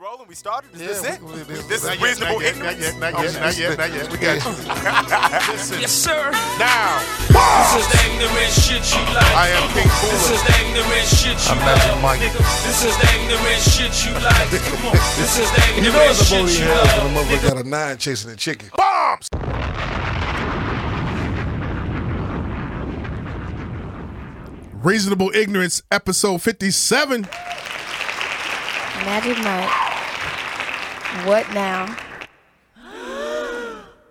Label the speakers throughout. Speaker 1: rolling. We started. Is this
Speaker 2: Yeah,
Speaker 1: it?
Speaker 2: we- we- we-
Speaker 1: this
Speaker 2: not
Speaker 1: is
Speaker 2: yet,
Speaker 1: reasonable
Speaker 2: not yet, not
Speaker 1: ignorance.
Speaker 2: yet, not yet, not yet, not yet. We got you.
Speaker 3: Yes, sir.
Speaker 2: Now,
Speaker 3: This is the ignorant shit you like.
Speaker 2: I am King
Speaker 3: This is
Speaker 2: Cooler.
Speaker 3: the ignorant shit you
Speaker 2: I'm
Speaker 3: like.
Speaker 2: Magic Mike.
Speaker 3: Nigga, This is the ignorant shit you like. Come on. This is the
Speaker 4: You know
Speaker 3: ignorant
Speaker 4: it's a
Speaker 3: shit
Speaker 4: booty
Speaker 3: you
Speaker 4: hell
Speaker 3: like.
Speaker 4: when a motherfucker got a nine chasing a chicken.
Speaker 2: Bombs!
Speaker 5: Reasonable Ignorance, episode 57.
Speaker 6: Magic Mike. What now?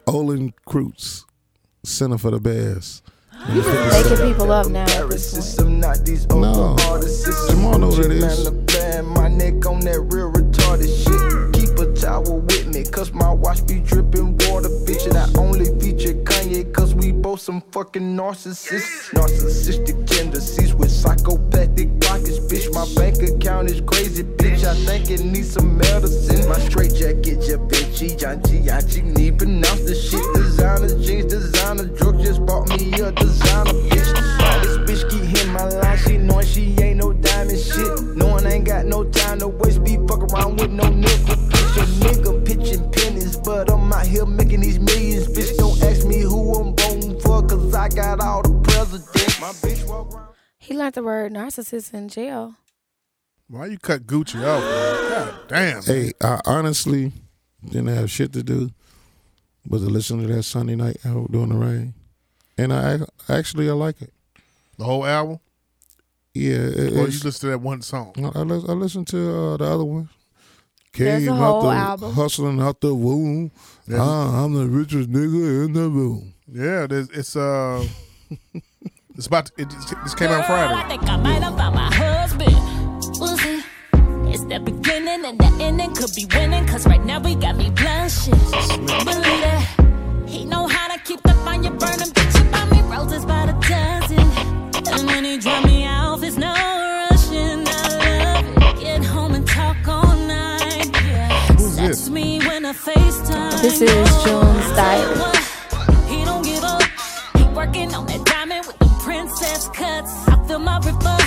Speaker 4: Olin Kreutz, Center for the Bears.
Speaker 6: Making people up now at this point.
Speaker 7: System, not these old
Speaker 4: No.
Speaker 7: artists. It's
Speaker 4: Jamal
Speaker 7: a
Speaker 4: knows what it
Speaker 7: Gucci
Speaker 4: is.
Speaker 7: man, LeBron, My neck on that real retarded shit. Keep a towel with me, cause my watch be dripping water, bitch. And I only feature Kanye, cause we both some fucking narcissists. Narcissistic tendencies with psychopathic pockets, bitch. My bank account is crazy, bitch. I think it needs some medicine. My straight jacket, your bitch. John Gianchi, need pronounce the shit. Designer jeans, designer drug just bought me a designer, bitch. This bitch keep hitting my line, she knowin' she ain't no diamond shit. Knowin' I ain't got no time to waste, be fuck around with no nigga. Bitch, a nigga pitching pennies, but I'm out here making these millions. Bitch, don't ask me who I'm voting for, cause I got all the presidents. My bitch walk around.
Speaker 6: He learned the word narcissist in jail.
Speaker 5: Why you cut Gucci out, man? God damn.
Speaker 4: Hey, I honestly didn't have shit to do but to listen to that Sunday night out during the rain. And I ac- actually I like it.
Speaker 5: The whole album?
Speaker 4: Yeah, it-
Speaker 5: Or you
Speaker 4: it's-
Speaker 5: listen to that one song?
Speaker 4: I, I lis- I listened to uh, the other one.
Speaker 6: There's a
Speaker 4: Came out
Speaker 6: whole
Speaker 4: the-
Speaker 6: album.
Speaker 4: Hustling out the womb.
Speaker 5: Yeah.
Speaker 4: Ah, I'm the richest nigga in the room.
Speaker 5: Yeah, there's, it's uh, it's about to, it, just- this came out Friday.
Speaker 8: think I might have found my husband. We'll see. It's the beginning and the ending could be winning. Cause right now we got me blind shit. Believe it. He know how to keep the fire burning. Bitch, he buy me roses by the dozen. And when he drop me off, it's no rushing. I love it. Get home and talk all night. Yeah.
Speaker 5: Who's
Speaker 8: Text
Speaker 5: this?
Speaker 8: me when I FaceTime.
Speaker 6: This is June Styler.
Speaker 8: He don't give up. He working on that diamond with the princess cuts. I feel my river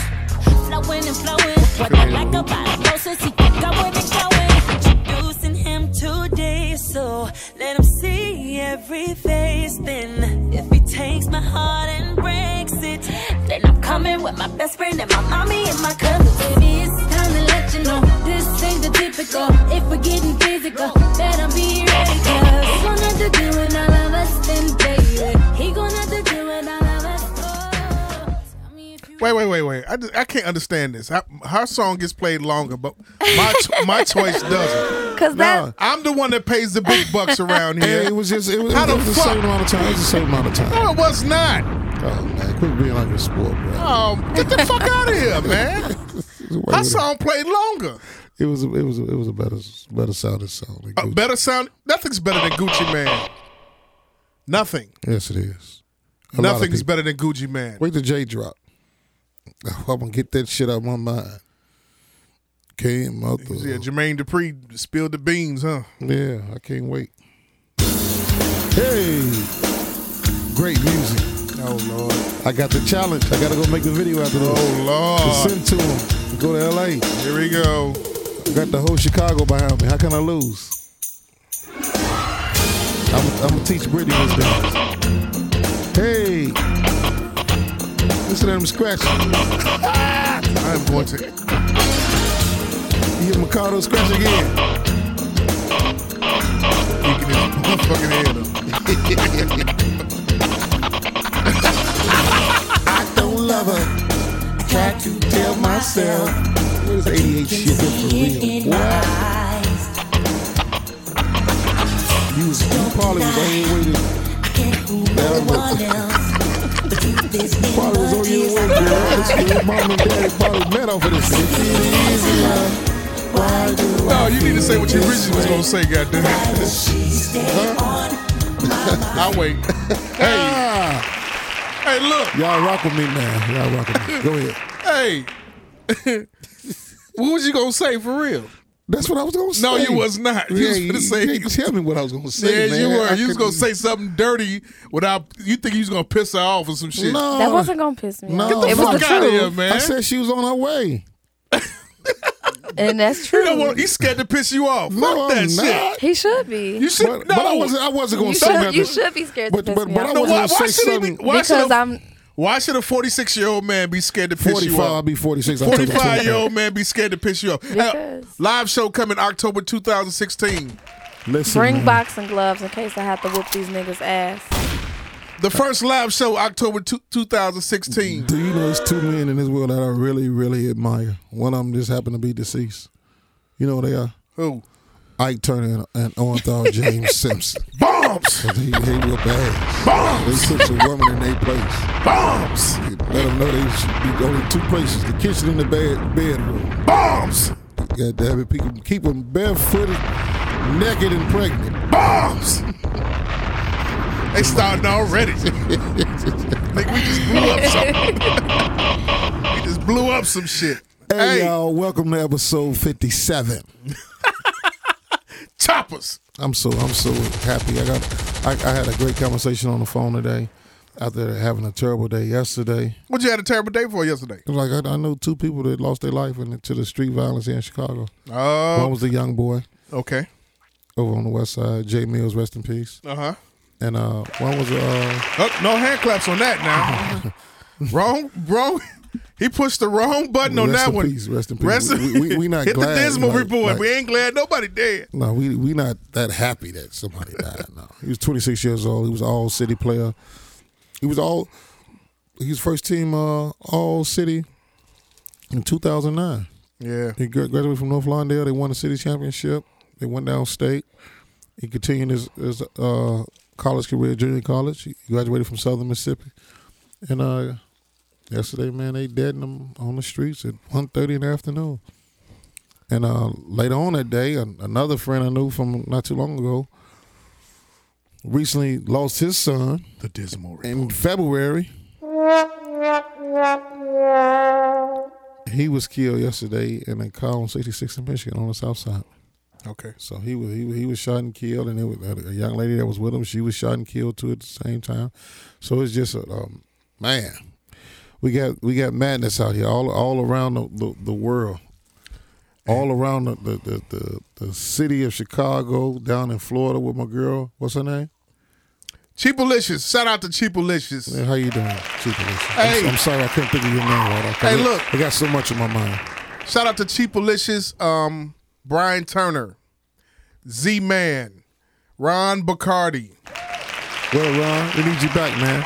Speaker 8: flowing and flowing. What I like about him most is he keep going and going. Introducing him today, so let him see every face. Then if he takes my heart and breaks it, then I'm coming with my best friend and my mommy and my cousin. Baby, it's time to let you know this ain't the typical. If we're getting physical, better be ready. Cause he gonna have to do it all of us, then baby. He gonna have to do it all of us. Oh, tell me if you
Speaker 5: Wait, wait, wait, wait. I, just- I can't understand this. I, her song gets played longer, but my cho- my choice doesn't.
Speaker 6: Cause that
Speaker 5: I'm the one that pays the big bucks around
Speaker 4: And it
Speaker 5: here.
Speaker 4: was just it was,
Speaker 5: How
Speaker 4: it
Speaker 5: the
Speaker 4: was the
Speaker 5: fuck?
Speaker 4: same amount of time. It was the same amount of time.
Speaker 5: No, it was not.
Speaker 4: Oh man, quit being like a sport, bro.
Speaker 5: Um, get the fuck out of here, man. Her song played longer.
Speaker 4: It was it was it was a better better sounding song. than
Speaker 5: A
Speaker 4: Gucci.
Speaker 5: better sound. Nothing's better than Gucci Man. Nothing.
Speaker 4: Yes, it is. A lot of
Speaker 5: Nothing's
Speaker 4: people-
Speaker 5: better than Gucci Man.
Speaker 4: Wait till J drop. I'm gonna get that shit out of my mind. Came out the
Speaker 5: Yeah, Jermaine Dupri spilled the beans, huh?
Speaker 4: Yeah, I can't wait. Hey, great music.
Speaker 5: Oh Lord.
Speaker 4: I got the challenge. I gotta go make the video after the
Speaker 5: Oh
Speaker 4: whole.
Speaker 5: Lord.
Speaker 4: Send to him. Go to LA.
Speaker 5: Here we go.
Speaker 4: Got the whole Chicago behind me. How can I lose? I'm, I'm gonna teach Brittany this dance. Hey, listen to them scratching.
Speaker 5: I am going to
Speaker 4: You hear Mikado scratch again.
Speaker 5: kick his motherfucking head up.
Speaker 4: I don't love her. Try to tell myself. What is 88 shit do for real? Wow. You was you probably was on your way to probably was on your way, girl. That's good. Mom and daddy probably met off of this.
Speaker 5: No, you need to say what you originally was gonna say, goddamn. Huh? I'll wait. hey,
Speaker 4: Ah,
Speaker 5: hey, look.
Speaker 4: y'all rock with me now. Y'all rock with me. Go ahead.
Speaker 5: Hey. what was you gonna say for real?
Speaker 4: That's what I was gonna say.
Speaker 5: No, you was not. You
Speaker 4: yeah,
Speaker 5: was
Speaker 4: you,
Speaker 5: finna say-
Speaker 4: you can't tell me what I was gonna
Speaker 5: Yeah,
Speaker 4: say. man.
Speaker 5: you were.
Speaker 4: I
Speaker 5: you was gonna
Speaker 4: couldn't-
Speaker 5: say something dirty without. You think you was gonna piss her off or some shit?
Speaker 4: No,
Speaker 6: that wasn't gonna piss me
Speaker 4: No.
Speaker 6: off.
Speaker 4: Get the
Speaker 6: it was
Speaker 4: fuck
Speaker 6: the
Speaker 5: outta
Speaker 6: truth.
Speaker 5: here, man.
Speaker 4: I said she was on her way.
Speaker 6: and that's true.
Speaker 5: You know what? He's scared to piss you off.
Speaker 4: No,
Speaker 5: Fuck that
Speaker 4: I'm
Speaker 5: shit.
Speaker 4: not.
Speaker 6: he should be.
Speaker 5: You should
Speaker 4: But,
Speaker 5: no.
Speaker 4: but I wasn't. I wasn't going
Speaker 6: You
Speaker 4: to say
Speaker 6: should-
Speaker 4: nothing.
Speaker 6: you should be scared to
Speaker 4: But
Speaker 6: piss
Speaker 4: but,
Speaker 6: me
Speaker 4: but
Speaker 6: off.
Speaker 4: I
Speaker 5: No,
Speaker 4: wasn't
Speaker 5: why,
Speaker 4: going
Speaker 5: why
Speaker 4: to
Speaker 5: should
Speaker 4: say
Speaker 5: he be,
Speaker 4: something.
Speaker 5: why should
Speaker 6: Because
Speaker 5: a,
Speaker 6: I'm-
Speaker 5: why should a 46 year old man be scared to piss
Speaker 4: Forty
Speaker 5: you
Speaker 4: five. I'll
Speaker 5: off?
Speaker 4: be forty six.
Speaker 5: 45 year old man be scared to piss you off. Now,
Speaker 6: Because-
Speaker 5: live show coming October 2016.
Speaker 4: Listen,
Speaker 6: Bring
Speaker 4: man.
Speaker 6: boxing gloves in case I have to whoop these niggas' ass.
Speaker 5: The first live show October two, 2016.
Speaker 4: Do you know there's two men in this world that I really, really admire? One of them just happened to be deceased. You know who they are?
Speaker 5: Who?
Speaker 4: Ike Turner and, and Ornthal James Simpson.
Speaker 5: Bombs!
Speaker 4: He, he whoop ass. They
Speaker 5: Bombs!
Speaker 4: put a woman in their place.
Speaker 5: Bombs!
Speaker 4: Let them know they should be only two places: the kitchen and the bed bedroom.
Speaker 5: Bombs!
Speaker 4: God damn it, people keep them barefooted, naked, and pregnant.
Speaker 5: Bombs! They starting already. Nigga, we just blew up something. we just blew up some shit.
Speaker 4: Hey,
Speaker 5: Hey,
Speaker 4: y'all, welcome to episode 57.
Speaker 5: choppers.
Speaker 4: I'm so I'm so happy. I got I, I had a great conversation on the phone today after having a terrible day yesterday.
Speaker 5: What you had a terrible day for yesterday?
Speaker 4: It was Like I, I know two people that lost their life in, to the street violence here in Chicago. One
Speaker 5: Oh,
Speaker 4: was a young boy
Speaker 5: okay.
Speaker 4: over on the west side, Jay Mills, rest in peace.
Speaker 5: Uh huh.
Speaker 4: And uh, one was uh,
Speaker 5: Oh, no hand claps on that now. wrong, wrong. He pushed the wrong button on
Speaker 4: Rest
Speaker 5: that
Speaker 4: in
Speaker 5: one.
Speaker 4: peace, rest in peace.
Speaker 5: Rest
Speaker 4: We- we- we- we not
Speaker 5: Hit
Speaker 4: glad,
Speaker 5: the dismal
Speaker 4: like-
Speaker 5: report.
Speaker 4: like-
Speaker 5: we ain't glad nobody dead.
Speaker 4: No, we we not that happy that somebody died. No, he was 26 years old. He was an all city player. He was all he was first team uh, all city in 2009.
Speaker 5: Yeah.
Speaker 4: He gra- graduated from North Lawndale. They won the city championship. They went down state. He continued his, his uh, college career, junior college. He graduated from Southern Mississippi. And uh, yesterday, man, they deadened him on the streets at 1.30 in the afternoon. And uh, later on that day, an- another friend I knew from not too long ago recently lost his son
Speaker 5: The dismal report.
Speaker 4: in February. He was killed yesterday in a car on 66 in Michigan on the south side.
Speaker 5: Okay.
Speaker 4: So he was he, was- he was shot and killed, and it was a young lady that was with him. She was shot and killed too at the same time. So it's just a um, man. We got we got madness out here all all around the, the, the world, all around the the, the the the city of Chicago, down in Florida with my girl. What's her name?
Speaker 5: Cheapalicious. Shout out to Cheapalicious.
Speaker 4: Hey, how you doing, Chief Alicia?
Speaker 5: Hey.
Speaker 4: I'm, I'm sorry I couldn't think of your name right off. 'cause
Speaker 5: Hey,
Speaker 4: I-
Speaker 5: look.
Speaker 4: I got so much in my mind.
Speaker 5: Shout out to Cheapalicious, um, Brian Turner, Z Man, Ron Bacardi.
Speaker 4: Well, Ron, we need you back, man.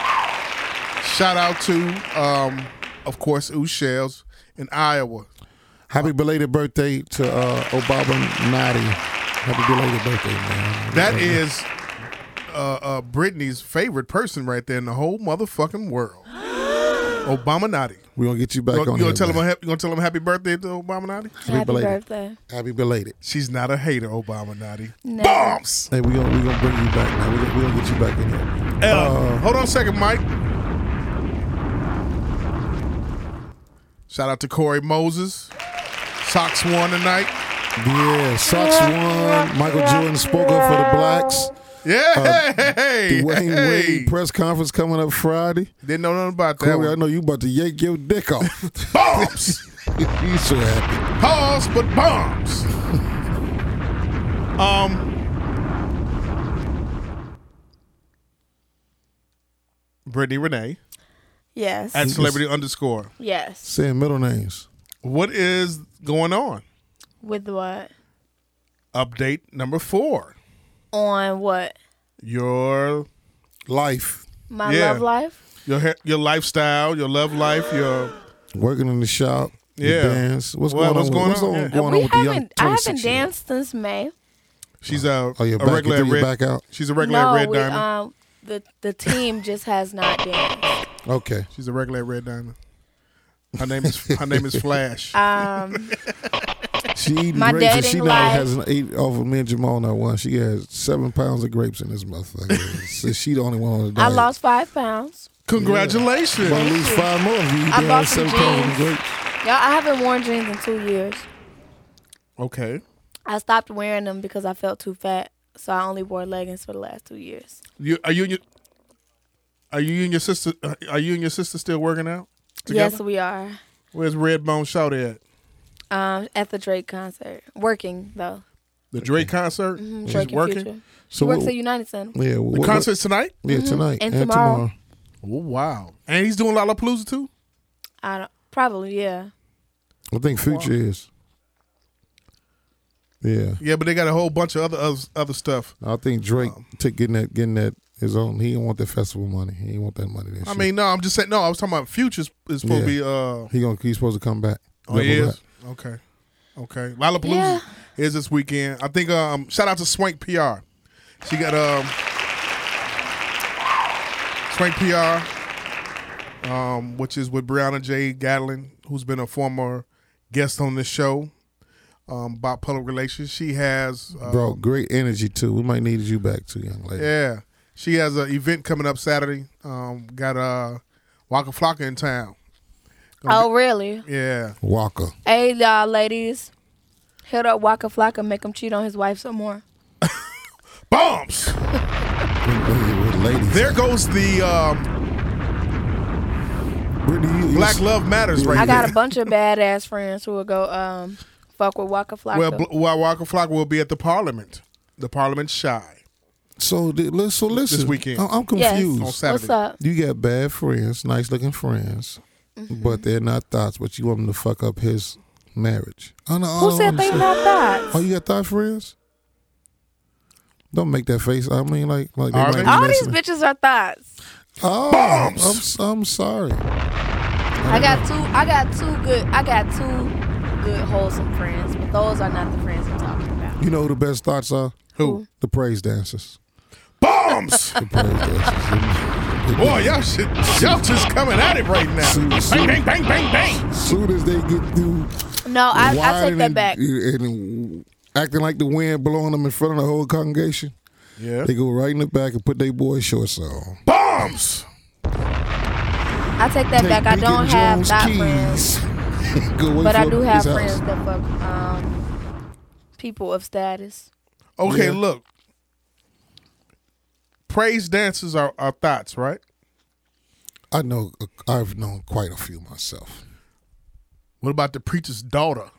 Speaker 5: Shout out to, um, of course, Ooh Shells in Iowa.
Speaker 4: Happy belated birthday to uh, Obama Nadi. Happy belated birthday, man.
Speaker 5: That
Speaker 4: Uh,
Speaker 5: is uh, uh, Britney's favorite person right there in the whole motherfucking world. Obama Nati.
Speaker 4: we gonna get you back
Speaker 5: You
Speaker 4: on.
Speaker 5: gonna, you gonna
Speaker 4: here,
Speaker 5: tell him
Speaker 4: man.
Speaker 5: a hap- you gonna tell him happy birthday to Obama Nati?
Speaker 6: Happy
Speaker 4: belated.
Speaker 6: birthday.
Speaker 4: Happy belated.
Speaker 5: She's not a hater, Obama Nati.
Speaker 6: No.
Speaker 5: Bombs.
Speaker 4: Hey, we gonna we gonna bring you back, man. We gonna, we gonna get you back in here.
Speaker 5: Uh, hold on a second, Mike. Shout out to Corey Moses. Sox won tonight.
Speaker 4: Uh, Yeah, Sox won. Michael Jordan spoke up for the blacks.
Speaker 5: Yeah, hey,
Speaker 4: Dwayne
Speaker 5: hey.
Speaker 4: Wade press conference coming up Friday.
Speaker 5: Didn't know nothing about that.
Speaker 4: Corey, I
Speaker 5: one.
Speaker 4: know you about to yank your dick off.
Speaker 5: Bombs.
Speaker 4: He's so happy.
Speaker 5: Pause, but bombs. um, Brittany Renee
Speaker 6: Yes.
Speaker 5: at celebrity underscore.
Speaker 6: yes.
Speaker 4: Saying middle names.
Speaker 5: What is going on?
Speaker 6: With what?
Speaker 5: Update number four.
Speaker 6: On what?
Speaker 5: Your
Speaker 4: Life.
Speaker 6: My
Speaker 5: Yeah.
Speaker 6: love life?
Speaker 5: your he- your lifestyle, your love life, your
Speaker 4: Working in the shop. you
Speaker 5: Yeah.
Speaker 4: Dance. What's
Speaker 5: Well,
Speaker 4: going
Speaker 5: what's
Speaker 4: on?
Speaker 5: going
Speaker 4: what's
Speaker 5: on?
Speaker 4: on,
Speaker 5: Yeah.
Speaker 4: going on
Speaker 6: we
Speaker 4: with the young
Speaker 6: haven't I haven't
Speaker 4: 26 year old?
Speaker 6: danced since May.
Speaker 5: she's a,
Speaker 4: Oh, you're
Speaker 5: a
Speaker 4: back. You
Speaker 5: regular
Speaker 4: threw your
Speaker 5: red
Speaker 4: back out?
Speaker 5: She's a regular
Speaker 6: No,
Speaker 5: red
Speaker 6: we,
Speaker 5: diamond.
Speaker 6: um the the team just has not danced.
Speaker 4: Okay.
Speaker 5: she's a regular red diamond. Her name is her name is Flash.
Speaker 6: Um
Speaker 4: She eating
Speaker 6: My
Speaker 4: grapes and
Speaker 6: dating
Speaker 4: she now
Speaker 6: life-
Speaker 4: has an eight off of me and Jamal not one. She has seven pounds of grapes in this motherfucker. so she the only one on the
Speaker 6: I
Speaker 4: diet.
Speaker 6: lost five pounds.
Speaker 5: Congratulations.
Speaker 4: Gonna lose five more if you eat
Speaker 6: I
Speaker 4: down
Speaker 6: bought some
Speaker 4: seven pounds of
Speaker 6: jeans.
Speaker 4: grapes.
Speaker 6: Y'all I haven't worn jeans in two years.
Speaker 5: Okay.
Speaker 6: I stopped wearing them because I felt too fat. So I only wore leggings for the last two years.
Speaker 5: You are you and your are you and your sister are you and your sister still working out? Together?
Speaker 6: Yes, we are.
Speaker 5: Where's Redbone Shouty at?
Speaker 6: Um, at the Drake concert, working though.
Speaker 5: The Drake concert. She's
Speaker 6: Drake and
Speaker 5: working.
Speaker 6: Mm-hmm. Future.
Speaker 4: So
Speaker 6: Works
Speaker 4: what-
Speaker 6: at United Center.
Speaker 4: yeah, what,
Speaker 5: The
Speaker 4: what-
Speaker 5: concert's tonight.
Speaker 4: yeah tonight
Speaker 6: Mm-hmm. And tomorrow.
Speaker 5: Oh wow! And he's doing Lollapalooza too.
Speaker 6: I don't, probably yeah.
Speaker 4: I think Future is. Yeah,
Speaker 5: Yeah, but they got a whole bunch of other other, other stuff.
Speaker 4: I think Drake
Speaker 5: Um.
Speaker 4: took getting that getting that his own. He don't want the festival money. He didn't want that money. That
Speaker 5: I
Speaker 4: shit.
Speaker 5: mean, no, I'm just saying. No, I was talking about futures is supposed to
Speaker 4: Yeah.
Speaker 5: be. Uh,
Speaker 4: he gonna he's supposed to come back.
Speaker 5: Oh, he
Speaker 4: Double
Speaker 5: is? Okay. Okay. Lollapalooza
Speaker 6: Yeah.
Speaker 5: is this weekend. I think um shout out to Swank PR. She got um Swank PR, um, which is with Brianna J. Gatlin, who's been a former guest on this show um, about public relations. She has uh,
Speaker 4: back. Bro, great energy too. We might need you back too, young lady.
Speaker 5: yeah. She has an event coming up Saturday. Um, got uh Waka Flocka in town.
Speaker 6: Oh really?
Speaker 5: Yeah.
Speaker 4: Walker.
Speaker 6: Hey y'all, ladies, hit up Waka Flocka, make him cheat on his wife some more.
Speaker 5: Bombs!
Speaker 4: With ladies.
Speaker 5: There goes the um,
Speaker 4: Brittany, you- you-
Speaker 5: Black Love Matters right
Speaker 6: I
Speaker 5: there.
Speaker 6: got a bunch of badass friends who will go um fuck with Waka Flocka.
Speaker 5: Well, Bl- well, Walker Flock will be at the Parliament, the Parliament shy.
Speaker 4: So, di- li- so listen.
Speaker 5: weekend.
Speaker 4: I- I'm
Speaker 6: Yes.
Speaker 4: confused.
Speaker 5: On Saturday.
Speaker 6: what's up?
Speaker 4: You got bad friends, nice looking friends,
Speaker 6: Mm-hmm.
Speaker 4: but they're not thoughts. But you want him to fuck up his marriage. I don't, I
Speaker 6: Who
Speaker 5: Oh,
Speaker 4: don't
Speaker 6: said they
Speaker 4: understand.
Speaker 6: not that?
Speaker 4: Oh, you got thought friends? Don't make that face. I mean, like, like they
Speaker 5: All
Speaker 4: might
Speaker 5: right.
Speaker 4: be
Speaker 6: All these
Speaker 4: listening.
Speaker 6: bitches are thoughts.
Speaker 4: Oh, I'm, s- I'm sorry.
Speaker 6: I got two. I got two good. I got two good wholesome friends, but those are not the friends I'm talking about.
Speaker 4: You know who the best thoughts are?
Speaker 5: Who?
Speaker 4: The praise dancers.
Speaker 5: Bombs!
Speaker 4: The praise dancers.
Speaker 5: Boy, y'all shit, y'all just coming at it right now.
Speaker 4: Soon,
Speaker 5: Bang,
Speaker 4: soon,
Speaker 5: bang, bang, bang, bang.
Speaker 4: soon as they get through,
Speaker 6: No, I, I take
Speaker 4: whining
Speaker 6: that
Speaker 4: and-
Speaker 6: back.
Speaker 4: And, acting like the wind blowing them in front of the whole congregation,
Speaker 5: Yeah.
Speaker 4: they go right in the back and put their boy shorts on.
Speaker 5: Bombs!
Speaker 6: I take that back. I
Speaker 4: Deacon
Speaker 6: don't have
Speaker 4: Jones
Speaker 6: thought friends,
Speaker 4: keys. go wait
Speaker 6: but I
Speaker 4: for
Speaker 6: do
Speaker 4: his
Speaker 6: have
Speaker 4: house.
Speaker 6: friends that fuck um people of status.
Speaker 5: Okay,
Speaker 4: Yeah.
Speaker 5: look. Praise dances are, are thoughts, right?
Speaker 4: I know. I've known quite a few myself.
Speaker 5: What about the preacher's daughter?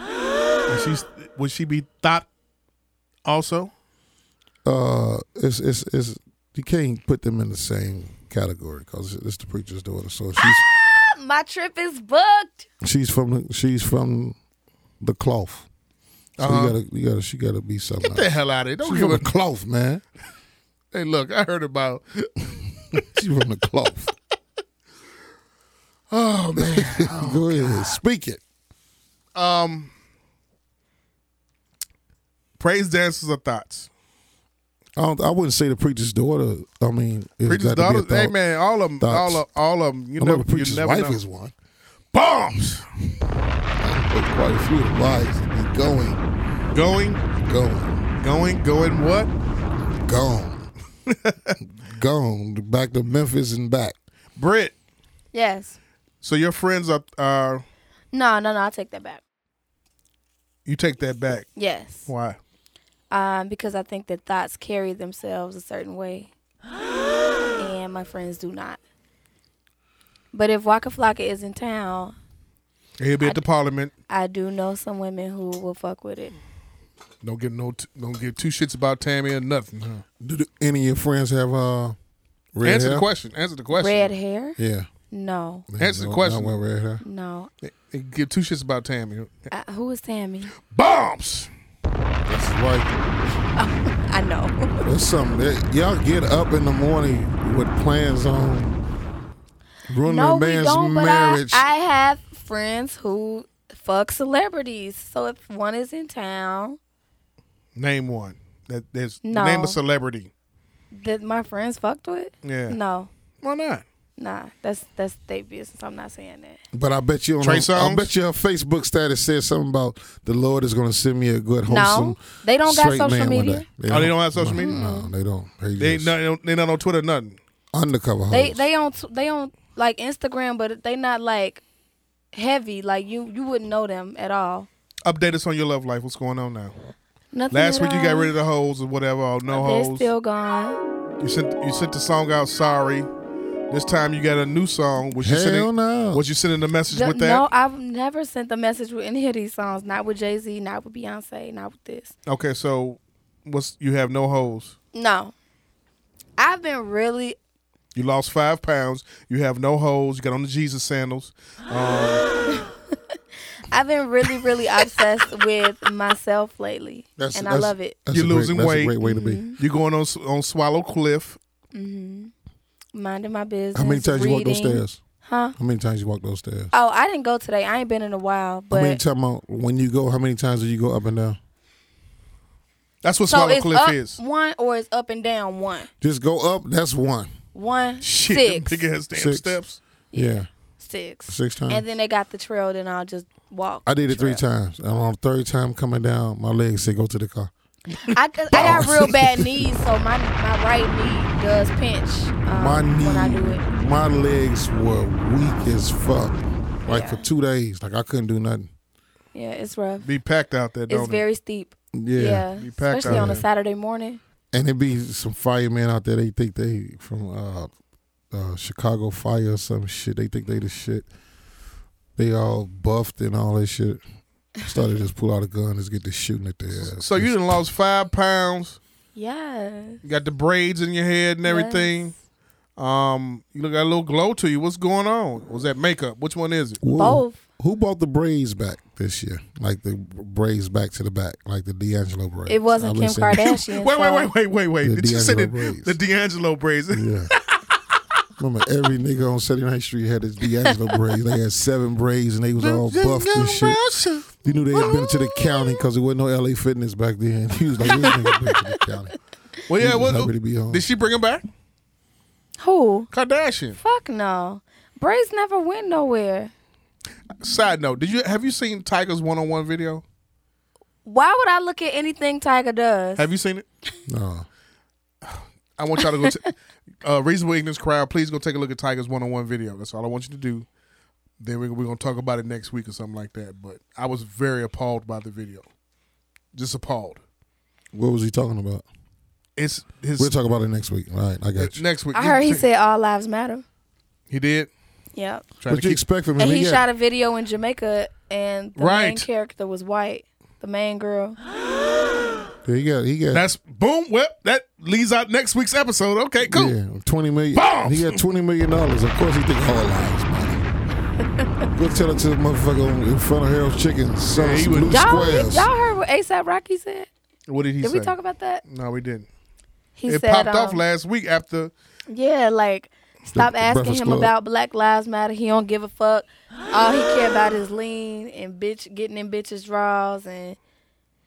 Speaker 5: Is she's, would she be thought also?
Speaker 4: Uh, it's it's it's you can't put them in the same category because it's the preacher's daughter. So she's
Speaker 6: My trip is booked.
Speaker 4: she's from the, she's from the cloth. So you gotta you gotta she gotta be something.
Speaker 5: Uh-huh. Get the hell out of here. Don't
Speaker 4: She's
Speaker 5: give
Speaker 4: from
Speaker 5: a.
Speaker 4: the cloth, man.
Speaker 5: Hey, look, I heard about.
Speaker 4: She's from the cloth. oh man! Go ahead, speak it.
Speaker 5: Praise dances are thoughts.
Speaker 4: I don't, I wouldn't say the preacher's daughter. I mean, it's
Speaker 5: Preacher's
Speaker 4: got to
Speaker 5: daughter,
Speaker 4: be a
Speaker 5: hey
Speaker 4: thought.
Speaker 5: man, all of them,
Speaker 4: Thoughts.
Speaker 5: all of, all of them. You
Speaker 4: I know
Speaker 5: never,
Speaker 4: the preacher's
Speaker 5: you never
Speaker 4: wife
Speaker 5: know.
Speaker 4: is one.
Speaker 5: bombs
Speaker 4: But quite a few of the wives be going,
Speaker 5: going,
Speaker 4: going,
Speaker 5: going, going. What?
Speaker 4: gone, gone back to Memphis and back.
Speaker 5: Brit.
Speaker 6: Yes.
Speaker 5: So your friends are. Uh,
Speaker 6: No, no, no. I take that back.
Speaker 5: you take that back.
Speaker 6: Yes.
Speaker 5: Why?
Speaker 6: Um, because I think that thoughts carry themselves a certain way, and my friends do not. But if Waka Flocka is in town,
Speaker 5: He'll be at the parliament.
Speaker 6: I do know some women who will fuck with it.
Speaker 5: Don't get no. T- don't give two shits about Tammy or nothing. huh?
Speaker 4: Do, do any of your friends have uh red
Speaker 5: Answer
Speaker 4: hair?
Speaker 5: the question. Answer the question.
Speaker 6: Red hair?
Speaker 4: Yeah.
Speaker 6: No,
Speaker 5: Answer the
Speaker 4: No,
Speaker 5: question.
Speaker 4: not wear red hair.
Speaker 6: no.
Speaker 5: Give two shits about Tammy.
Speaker 6: I, who is Tammy?
Speaker 5: Bombs.
Speaker 4: That's right.
Speaker 6: I know.
Speaker 4: That's something that y'all get up in the morning with plans on ruining
Speaker 6: no,
Speaker 4: a
Speaker 6: we
Speaker 4: man's
Speaker 6: don't. But I,
Speaker 4: marriage.
Speaker 6: I have friends who fuck celebrities. So if one is in town,
Speaker 5: Name one. That there's
Speaker 6: No.
Speaker 5: name a celebrity.
Speaker 6: that my friends fucked with.
Speaker 5: Yeah.
Speaker 6: No,
Speaker 5: Why not?
Speaker 6: nah. That's that's their business. I'm not saying that.
Speaker 4: but I bet you on
Speaker 5: Trey
Speaker 4: her, I
Speaker 5: Songz?
Speaker 4: bet your Facebook status said something about the Lord is going to send me a good wholesome.
Speaker 6: no, they don't got
Speaker 4: straight
Speaker 6: social
Speaker 4: man one
Speaker 6: media.
Speaker 4: day.
Speaker 5: Oh, they don't have social
Speaker 4: no,
Speaker 5: media? Mm.
Speaker 4: No, they don't. They,
Speaker 5: They ain't
Speaker 4: just
Speaker 5: not, they don't- they not on Twitter. Nothing.
Speaker 4: undercover hoes.
Speaker 6: They they on t- they on like Instagram, but they not like heavy. Like you you wouldn't know them at all.
Speaker 5: Update us on your love life. What's going on now?
Speaker 6: Nothing.
Speaker 5: Last
Speaker 6: at
Speaker 5: week you got
Speaker 6: all.
Speaker 5: rid of the hoes or whatever, or no
Speaker 6: They're
Speaker 5: hoes.
Speaker 6: still gone.
Speaker 5: You sent you sent the song out sorry. This time you got a new song. Was you
Speaker 4: Hell
Speaker 5: sending?
Speaker 4: no.
Speaker 5: Was you sending a message
Speaker 6: No,
Speaker 5: with that?
Speaker 6: No, I've never sent a message with any of these songs. Not with Jay Z, not with Beyonce, not with this.
Speaker 5: Okay, so what's you have no hoes.
Speaker 6: No. I've been really
Speaker 5: You lost five pounds. You have no hoes. You got on the Jesus sandals.
Speaker 6: I've been really, really obsessed with myself lately.
Speaker 4: That's-
Speaker 6: and
Speaker 4: that's-
Speaker 6: I love it. Mm-hmm.
Speaker 4: That's
Speaker 5: You're
Speaker 4: a great-
Speaker 5: losing
Speaker 4: that's
Speaker 5: weight.
Speaker 4: A great way to be.
Speaker 5: You're going on s- on Swallow Cliff.
Speaker 6: Minding my business.
Speaker 4: How many times you walk those
Speaker 6: reading.
Speaker 4: stairs? Huh? How many times you walk those stairs?
Speaker 6: Oh, I didn't go today. I ain't been in a while.
Speaker 4: I mean,
Speaker 6: But
Speaker 4: talking about when you go, how many times do you go up and down?
Speaker 5: That's what
Speaker 6: so
Speaker 5: Swallow
Speaker 6: it's
Speaker 5: Cliff
Speaker 6: up
Speaker 5: is.
Speaker 6: one or it's up and down one.
Speaker 4: Just go up. That's one.
Speaker 6: One
Speaker 5: Shit,
Speaker 6: six.
Speaker 5: big ass damn
Speaker 4: Six.
Speaker 5: steps.
Speaker 4: Yeah,
Speaker 6: six.
Speaker 4: six times.
Speaker 6: And then they got the trail, then I'll just walk.
Speaker 4: I did
Speaker 6: the
Speaker 4: it three
Speaker 6: trail.
Speaker 4: times. And on the third time coming down, my legs said, "Go to the car."
Speaker 6: I, 'cause I got real bad knees, so my my right knee does pinch um,
Speaker 4: My knee,
Speaker 6: when I do it.
Speaker 4: my legs were weak as fuck. Like
Speaker 6: Yeah.
Speaker 4: for two days, like I couldn't do nothing.
Speaker 6: Yeah, it's rough.
Speaker 5: Be packed out there, don't
Speaker 6: It's very steep.
Speaker 4: Yeah,
Speaker 6: Yeah,
Speaker 5: You packed
Speaker 6: especially
Speaker 5: out
Speaker 6: on a
Speaker 5: there.
Speaker 6: Saturday morning.
Speaker 4: and it be some firemen out there. They think they from uh, uh, Chicago Fire or some shit. They think they the shit. They all buffed and all that shit. Started to just pull out a gun, just get to shooting at their
Speaker 5: it?
Speaker 4: ass.
Speaker 5: So you done lost five pounds.
Speaker 6: Yeah.
Speaker 5: You got the braids in your head and everything. Um, you look got a little glow to you. What's going on? Was that makeup? Which one is it?
Speaker 4: Whoa.
Speaker 6: Both.
Speaker 4: Who bought the braids back this year? Like the braids back to the back, like the D'Angelo braids.
Speaker 6: It wasn't
Speaker 4: I've
Speaker 6: Kim
Speaker 4: been saying-
Speaker 6: Kardashian.
Speaker 5: Wait, wait,
Speaker 6: so-
Speaker 5: wait, wait, wait, wait.
Speaker 4: The
Speaker 5: Did you say the,
Speaker 4: D'Angelo braids.
Speaker 5: the D'Angelo braids?
Speaker 4: Yeah. Remember, every nigga on 79th Street had his D'Angelo braids. They had seven braids, and they was all buffed and shit. You knew they had been to the county because there wasn't no LA Fitness back then. He was like, this nigga been to the county.
Speaker 5: Well, yeah.
Speaker 4: was
Speaker 5: What,
Speaker 4: happy to be home.
Speaker 5: Did she bring him back?
Speaker 6: Who?
Speaker 5: Kardashian.
Speaker 6: Fuck no. Braids never went nowhere.
Speaker 5: Side note: Did you have you seen Tiger's one-on-one video?
Speaker 6: Why would I look at anything Tiger does?
Speaker 5: Have you seen it?
Speaker 4: No.
Speaker 5: I want y'all to go. to uh, Reasonable ignorance crowd, please go take a look at Tiger's one-on-one video. That's all I want you to do. Then we- we're gonna talk about it next week or something like that. But I was very appalled by the video. Just appalled.
Speaker 4: What was he talking about?
Speaker 5: It's his
Speaker 4: We'll talk about it next week. All right, I got you.
Speaker 5: next week.
Speaker 6: I heard he
Speaker 5: You-
Speaker 6: said all lives matter.
Speaker 5: he did.
Speaker 6: Yep.
Speaker 5: Trying
Speaker 4: What you expect from him?
Speaker 6: And he
Speaker 4: Yeah.
Speaker 6: shot a video in Jamaica, and the main
Speaker 5: Right.
Speaker 6: character was white. The main girl.
Speaker 4: Yeah, he got, he got,
Speaker 5: That's boom. Well, that leads out next week's episode. Okay, cool.
Speaker 4: yeah, twenty million.
Speaker 5: Bombs!
Speaker 4: He got twenty million dollars. Of course, he think all lives matter. Go tell it to the motherfucker on- in front of Harold's Chicken, selling
Speaker 5: he
Speaker 4: some
Speaker 5: would-
Speaker 4: blue
Speaker 6: Y'all,
Speaker 4: squares.
Speaker 6: y'all heard what ASAP Rocky said?
Speaker 5: What did he
Speaker 6: Did
Speaker 5: say?
Speaker 6: we talk about that?
Speaker 5: no, we didn't.
Speaker 6: He
Speaker 5: it
Speaker 6: said,
Speaker 5: popped off
Speaker 6: um,
Speaker 5: last week after
Speaker 6: Yeah, like stop
Speaker 4: the
Speaker 6: asking
Speaker 4: Breakfast
Speaker 6: him
Speaker 4: Club.
Speaker 6: about Black Lives Matter. He don't give a fuck. All he care about is lean and bitch getting in bitches draws and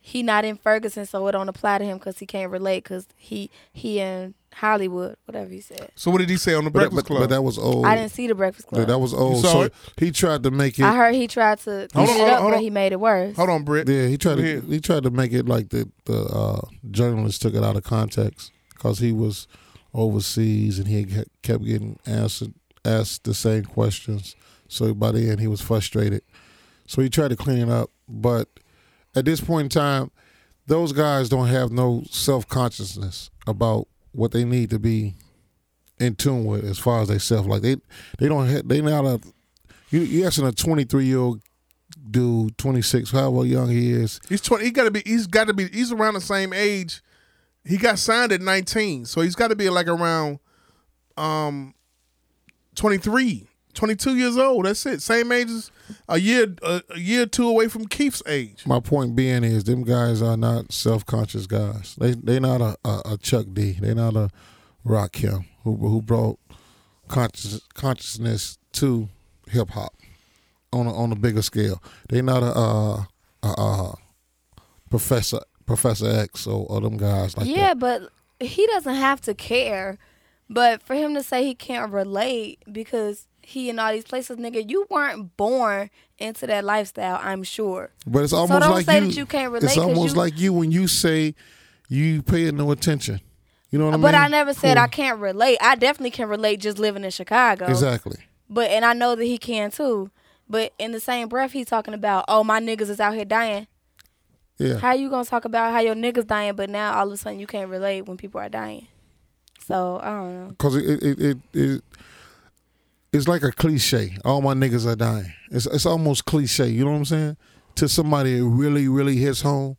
Speaker 6: he not in Ferguson, so it don't apply to him because he can't relate because he he in Hollywood, whatever he said.
Speaker 5: So what did he say on the
Speaker 4: but,
Speaker 5: Breakfast
Speaker 4: but,
Speaker 5: Club?
Speaker 4: but that was old.
Speaker 6: I didn't see the Breakfast
Speaker 4: Yeah,
Speaker 6: Club.
Speaker 4: that was old.
Speaker 5: saw
Speaker 4: So
Speaker 5: it?
Speaker 4: he tried to make it.
Speaker 6: I heard he tried to clean
Speaker 5: Hold on,
Speaker 6: it
Speaker 5: hold on,
Speaker 6: up,
Speaker 5: hold
Speaker 6: but
Speaker 5: on.
Speaker 6: he made it worse.
Speaker 5: Hold on, Britt.
Speaker 4: Yeah, he tried to
Speaker 5: Go ahead.
Speaker 4: he tried to make it like the the uh, journalist took it out of context because he was overseas and he had ke- kept getting asked asked the same questions. So by the end, he was frustrated. So he tried to clean it up, but at this point in time, those guys don't have no self consciousness about what they need to be in tune with as far as they self. Like they they don't have, they not a you you asking a twenty three year old dude, twenty six, however young he is,
Speaker 5: He's twenty. He got to be. He's got to be. He's around the same age. He got signed at nineteen, so he's got to be like around, um, 23, 22 years old. That's it. Same age as a year, a, a year or two away from Keith's age.
Speaker 4: My point being is, them guys are not self conscious guys. They they not a, a, a Chuck D. They not a Rock Kim who who brought conscious, consciousness to hip hop on a, on a bigger scale. They not a, uh a, uh Professor Professor X or, or them guys like
Speaker 6: yeah,
Speaker 4: that.
Speaker 6: but he doesn't have to care. But for him to say he can't relate because he in all these places, nigga, you weren't born into that lifestyle. I'm sure.
Speaker 4: But it's
Speaker 6: So
Speaker 4: almost
Speaker 6: don't
Speaker 4: like
Speaker 6: say
Speaker 4: you,
Speaker 6: that you can't
Speaker 4: It's
Speaker 6: relate 'cause
Speaker 4: almost
Speaker 6: you-
Speaker 4: like you when you say you pay no attention. You know what I mean?
Speaker 6: but I never said
Speaker 4: Cool.
Speaker 6: I can't relate. I definitely can relate just living in Chicago.
Speaker 4: Exactly.
Speaker 6: But and I know that he can too. But in the same breath, he's talking about, oh, my niggas is out here dying.
Speaker 4: Yeah.
Speaker 6: How you gonna talk about how your niggas dying, but now all of a sudden you can't relate when people are dying? So I don't know.
Speaker 4: because it it, it it it's like a cliche. All my niggas are dying. It's it's almost cliche. You know what I'm saying? To somebody, it really really hits home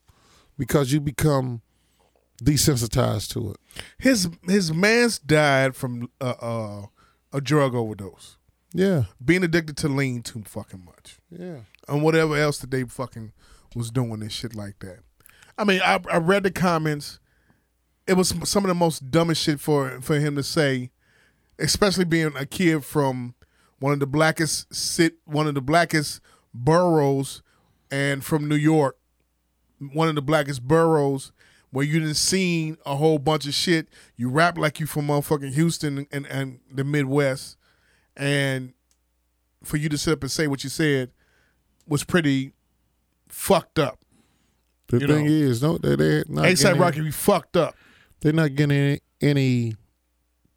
Speaker 4: because you become desensitized to it.
Speaker 5: His his man's died from uh, uh, a drug overdose,
Speaker 4: Yeah,
Speaker 5: being addicted to lean too fucking much,
Speaker 4: yeah.
Speaker 5: and whatever else that they fucking was doing and shit like that. I mean, I, I read the comments. It was some of the most dumbest shit for for him to say, especially being a kid from one of the blackest sit one of the blackest boroughs and from New York, one of the blackest boroughs where you didn't seen a whole bunch of shit. You rap like you from motherfucking Houston and, and the Midwest, and for you to sit up and say what you said was pretty fucked up.
Speaker 4: The
Speaker 5: You
Speaker 4: thing
Speaker 5: know.
Speaker 4: is, no, they they not
Speaker 5: ASAP
Speaker 4: getting-
Speaker 5: Rocky, we fucked up.
Speaker 4: they're not getting any, any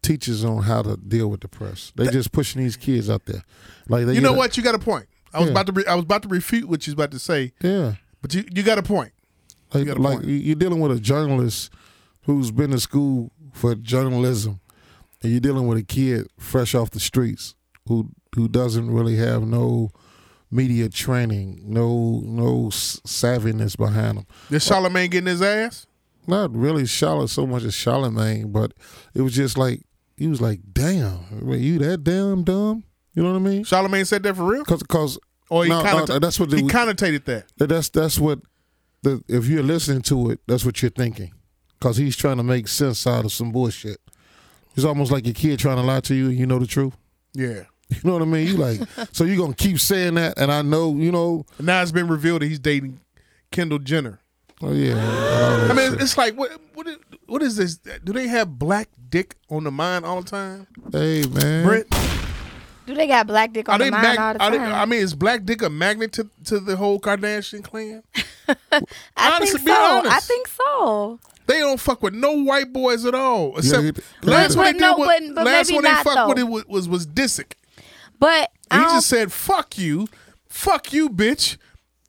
Speaker 4: teachers on how to deal with the press. They just pushing these kids out there. Like they
Speaker 5: You know
Speaker 4: get a-
Speaker 5: what? You got a point. I was
Speaker 4: Yeah.
Speaker 5: about to re- I was about to refute what you was about to say,
Speaker 4: Yeah,
Speaker 5: but you, you got a point.
Speaker 4: like,
Speaker 5: got a
Speaker 4: like
Speaker 5: point.
Speaker 4: you- you're dealing with a journalist who's been to school for journalism, and you're dealing with a kid fresh off the streets who who doesn't really have no media training, no no s- savviness behind him.
Speaker 5: Did Charlemagne getting his ass?
Speaker 4: not really Charlotte so much as Charlemagne, but it was just like he was like, "Damn, were you that damn dumb?" You know what I mean?
Speaker 5: Charlemagne said that for real,
Speaker 4: Because, because
Speaker 5: or he
Speaker 4: no,
Speaker 5: kind
Speaker 4: no,
Speaker 5: of
Speaker 4: that's what
Speaker 5: he
Speaker 4: the-
Speaker 5: connotated that.
Speaker 4: that's that's what the if you're listening to it, that's what you're thinking. Because he's trying to make sense out of some bullshit. It's almost like your kid trying to lie to you, and you know the truth.
Speaker 5: Yeah.
Speaker 4: You know what I mean? You like, so you gonna keep saying that, and I know, you know,
Speaker 5: And now it's been revealed that he's dating Kendall Jenner.
Speaker 4: oh yeah. and all that
Speaker 5: I mean,
Speaker 4: shit.
Speaker 5: it's like what what is, what is this? Do they have black dick on the mind all the time?
Speaker 4: hey man,
Speaker 5: Brett,
Speaker 6: Do they got black dick
Speaker 5: are
Speaker 6: on
Speaker 5: they
Speaker 6: the mind
Speaker 5: mag-
Speaker 6: all the
Speaker 5: are
Speaker 6: time?
Speaker 5: they, I mean, is black dick a magnet to, to the whole Kardashian clan?
Speaker 6: I
Speaker 5: honest,
Speaker 6: think
Speaker 5: be
Speaker 6: so. I
Speaker 5: honest.
Speaker 6: think so.
Speaker 5: They don't fuck with no white boys at all. Except
Speaker 4: Yeah, they-
Speaker 5: last
Speaker 4: but-
Speaker 5: one
Speaker 6: but
Speaker 5: they did
Speaker 6: no,
Speaker 5: with,
Speaker 6: but- but
Speaker 5: last
Speaker 6: maybe
Speaker 5: one they
Speaker 6: not,
Speaker 5: fucked
Speaker 6: though.
Speaker 5: with it was was, was Disick.
Speaker 6: But
Speaker 5: He
Speaker 6: I don't
Speaker 5: just said, "Fuck you, fuck you, bitch."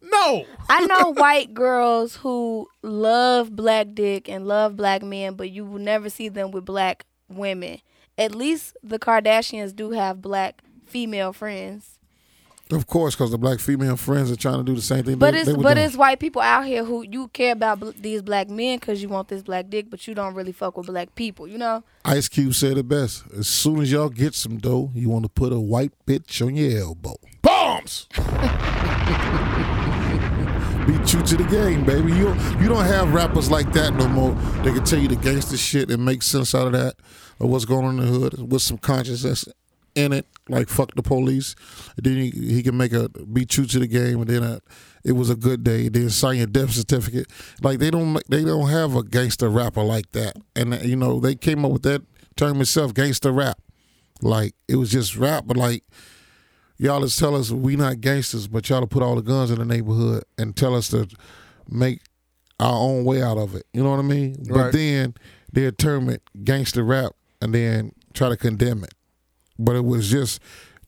Speaker 5: No,
Speaker 6: I know white girls who love black dick and love black men, but you will never see them with black women. At least the Kardashians do have black female friends.
Speaker 4: of course, because the black female friends are trying to do the same thing.
Speaker 6: But
Speaker 4: they,
Speaker 6: it's
Speaker 4: they were
Speaker 6: but
Speaker 4: doing.
Speaker 6: it's white people out here who you care about bl- these black men because you want this black dick, but you don't really fuck with black people. You know,
Speaker 4: Ice Cube said it best. As soon as y'all get some dough, you want to put a white bitch on your elbow.
Speaker 5: bombs.
Speaker 4: Beat you to the game, baby. You you don't have rappers like that no more. They can tell you the gangster shit and make sense out of that or what's going on in the hood with some consciousness in it, like fuck the police. And then he, he can make a be true to the game, and then uh it was a good day. Then sign your death certificate. Like they don't make- they don't have a gangster rapper like that. And uh, you know they came up with that term itself, gangster rap. Like it was just rap, but like y'all is tell us we not gangsters, but y'all to put all the guns in the neighborhood and tell us to make our own way out of it. You know what I mean?
Speaker 5: Right.
Speaker 4: But then they term it gangster rap and then try to condemn it. But it was just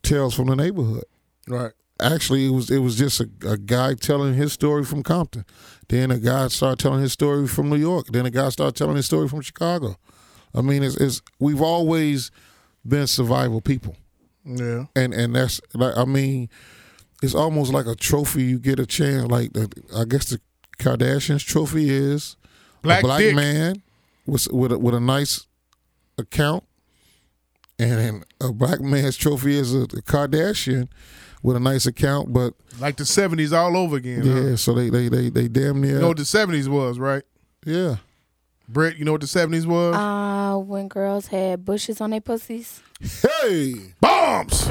Speaker 4: tales from the neighborhood.
Speaker 5: Right.
Speaker 4: Actually, it was it was just a, a guy telling his story from Compton. Then a guy started telling his story from New York. Then a guy started telling his story from Chicago. I mean, it's, it's we've always been survival people
Speaker 5: Yeah.
Speaker 4: and and that's like I mean, it's almost like a trophy. You get a chance, like the, I guess the Kardashians trophy is
Speaker 5: Black
Speaker 4: a black
Speaker 5: dick.
Speaker 4: man with with a, with a nice account, and then a black man's trophy is a, Kardashian with a nice account. But
Speaker 5: Like the seventies all over again. huh?
Speaker 4: yeah, so they they they, they damn near
Speaker 5: You know what the seventies was, right?
Speaker 4: yeah.
Speaker 5: Brett, you know what the seventies was?
Speaker 6: uh, when girls had bushes on their pussies.
Speaker 4: Hey,
Speaker 5: bombs.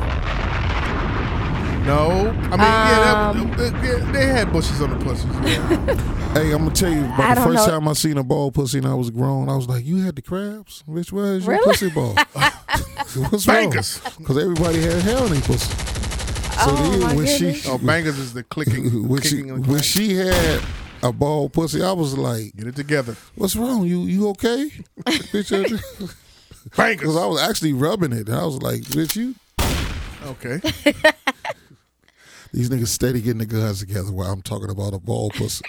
Speaker 5: No, I mean, yeah,
Speaker 6: Um.
Speaker 5: that, that- that- they had bushes on the pussies. Yeah.
Speaker 4: hey, I'm gonna tell you.
Speaker 6: I
Speaker 4: About the
Speaker 6: don't
Speaker 4: first
Speaker 6: know.
Speaker 4: time I seen a bald pussy and I was grown, I was like, "You had the crabs, bitch. Where's your
Speaker 6: Really?
Speaker 4: pussy ball? What's wrong?
Speaker 5: Bankers.
Speaker 4: Because everybody had hair on their pussy. So
Speaker 6: Oh,
Speaker 4: then
Speaker 6: my
Speaker 4: when
Speaker 6: goodness.
Speaker 4: she
Speaker 5: oh, bangers is the clicking,
Speaker 4: when she
Speaker 5: kicking and
Speaker 4: when she had a bald pussy, I was like,
Speaker 5: Get it together,
Speaker 4: "What's wrong? You you okay?" Because
Speaker 5: bangers.
Speaker 4: I was actually rubbing it, and I was like, "Bitch, you
Speaker 5: Okay,
Speaker 4: these niggas steady getting the guns together while I'm talking about a bald pussy."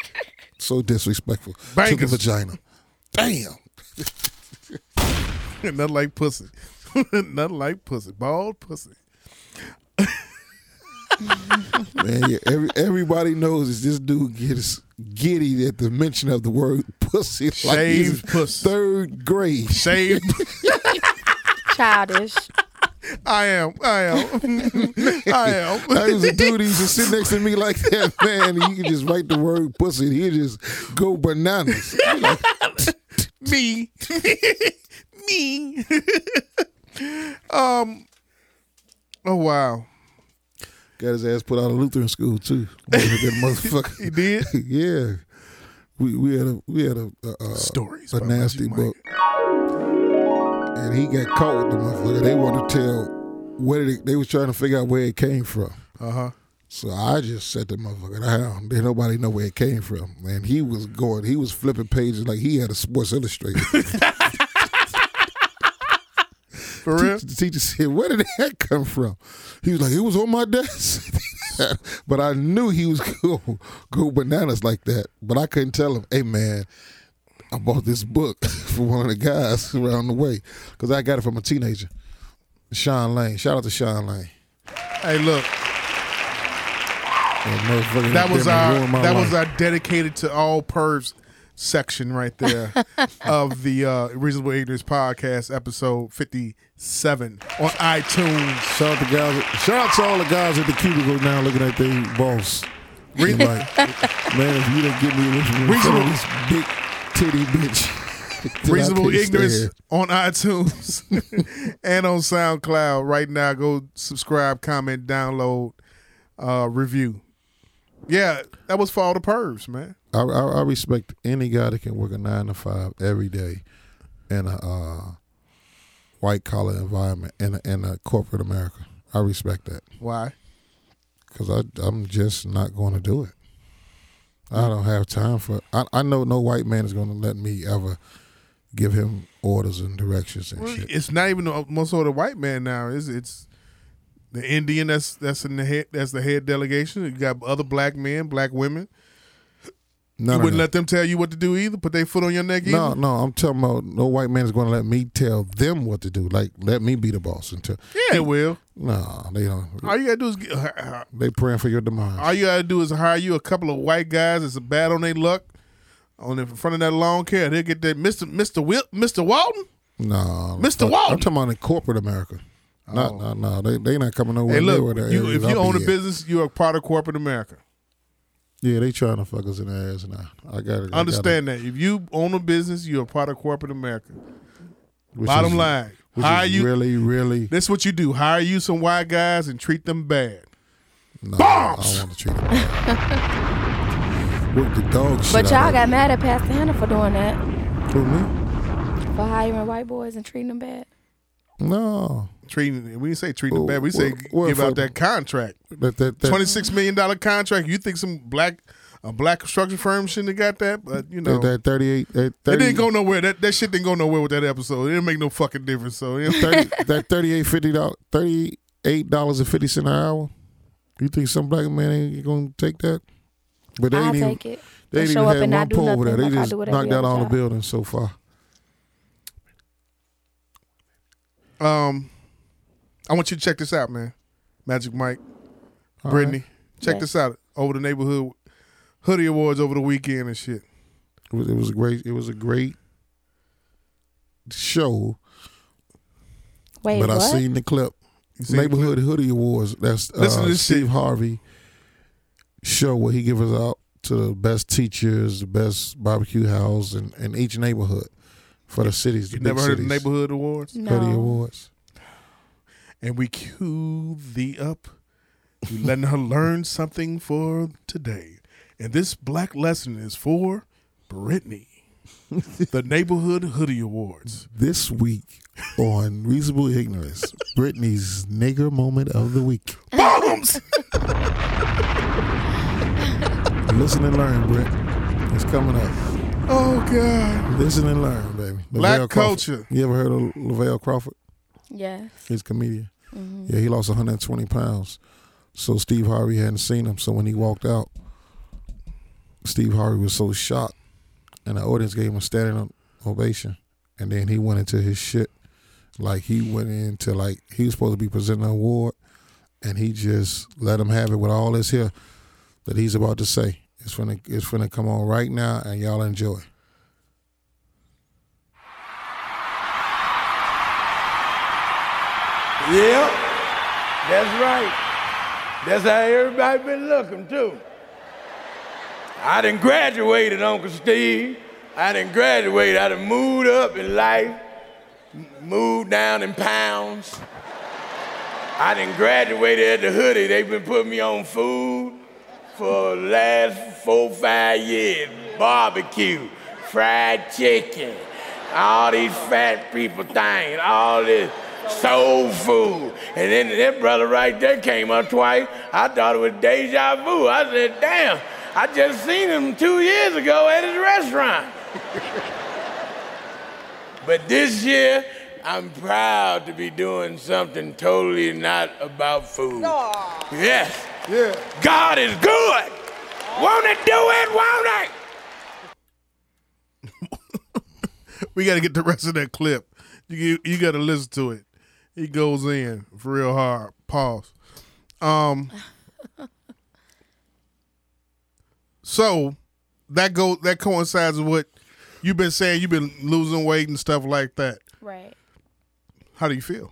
Speaker 4: so disrespectful to the
Speaker 5: Bangers.
Speaker 4: vagina. Damn.
Speaker 5: nothing like pussy. nothing like pussy. Bald pussy.
Speaker 4: Man, yeah, every, everybody knows is this dude gets giddy at the mention of the word pussy. Like he's
Speaker 5: Shaved pussy.
Speaker 4: third grade.
Speaker 5: Shaved.
Speaker 6: Childish.
Speaker 5: I am. I am. I am.
Speaker 4: That was a dude that used to sit next to me like that, man. And you could just write the word pussy and he'd just go bananas.
Speaker 5: Me. Me. um. Oh wow.
Speaker 4: Got his ass put out of Lutheran school too. That motherfucker.
Speaker 5: He did.
Speaker 4: yeah. We we had a we had a uh, a, a,
Speaker 5: Stories.
Speaker 4: a
Speaker 5: by
Speaker 4: nasty
Speaker 5: Reggie Mike.
Speaker 4: book, and he got caught with the motherfucker. They wanted to tell where did it, they was trying to figure out where it came from.
Speaker 5: Uh huh.
Speaker 4: So I just set the motherfucker down. Didn't nobody know where it came from. And he was going, he was flipping pages like he had a Sports Illustrated.
Speaker 5: For real.
Speaker 4: The teacher said, "Where did that come from?" He was like, "It was on my desk." but I knew he was go go bananas like that. But I couldn't tell him, "Hey, man." I bought this book for one of the guys around the way because I got it from a teenager, Sean Lane. Shout out to Sean Lane.
Speaker 5: Hey, look.
Speaker 4: That, motherfucker
Speaker 5: That was
Speaker 4: damn near
Speaker 5: our
Speaker 4: ruined my
Speaker 5: that
Speaker 4: life.
Speaker 5: was our dedicated to all pervs section right there of the uh, Reasonable Ignorance podcast episode fifty seven on iTunes.
Speaker 4: Shout out to guys. Shout out to all the guys at the cubicle now looking at their boss. Really? Like, man, if you don't get me away from
Speaker 5: Reasonable-
Speaker 4: this big titty bitch. then I
Speaker 5: Reasonable
Speaker 4: can't stay
Speaker 5: Ignorance
Speaker 4: here.
Speaker 5: on iTunes and on SoundCloud right now. Go subscribe, comment, download, uh, review. Yeah, that was for all the pervs, man.
Speaker 4: I, I, I respect any guy that can work a nine to five every day in a uh, white collar environment in a, in a corporate America. I respect that
Speaker 5: Why?
Speaker 4: because I'm just not going to do it. I don't have time for. I, I know no white man is going to let me ever give him orders and directions and shit.
Speaker 5: It's not even the most of the white man now. It's it's the Indian that's that's in the head that's the head delegation. You got other black men, black women.
Speaker 4: No,
Speaker 5: you
Speaker 4: no,
Speaker 5: wouldn't
Speaker 4: no.
Speaker 5: let them tell you what to do either. Put their foot on your neck either.
Speaker 4: No, no, I'm talking about no white man is going to let me tell them what to do. Like, let me be the boss until.
Speaker 5: Yeah, it will.
Speaker 4: No, they don't.
Speaker 5: All you gotta do is get, uh,
Speaker 4: They praying for your demise.
Speaker 5: All you gotta do is hire you a couple of white guys that's bad on their luck on the in front of that lawn care. They'll get that Mr. Mr. Whip, Mr. Walton.
Speaker 4: No,
Speaker 5: Mr.
Speaker 4: fuck-
Speaker 5: Walton. Oh.
Speaker 4: I'm talking about in corporate America. No, no, no. They they not coming nowhere
Speaker 5: Hey,
Speaker 4: near where
Speaker 5: look,
Speaker 4: that
Speaker 5: you,
Speaker 4: is.
Speaker 5: if
Speaker 4: I'll
Speaker 5: you
Speaker 4: be
Speaker 5: own a
Speaker 4: at.
Speaker 5: business, you're a part of corporate America.
Speaker 4: yeah, they trying to fuck us in the ass now. I got it.
Speaker 5: Understand that. If you own a business, you're a part of corporate America.
Speaker 4: Which
Speaker 5: Bottom
Speaker 4: is-
Speaker 5: line,
Speaker 4: which
Speaker 5: hire
Speaker 4: is
Speaker 5: you.
Speaker 4: really, really.
Speaker 5: This is what you do. Hire you some white guys and treat them bad.
Speaker 4: No, I
Speaker 5: bombs!
Speaker 4: don't want to treat them. Work the dog shit.
Speaker 6: But y'all
Speaker 4: out of
Speaker 6: got mad at Pastor Hannah for doing that.
Speaker 4: it. Who, me?
Speaker 6: For hiring white boys and treating them bad.
Speaker 4: No,
Speaker 5: Treating. We didn't say treat them
Speaker 4: Well,
Speaker 5: bad. We say
Speaker 4: well, well,
Speaker 5: give out
Speaker 4: for-
Speaker 5: that contract.
Speaker 4: that that, that
Speaker 5: Twenty six million dollar contract. You think some black a black construction firm shouldn't have got that? But you know
Speaker 4: that, that 38 that 30,
Speaker 5: It didn't go nowhere. That that shit didn't go nowhere with that episode. It didn't make no fucking difference. So it-
Speaker 4: 30, that thirty eight fifty dollars thirty eight dollars and fifty cent an hour. You think some black man ain't gonna take that? But they
Speaker 6: I'll
Speaker 4: ain't even
Speaker 6: take it.
Speaker 4: they ain't
Speaker 6: Just
Speaker 4: even
Speaker 6: show up
Speaker 4: had
Speaker 6: and not
Speaker 4: one
Speaker 6: do
Speaker 4: pole over there.
Speaker 6: nothing
Speaker 4: They
Speaker 6: like I
Speaker 4: just
Speaker 6: do with every
Speaker 4: knocked out
Speaker 6: other
Speaker 4: all the
Speaker 6: job.
Speaker 4: buildings so far.
Speaker 5: um, I want you to check this out, man. Magic Mike,
Speaker 4: All
Speaker 5: Brittany, check
Speaker 6: Yes.
Speaker 5: this out. Over the neighborhood hoodie awards over the weekend and shit.
Speaker 4: It was, it was a great it was a great show.
Speaker 6: Wait,
Speaker 4: but
Speaker 6: what?
Speaker 4: I seen the clip.
Speaker 5: You see
Speaker 4: Neighborhood Hoodie Awards. That's uh,
Speaker 5: Listen to this
Speaker 4: Steve
Speaker 5: shit.
Speaker 4: Harvey show where he gives out to the best teachers, the best barbecue house, and in each neighborhood for the cities. The
Speaker 5: You
Speaker 4: big
Speaker 5: never heard of the
Speaker 4: cities.
Speaker 5: neighborhood awards?
Speaker 6: no.
Speaker 4: Hoodie Awards.
Speaker 5: And we cue thee up. We letting her learn something for today. And this black lesson is for Brittany. the neighborhood hoodie awards.
Speaker 4: This week on Reasonable Ignorance, Brittany's nigger moment of the week.
Speaker 5: Bombs!
Speaker 4: Listen and learn, Britt. It's coming up.
Speaker 5: oh God.
Speaker 4: Listen and learn, baby.
Speaker 5: Black
Speaker 4: Lavelle Crawford.
Speaker 5: culture.
Speaker 4: You ever heard of Lavelle Crawford?
Speaker 6: Yes.
Speaker 4: He's a comedian. Yeah, he lost 120 pounds. So Steve Harvey hadn't seen him. So when he walked out, Steve Harvey was so shocked, and the audience gave him a standing o- ovation. And then he went into his shit, like he went into like he was supposed to be presenting an award, and he just let him have it with all this here that he's about to say. It's finna, it's finna come on right now, and y'all enjoy.
Speaker 1: Yep, that's right. That's how everybody been looking too. I done graduated, Uncle Steve. I done graduated. I done moved up in life, m- moved down in pounds. I done graduated at the hoodie. They've been putting me on food for the last four, five years. Barbecue, fried chicken, all these fat people things, all this soul food. And then that brother right there came up twice. I thought it was deja vu. I said, damn, I just seen him two years ago at his restaurant. But this year, I'm proud to be doing something totally not about food. Yes. Yeah. God is good. Won't it do it? Won't it?
Speaker 5: We got to get the rest of that clip. You you got to listen to it. He goes in for real hard. Pause. Um. so that go that coincides with what you've been saying. You've been losing weight and stuff like that.
Speaker 6: Right.
Speaker 5: How do you feel?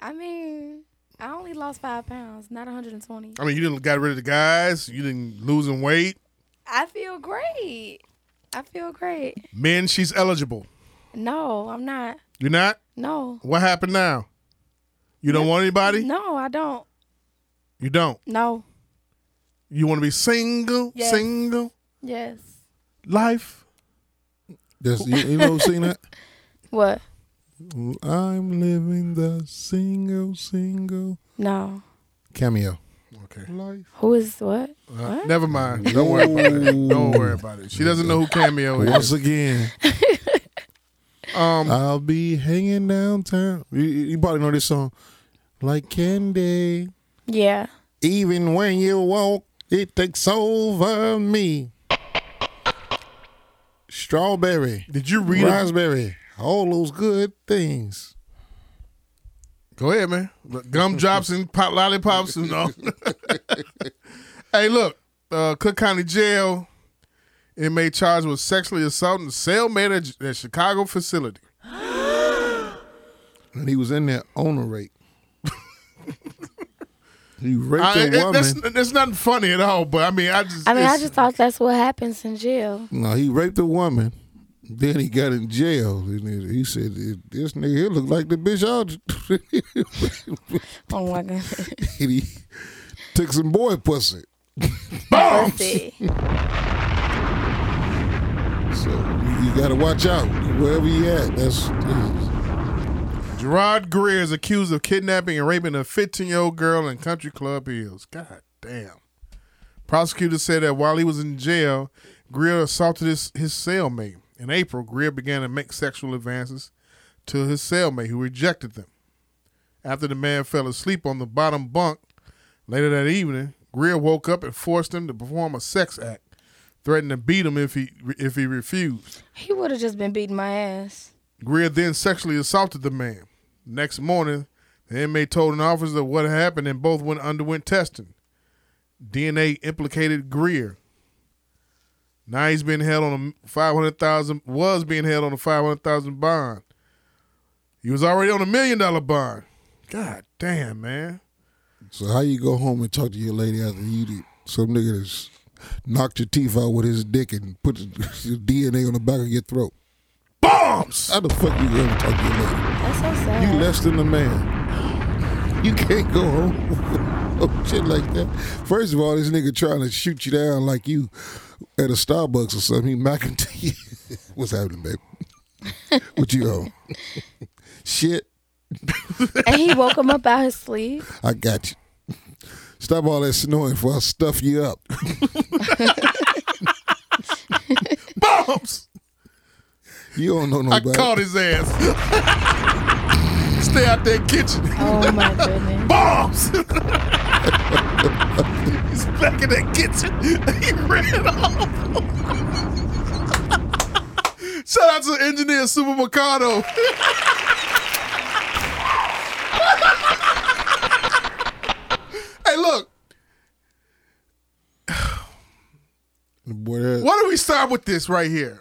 Speaker 6: I mean, I only lost five pounds, not 120.
Speaker 5: I mean, you didn't got rid of the guys. You didn't losing weight.
Speaker 6: I feel great. I feel great.
Speaker 5: Men, she's eligible.
Speaker 6: No, I'm not.
Speaker 5: You're not.
Speaker 6: No.
Speaker 5: What happened now? You don't want anybody.
Speaker 6: No, I don't.
Speaker 5: You don't.
Speaker 6: No.
Speaker 5: You want to be single.
Speaker 6: Yes.
Speaker 5: Single
Speaker 6: Yes.
Speaker 5: life.
Speaker 4: Just you, you know, seen that?
Speaker 6: What?
Speaker 4: I'm living the single, single
Speaker 6: No.
Speaker 4: cameo.
Speaker 5: Okay.
Speaker 4: Life.
Speaker 6: Who is what? What?
Speaker 5: Never mind. Don't worry about it. Don't worry about it. She doesn't know who Cameo
Speaker 4: Once
Speaker 5: is.
Speaker 4: again,
Speaker 5: Um,
Speaker 4: I'll be hanging downtown. You, you you probably know this song, like candy.
Speaker 6: Yeah.
Speaker 4: Even when you walk, it takes over me. Strawberry,
Speaker 5: did you read it?
Speaker 4: raspberry, all those good things.
Speaker 5: Go ahead, man. Gumdrops and pop lollipops and all. hey, look. Uh, Cook County Jail inmate charged with sexually assaulting cellmate at, at Chicago facility.
Speaker 4: And he was in there on a rape. he raped
Speaker 5: I,
Speaker 4: a
Speaker 5: it-
Speaker 4: woman.
Speaker 5: that's, that's nothing funny at all, but I mean, I just.
Speaker 6: I mean, I
Speaker 5: it's-
Speaker 6: just thought that's what happens in jail.
Speaker 4: No, he raped a woman. Then he got in jail. And he he said, "This nigga here look like the bitch out."
Speaker 6: Oh my goodness.
Speaker 4: and he took some boy pussy.
Speaker 6: Pussy.
Speaker 4: So you, you gotta watch out wherever you at. That's
Speaker 5: Gerard Greer is accused of kidnapping and raping a 15 year old girl in Country Club Hills. God damn. Prosecutors said that while he was in jail, Greer assaulted his, his cellmate. In April, Greer began to make sexual advances to his cellmate, who rejected them. After the man fell asleep on the bottom bunk later that evening, Greer woke up and forced him to perform a sex act, threatening to beat him if he if he refused.
Speaker 6: he would have just been beating my ass.
Speaker 5: Greer then sexually assaulted the man. Next morning, the inmate told an officer what had happened and both went underwent testing. DNA implicated Greer. Now he's being held on a five hundred thousand was being held on a five hundred thousand bond. He was already on a million dollar bond. God damn, man.
Speaker 4: so. How you go home and talk to your lady after you did some nigga that's knocked your teeth out with his dick and put your DNA on the back of your throat?
Speaker 5: Bombs!
Speaker 4: How the fuck you gonna talk to your lady?
Speaker 6: That's so
Speaker 4: You
Speaker 6: sad.
Speaker 4: less than a man. You can't go home. with Shit like that. First of all, this nigga trying to shoot you down like you at a Starbucks or something. He macking to you. What's happening, baby? What you on? Shit,
Speaker 6: and he woke him up out his sleep.
Speaker 4: I got you. Stop all that snoring before I stuff you up.
Speaker 5: Bombs!
Speaker 4: You don't know
Speaker 5: I
Speaker 4: nobody.
Speaker 5: caught his ass. Stay out that kitchen.
Speaker 6: Oh my goodness.
Speaker 5: bombs. He's back in that kitchen. He ran off. Shout out to engineer Super Mercado. start with this right here.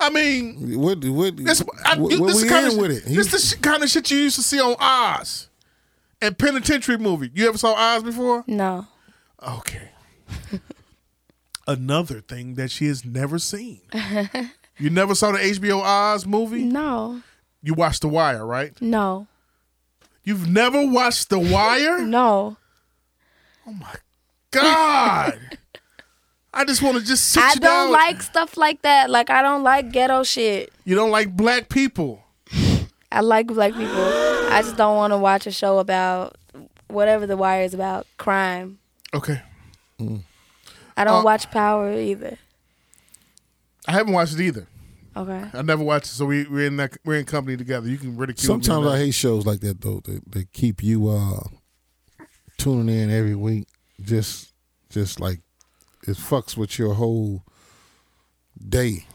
Speaker 5: I mean,
Speaker 4: What? What?
Speaker 5: this, I,
Speaker 4: what,
Speaker 5: this
Speaker 4: what
Speaker 5: is
Speaker 4: we
Speaker 5: kind
Speaker 4: in
Speaker 5: of,
Speaker 4: with it?
Speaker 5: This is the sh- kind of shit you used to see on Oz and Penitentiary movie. You ever saw Oz before?
Speaker 6: No.
Speaker 5: Okay. Another thing that she has never seen. you never saw the HBO Oz movie?
Speaker 6: No.
Speaker 5: You watched The Wire, right?
Speaker 6: No.
Speaker 5: You've never watched The Wire?
Speaker 6: No.
Speaker 5: God. I just want to just sit
Speaker 6: I
Speaker 5: you
Speaker 6: don't
Speaker 5: down.
Speaker 6: like stuff like that. Like I don't like ghetto shit.
Speaker 5: you don't like black people.
Speaker 6: I like black people. I just don't want to watch a show about whatever the wire is about, crime.
Speaker 5: Okay.
Speaker 6: I don't
Speaker 5: Uh,
Speaker 6: watch Power either.
Speaker 5: I haven't watched it either.
Speaker 6: Okay.
Speaker 5: I never watched it, so we, we're in that we're in company together. You can ridicule me on
Speaker 4: Sometimes
Speaker 5: that.
Speaker 4: I hate shows like that though. They, they keep you uh, tuning in every week. Just, just like it fucks with your whole day.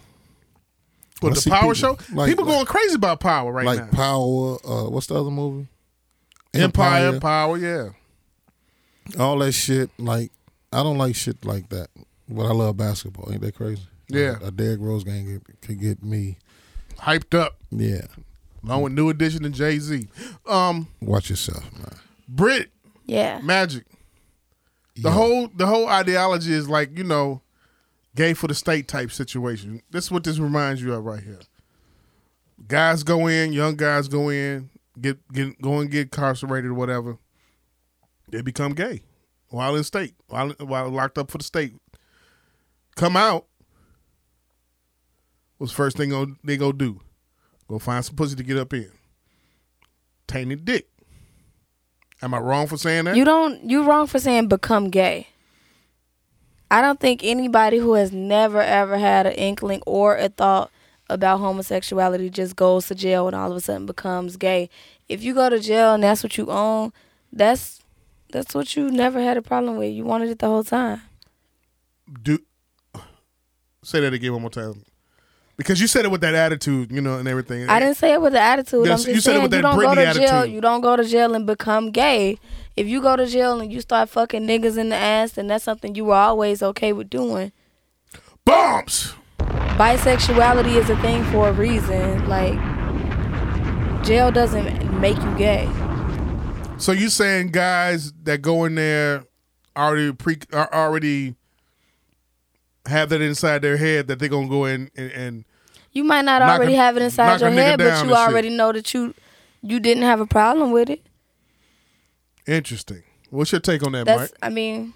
Speaker 5: But
Speaker 4: I
Speaker 5: the
Speaker 4: see
Speaker 5: power
Speaker 4: people-
Speaker 5: show,
Speaker 4: like-
Speaker 5: people
Speaker 4: like-
Speaker 5: going crazy about power right
Speaker 4: like
Speaker 5: now.
Speaker 4: Power. Uh, what's the other movie?
Speaker 5: Empire, power, yeah.
Speaker 4: all that shit. Like I don't like shit like that. But I love basketball. Ain't that crazy?
Speaker 5: Yeah.
Speaker 4: a Derrick Rose game could- could get me.
Speaker 5: Hyped up,
Speaker 4: Yeah,
Speaker 5: along with New Edition and Jay Z. Um,
Speaker 4: watch yourself, man.
Speaker 5: Brit
Speaker 6: Yeah.
Speaker 5: Magic. The
Speaker 4: Yeah.
Speaker 5: whole the whole ideology is like you know, gay for the state type situation. This is what this reminds you of right here. Guys go in, young guys go in, get get go and get incarcerated or whatever. They become gay while in state, while while locked up for the state. Come out. What's the first thing go, they go do? Go find some pussy to get up in. Tainted dick. Am I wrong for saying that?
Speaker 6: You don't. You wrong for saying become gay. I don't think anybody who has never ever had an inkling or a thought about homosexuality just goes to jail and all of a sudden becomes gay. If you go to jail and that's what you own, that's that's what you never had a problem with. You wanted it the whole time.
Speaker 5: do say that again one more time because you said it with that attitude you know and everything
Speaker 6: I didn't say it with the attitude.
Speaker 5: Yes,
Speaker 6: I'm just
Speaker 5: you said it
Speaker 6: saying
Speaker 5: with
Speaker 6: you
Speaker 5: that
Speaker 6: don't go to
Speaker 5: Britney
Speaker 6: jail.
Speaker 5: attitude.
Speaker 6: You don't go to jail and become gay. If you go to jail and you start fucking niggas in the ass, then that's something you were always okay with doing.
Speaker 5: bombs
Speaker 6: bisexuality is a thing for a reason. Like, jail doesn't make you gay.
Speaker 5: so you saying guys that go in there already pre are already have that inside their head that they're gonna go in and, and
Speaker 6: You might not
Speaker 5: Knock a-
Speaker 6: already have it
Speaker 5: knock
Speaker 6: inside
Speaker 5: a
Speaker 6: your
Speaker 5: nigga
Speaker 6: head, but
Speaker 5: down
Speaker 6: you
Speaker 5: and shit.
Speaker 6: already know that you you didn't have a problem with it.
Speaker 5: interesting what's your take on that
Speaker 6: That's,
Speaker 5: mike
Speaker 6: I mean,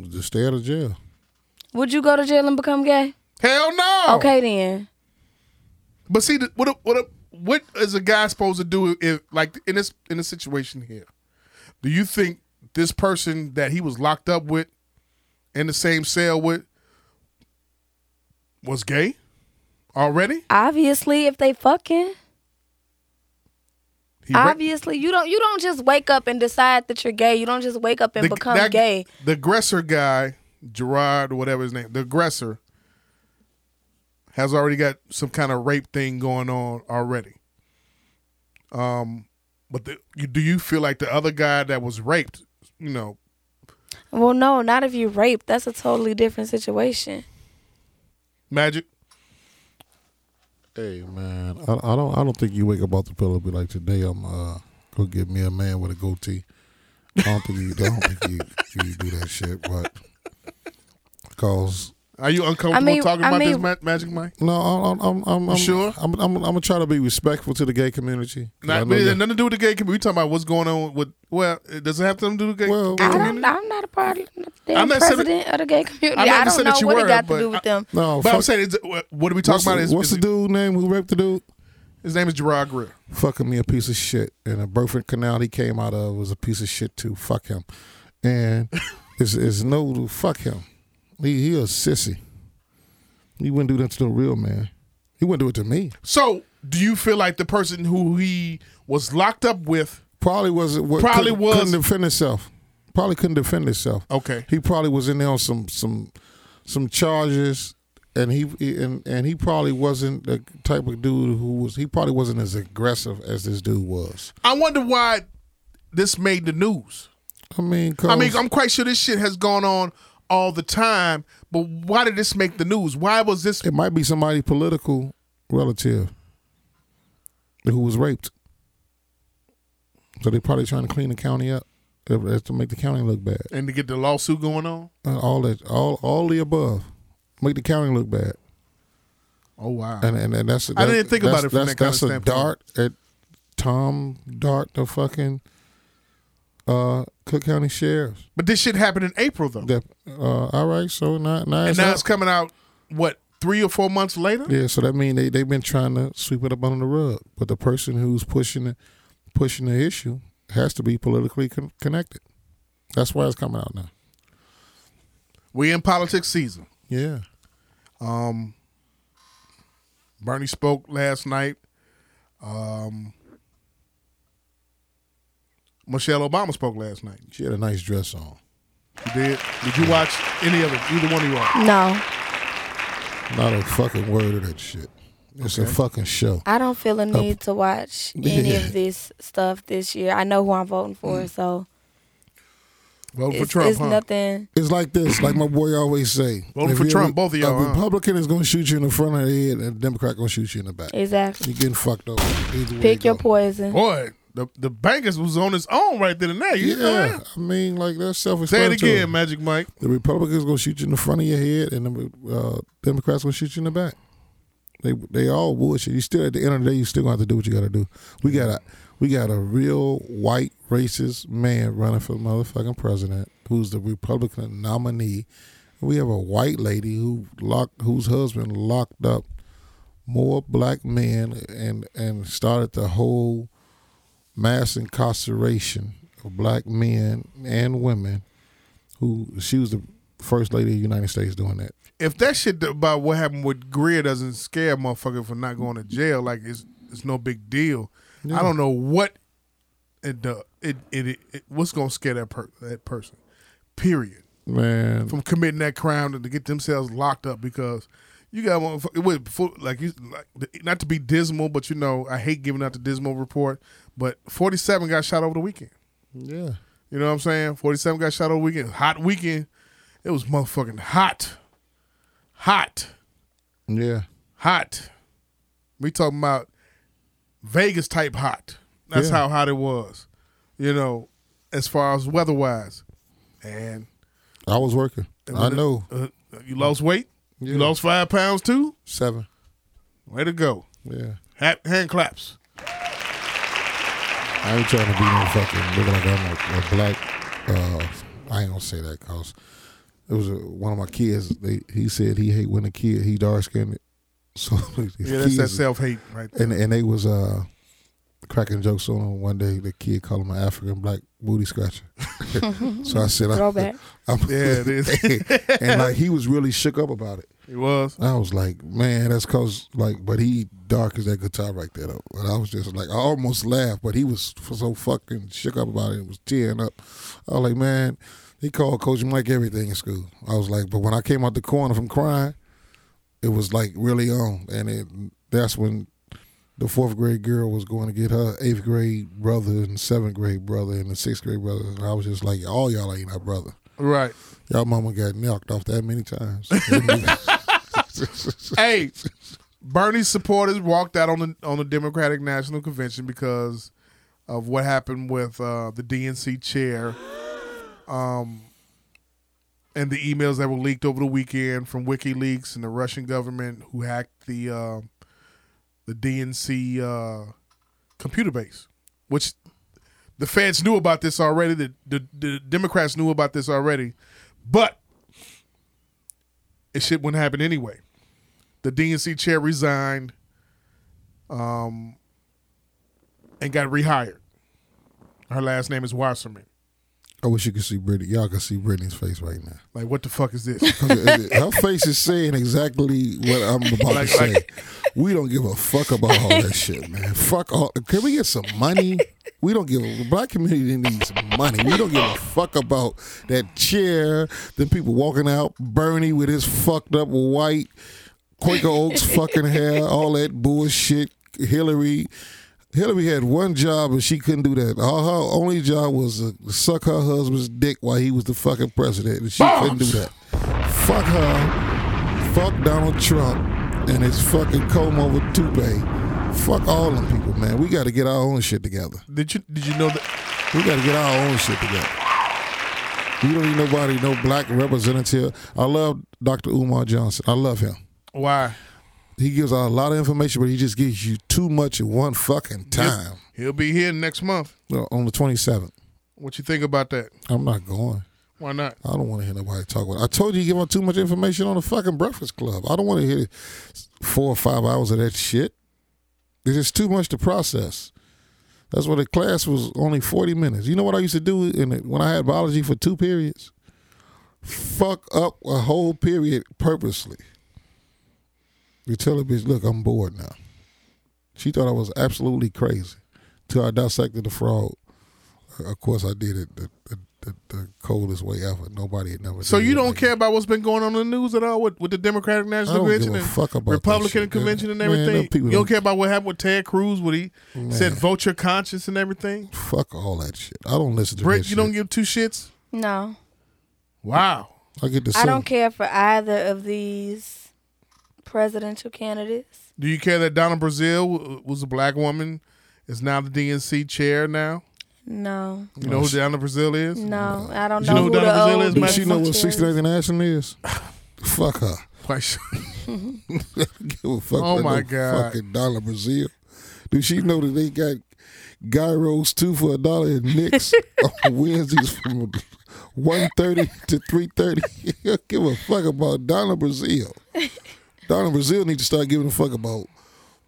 Speaker 4: Just stay out of jail.
Speaker 6: would you go to jail and become gay?
Speaker 5: hell no
Speaker 6: Okay, then.
Speaker 5: but see the- what a, what a, what is a guy supposed to do if like in this in this situation here do you think this person that he was locked up with in the same cell with was gay already?
Speaker 6: Obviously, if they fucking.
Speaker 5: He ra-
Speaker 6: Obviously, you don't you don't just wake up and decide that you're gay. You don't just wake up and become
Speaker 5: that-
Speaker 6: gay.
Speaker 5: The aggressor guy, Gerard or whatever his name, the aggressor has already got some kind of rape thing going on already. Um, but the, you, do you feel like the other guy that was raped, you know,
Speaker 6: Well, no, not if you raped. That's a totally different situation.
Speaker 5: magic?
Speaker 4: Hey man, I, I don't I don't think you wake up off the pillow and be like today I'm uh go get me a man with a goatee. I don't think you I don't think you, you do that shit, but because
Speaker 5: Are you uncomfortable
Speaker 6: I mean-
Speaker 5: talking
Speaker 6: I
Speaker 5: about this,
Speaker 6: mean-
Speaker 5: Ma- Magic Mike?
Speaker 4: no, I'm I'm I'm, I'm
Speaker 5: sure?
Speaker 4: I'm, I'm I'm gonna try to be respectful to the gay community. 'Cause I
Speaker 5: Not,
Speaker 4: know
Speaker 5: it
Speaker 4: that-
Speaker 5: had nothing to do with the gay community. We talking about what's going on with well, it doesn't have to do with the gay,
Speaker 4: Well,
Speaker 5: gay
Speaker 6: I
Speaker 5: community.
Speaker 6: don't, I'm not a part of the
Speaker 5: I'm
Speaker 6: damn
Speaker 5: not saying that-
Speaker 6: president of the gay community.
Speaker 5: I
Speaker 6: I,
Speaker 5: never
Speaker 6: don't
Speaker 5: said that
Speaker 6: know
Speaker 5: you
Speaker 6: what
Speaker 5: were,
Speaker 6: it got to
Speaker 5: but
Speaker 6: do with
Speaker 5: I-
Speaker 6: them.
Speaker 4: no,
Speaker 5: but I'm
Speaker 4: fuck-
Speaker 5: saying, is, what what are we
Speaker 4: what's,
Speaker 5: talking about?
Speaker 4: the-
Speaker 5: Is,
Speaker 4: what's
Speaker 5: is-
Speaker 4: the dude name who raped the dude?
Speaker 5: His name is Gerard Greer.
Speaker 4: fucking me a piece of shit. And the Burford Canal he came out of was a piece of shit too. Fuck him. And it's, it's no fuck him. He he a sissy. He wouldn't do that to the real man. He wouldn't do it to me.
Speaker 5: So, do you feel like the person who he was locked up with?
Speaker 4: Probably was what
Speaker 5: Probably
Speaker 4: couldn't,
Speaker 5: was-
Speaker 4: couldn't defend himself. Probably couldn't defend himself.
Speaker 5: Okay.
Speaker 4: He probably was in there on some some some charges. And he he- and and he probably wasn't the type of dude who was. He probably wasn't as aggressive as this dude was.
Speaker 5: I wonder why this made the news.
Speaker 4: I mean,
Speaker 5: I mean,
Speaker 4: 'cause-
Speaker 5: I'm quite sure this shit has gone on all the time. But why did this make the news? Why was this?
Speaker 4: It might be somebody political relative who was raped. So they're probably trying to clean the county up uh, as to make the county look bad.
Speaker 5: And to get the lawsuit going on.
Speaker 4: Uh, All that, all, all the above, make the county look bad.
Speaker 5: Oh wow!
Speaker 4: And and, and that's
Speaker 5: I didn't think about
Speaker 4: that's-
Speaker 5: it from
Speaker 4: that's,
Speaker 5: that kind of
Speaker 4: that's
Speaker 5: standpoint.
Speaker 4: a dart at Tom Dart, the fucking uh, Cook County Sheriff.
Speaker 5: but this shit happened in April though,
Speaker 4: That uh, all right, so now now
Speaker 5: and
Speaker 4: it's
Speaker 5: now
Speaker 4: out.
Speaker 5: it's coming out what three or four months later.
Speaker 4: Yeah, so that means they they've been trying to sweep it up under the rug, but the person who's pushing it, pushing the issue has to be politically con- connected. That's why it's coming out now.
Speaker 5: We in politics season.
Speaker 4: Yeah,
Speaker 5: Bernie spoke last night. Um, Michelle Obama spoke last night.
Speaker 4: she had a nice dress on.
Speaker 5: You did? Did you watch any of it? Either one of you all?
Speaker 6: No,
Speaker 4: Not a fucking word of that shit. It's a fucking show.
Speaker 6: I don't
Speaker 5: Oh.
Speaker 6: feel a need to watch any
Speaker 4: Yeah.
Speaker 6: of this stuff this year. I know who I'm voting for, so
Speaker 5: Mm. Vote for
Speaker 6: it's,
Speaker 5: Trump,
Speaker 6: it's
Speaker 5: huh?
Speaker 6: nothing.
Speaker 4: It's like this, like my boy always say.
Speaker 5: Vote
Speaker 4: if
Speaker 5: for
Speaker 4: you're a-
Speaker 5: Trump, both of y'all,
Speaker 4: A
Speaker 5: huh?
Speaker 4: Republican is gonna shoot you in the front of the head, and a Democrat gonna shoot you in the back.
Speaker 6: Exactly.
Speaker 4: You're getting fucked over. Either way
Speaker 6: Pick
Speaker 4: you
Speaker 6: your
Speaker 4: go.
Speaker 6: poison.
Speaker 5: Boy, the the bankers was on his own right then and there. You know
Speaker 4: Yeah,
Speaker 5: that?
Speaker 4: I mean, like that's
Speaker 5: Say it
Speaker 4: self-explanatory.
Speaker 5: again, Magic Mike.
Speaker 4: The Republicans gonna shoot you in the front of your head, and the uh, Democrats gonna shoot you in the back. They they all bullshit. You still at the end of the day, you still gonna have to do what you gotta do. We got a we got a real white racist man running for motherfucking president, who's the Republican nominee. We have a white lady who locked whose husband locked up more black men and and started the whole mass incarceration of black men and women who she was the first lady of the United States doing that.
Speaker 5: If that shit about what happened with Greer doesn't scare a motherfucker for not going to jail, like it's it's no big deal. I don't know what it do- it, it, it, it what's gonna scare that per, that person. Period.
Speaker 4: Man,
Speaker 5: From committing that crime to, to get themselves locked up because you got one it was before- like you like not to be dismal, but you know I hate giving out the dismal report. But forty seven got shot over the weekend.
Speaker 4: yeah.
Speaker 5: You know what I'm saying? 47 got shot over weekend. Hot weekend. It was motherfucking hot. Hot.
Speaker 4: Yeah.
Speaker 5: Hot. We talking about Vegas type hot. That's
Speaker 4: Yeah.
Speaker 5: how hot it was. You know, as far as weather wise. And
Speaker 4: I was working. I know.
Speaker 5: uh, you lost weight. You
Speaker 4: Yeah.
Speaker 5: lost five pounds too.
Speaker 4: Seven.
Speaker 5: Way to go.
Speaker 4: Yeah.
Speaker 5: Hat, hand claps.
Speaker 4: I ain't trying to be no fucking looking like I'm a, a black. Uh, I ain't gonna say that cause it was a, one of my kids. They, he said he hate when a kid he dark skinned. So
Speaker 5: Yeah, that's that self hate right there.
Speaker 4: and and they was uh cracking jokes on him one day. The kid called him an African black booty scratcher. so I said,
Speaker 6: Throwback.
Speaker 4: I'm,
Speaker 5: Yeah, it is.
Speaker 4: and like he was really shook up about it.
Speaker 5: It was.
Speaker 4: I was like, man, that's cause like, but he dark as that guitar right there. Though. And I was just like, I almost laughed, but he was f- so fucking shook up about it and was tearing up. I was like, man, he called Coach Mike everything in school. I was like, but when I came out the corner from crying, it was like really on, and it that's when the fourth grade girl was going to get her eighth grade brother and seventh grade brother and the sixth grade brother. And I was just like, all y'all ain't our brother.
Speaker 5: Right.
Speaker 4: Y'all mama got knocked off that many times.
Speaker 5: hey, Bernie's supporters walked out on the on the Democratic National Convention because of what happened with uh, the DNC chair, um, and the emails that were leaked over the weekend from WikiLeaks and the Russian government who hacked the uh, the DNC uh, computer base, which the feds knew about this already. The, the the Democrats knew about this already, but it shit wouldn't happen anyway the DNC chair resigned, um, and got rehired. Her last name is Wasserman.
Speaker 4: I wish you could see Brittany. Y'all can see Brittany's face right now.
Speaker 5: Like, what the fuck is this?
Speaker 4: Her face is saying exactly what I'm about to say. We don't give a fuck about all that shit, man. Fuck all. Can we get some money? We don't give. A, the black community needs money. We don't give a fuck about that chair. Them people walking out, Bernie with his fucked up white Quaker Oaks fucking hair, all that bullshit. Hillary. Hillary had one job and she couldn't do that. All her only job was to suck her husband's dick while he was the fucking president, and she couldn't do that. Fuck her. Fuck Donald Trump and his fucking comb over toupee. Fuck all them people, man. We got to get our own shit together.
Speaker 5: Did you did you know that?
Speaker 4: We got to get our own shit together. We don't need nobody, no black representative. I love Dr. Umar Johnson. I love him.
Speaker 5: Why?
Speaker 4: He gives out a lot of information, but he just gives you too much at one fucking time.
Speaker 5: He'll be here next month.
Speaker 4: Well, on the 27th,
Speaker 5: What you think about that?
Speaker 4: I'm not going.
Speaker 5: Why not?
Speaker 4: I don't want to hear nobody talk about. It. I told you, you give out too much information on the fucking Breakfast Club. I don't want to hear four or five hours of that shit. It's just too much to process. That's why the class was only forty minutes. You know what I used to do in it when I had biology for two periods? Fuck up a whole period purposely. You tell a bitch, look, I'm bored now. She thought I was absolutely crazy till I dissected the frog. Of course, I did it the, the, the, the coldest way ever. Nobody had never.
Speaker 5: So
Speaker 4: did
Speaker 5: you
Speaker 4: it
Speaker 5: don't
Speaker 4: like
Speaker 5: care about what's been going on in the news at all with, with the Democratic
Speaker 4: I
Speaker 5: National
Speaker 4: don't give
Speaker 5: Convention
Speaker 4: a
Speaker 5: and
Speaker 4: fuck about that
Speaker 5: Republican
Speaker 4: shit,
Speaker 5: Convention
Speaker 4: man.
Speaker 5: and
Speaker 4: Man, them
Speaker 5: everything?
Speaker 4: people
Speaker 5: you don't
Speaker 4: don't-
Speaker 5: care about what happened with Ted Cruz, what he said, vote your conscience and everything.
Speaker 4: that. Fuck all that shit. I don't listen to
Speaker 5: Britt,
Speaker 4: that
Speaker 5: you don't
Speaker 4: shit.
Speaker 5: give two shits.
Speaker 6: No,
Speaker 5: Wow.
Speaker 4: I get the
Speaker 6: I don't
Speaker 4: same.
Speaker 6: care for either of these presidential candidates.
Speaker 5: Do you care that Donna Brazile w- was a black woman, is now the DNC chair now?
Speaker 6: No,
Speaker 5: You know who Donna Brazile is?
Speaker 6: no, I don't
Speaker 5: You
Speaker 6: know,
Speaker 5: know who
Speaker 6: who the
Speaker 5: Donna Brazile
Speaker 6: old
Speaker 5: is,
Speaker 4: Do
Speaker 5: Mike?
Speaker 6: bitch
Speaker 4: she know what
Speaker 6: is.
Speaker 4: 69th and Ashton is? fuck her.
Speaker 5: Quite sure.
Speaker 4: Give a fuck
Speaker 5: Oh
Speaker 4: about
Speaker 5: my
Speaker 4: no
Speaker 5: God.
Speaker 4: Fucking dollar Brazil. Do she know that they got gyros two for a dollar at Nick's on Wednesdays from 1.30 to 3.30? Give a fuck about Donna Brazil. Donna Brazil need to start giving a fuck about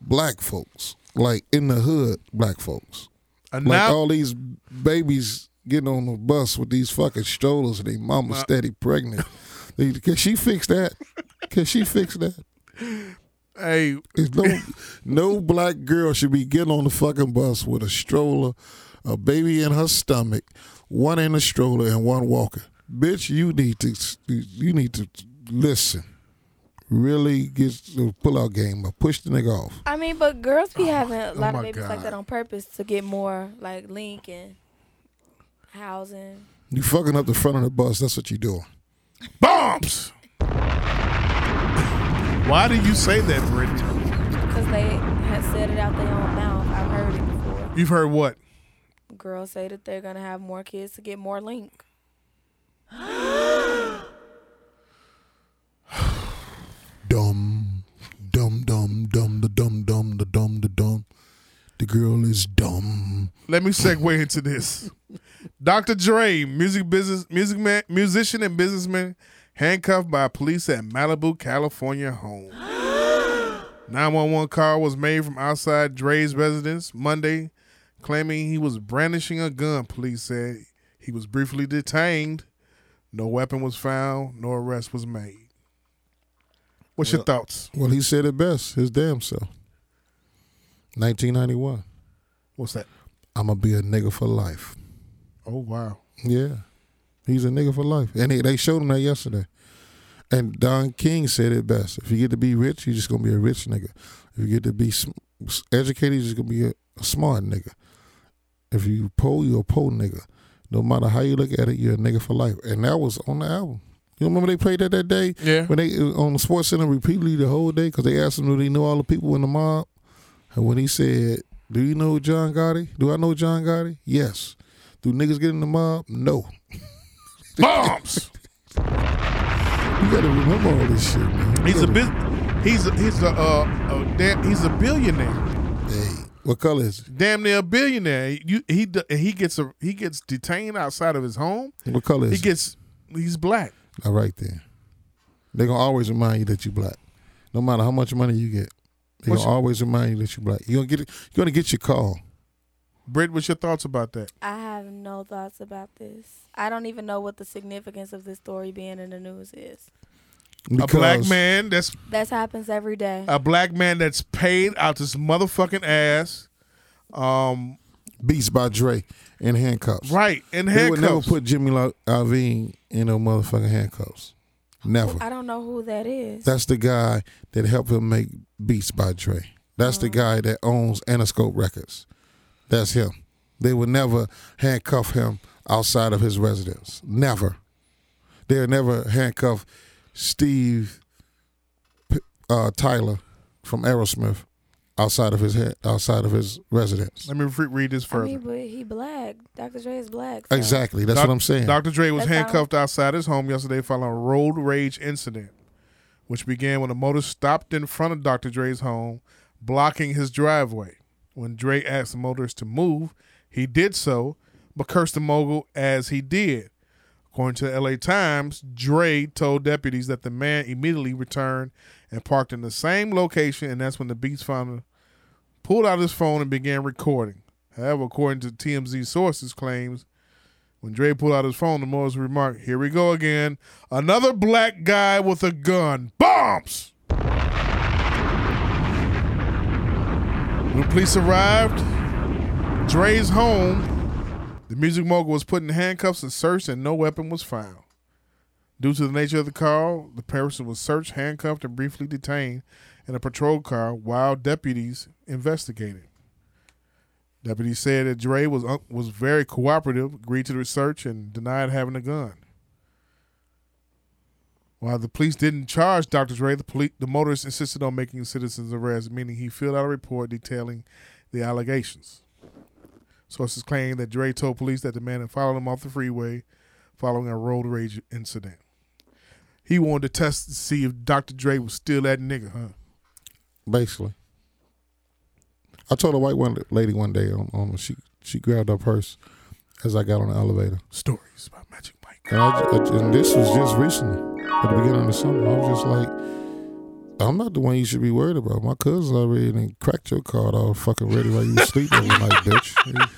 Speaker 4: black folks. Like in the hood, black folks.
Speaker 5: And
Speaker 4: Like
Speaker 5: now,
Speaker 4: all these babies getting on the bus with these fucking strollers and they mama steady pregnant. They- Can she fix that? Can she fix that?
Speaker 5: hey,
Speaker 4: There's no no black girl should be getting on the fucking bus with a stroller, a baby in her stomach, one in a stroller and one walking. Bitch, you need to you need to listen. Really get the pull out game up. Push the nigga off.
Speaker 6: I mean, but girls be having a lot
Speaker 5: Oh my
Speaker 6: of babies
Speaker 5: God.
Speaker 6: like that on purpose to get more like link and housing.
Speaker 4: You fucking up the front of the bus. That's what you doing.
Speaker 5: bombs! Why do you say that, Britt?
Speaker 6: Because they have said it out their own mouth. I've heard it before.
Speaker 5: You've heard what?
Speaker 6: Girls say that they're going to have more kids to get more link.
Speaker 4: Dumb, dumb, dumb, dumb, the dumb, dumb, the dumb, the dumb. The girl is dumb.
Speaker 5: let me segue into this. Dr. Dre, music business, music man, musician and businessman, handcuffed by police at Malibu, California home. 911 call was made from outside Dre's residence Monday, claiming he was brandishing a gun. Police said he was briefly detained. No weapon was found. No arrest was made. What's your thoughts?
Speaker 4: Well, he said it best. His damn self. 1991.
Speaker 5: What's that?
Speaker 4: I'm gonna be a nigga for life.
Speaker 5: Oh wow.
Speaker 4: Yeah, he's a nigga for life, and they, they showed him that yesterday. And Don King said it best: if you get to be rich, you're just gonna be a rich nigga. If you get to be sm- s- educated, you're just gonna be a, a smart nigga. If you poor, you're a poor nigga. No matter how you look at it, you're a nigga for life. And that was on the album. You remember they played that that day
Speaker 5: Yeah.
Speaker 4: when they it was on the Sports Center repeatedly the whole day because they asked him, "Do he know all the people in the mob?" And when he said, "Do you know John Gotti? Do I know John Gotti? Yes. Do niggas get in the mob? No.
Speaker 5: Bombs.
Speaker 4: You got to remember all this shit, man.
Speaker 5: He's a
Speaker 4: bit.
Speaker 5: bus He's a, he's a, uh, a damn, he's a billionaire.
Speaker 4: Hey, what color is it?
Speaker 5: Damn near a billionaire. You he d- he gets a he gets detained outside of his home.
Speaker 4: What color
Speaker 5: He
Speaker 4: is it?
Speaker 5: gets he's black.
Speaker 4: All right then. They gonna always remind you that you black, no matter how much money you get. They
Speaker 5: What's-
Speaker 4: gonna always remind you that you black. You gonna get it. You gonna get your call.
Speaker 5: Britt, what's your thoughts about that?
Speaker 6: I have no thoughts about this. I don't even know what the significance of this story being in the news is.
Speaker 5: A black
Speaker 4: Because
Speaker 5: man that's
Speaker 6: That happens every day.
Speaker 5: a black man that's paid out his motherfucking ass. Um,
Speaker 4: beats by Dre in handcuffs.
Speaker 5: right in
Speaker 4: They would never
Speaker 5: handcuffs.
Speaker 4: put Jimmy La- Iovine in no motherfucking handcuffs. Never.
Speaker 6: I don't know who that is.
Speaker 4: That's the guy that helped him make Beats by Dre. That's the guy that owns Anascope Records. That's him. They would never handcuff him outside of his residence. Never. They'll never handcuff Steve P- uh, Tyler from Aerosmith outside of his head, outside of his residence.
Speaker 5: Let me re- read this
Speaker 6: I
Speaker 5: further.
Speaker 6: mean, but he black. Dr. Dre is black. so-
Speaker 4: Exactly. That's
Speaker 5: Doc-
Speaker 4: what I'm saying.
Speaker 5: Dr. Dre was
Speaker 6: That's
Speaker 5: handcuffed outside his home yesterday following a road rage incident, which began when a motor stopped in front of Dr. Dre's home, blocking his driveway. When Dre asked the motorist to move, he did so, but cursed the mogul as he did. According to the LA Times, Dre told deputies that the man immediately returned and parked in the same location, and that's when the Beats founder pulled out his phone and began recording. However, according to TMZ sources claims, when Dre pulled out his phone, the Morris remarked, Here we go again. Another black guy with a gun. Bombs! When police arrived, Dre's home, the music mogul was put in handcuffs and searched, and no weapon was found. Due to the nature of the call, the person was searched, handcuffed, and briefly detained in a patrol car while deputies investigated. Deputies said that Dre was un- was very cooperative, agreed to the search, and denied having a gun. While the police didn't charge Dr. Dre, the, police, the motorist insisted on making a citizens arrest, meaning he filled out a report detailing the allegations. Sources claim that Dre told police that the man had followed him off the freeway following a road rage incident. He wanted to test to see if Dr. Dre was still that nigga, huh?
Speaker 4: basically. I told a white one lady one day, um, um, she she grabbed her purse as I got on the elevator,
Speaker 5: Stories by Magic Mike.
Speaker 4: and, I, ju- and this was just recently at the beginning of the summer. I was just like, I'm not the one you should be worried about. My cousin already done cracked your card all fucking ready while you was sleeping overnight, bitch.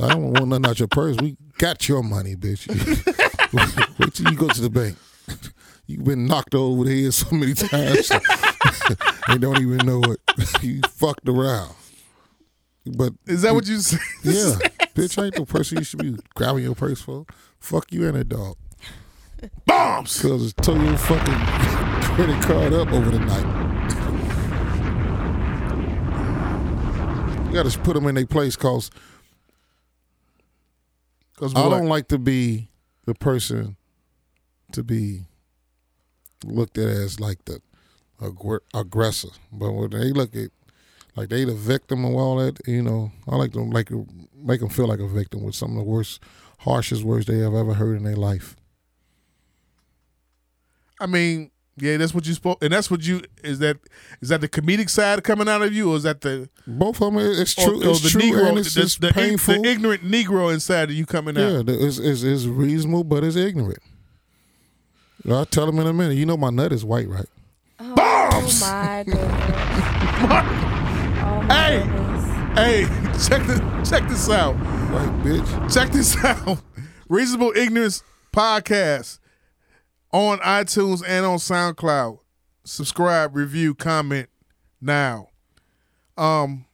Speaker 4: I don't want nothing out your purse. We got your money, bitch. Wait till you go to the bank. You've been knocked over the head so many times. and don't even know it. you fucked around. But
Speaker 5: Is that what you said?
Speaker 4: yeah, bitch, ain't the person you should be grabbing your purse for. Fuck you and that dog.
Speaker 5: Bombs!
Speaker 4: Cause it's tore your fucking credit card up over the night. You gotta put them in their place, cause
Speaker 5: Because
Speaker 4: I don't like to be the person to be looked at as like the aggr- aggressor, but when they look at like they the victim and all that, you know, I like to like make them feel like a victim with some of the worst, harshest words they have ever heard in their life.
Speaker 5: I mean, yeah, that's what you spoke, and that's what you is that is that the comedic side coming out of you, or is that the
Speaker 4: Both of them, it's
Speaker 5: or-
Speaker 4: true,
Speaker 5: or
Speaker 4: it's
Speaker 5: Oh, the
Speaker 4: true,
Speaker 5: Negro,
Speaker 4: and it's
Speaker 5: the,
Speaker 4: just
Speaker 5: the, ig-
Speaker 4: painful.
Speaker 5: the ignorant Negro inside of you coming
Speaker 4: yeah,
Speaker 5: out?
Speaker 4: the- it's, it's, it's reasonable, but it's ignorant. I'll tell them in a minute. You know, my nut is white, right?
Speaker 6: Oh my goodness. oh my
Speaker 5: Hey!
Speaker 6: goodness.
Speaker 5: Hey, check the check this out.
Speaker 4: White bitch.
Speaker 5: Check this out. Reasonable Ignorance podcast on iTunes and on SoundCloud. Subscribe, review, comment now. Um,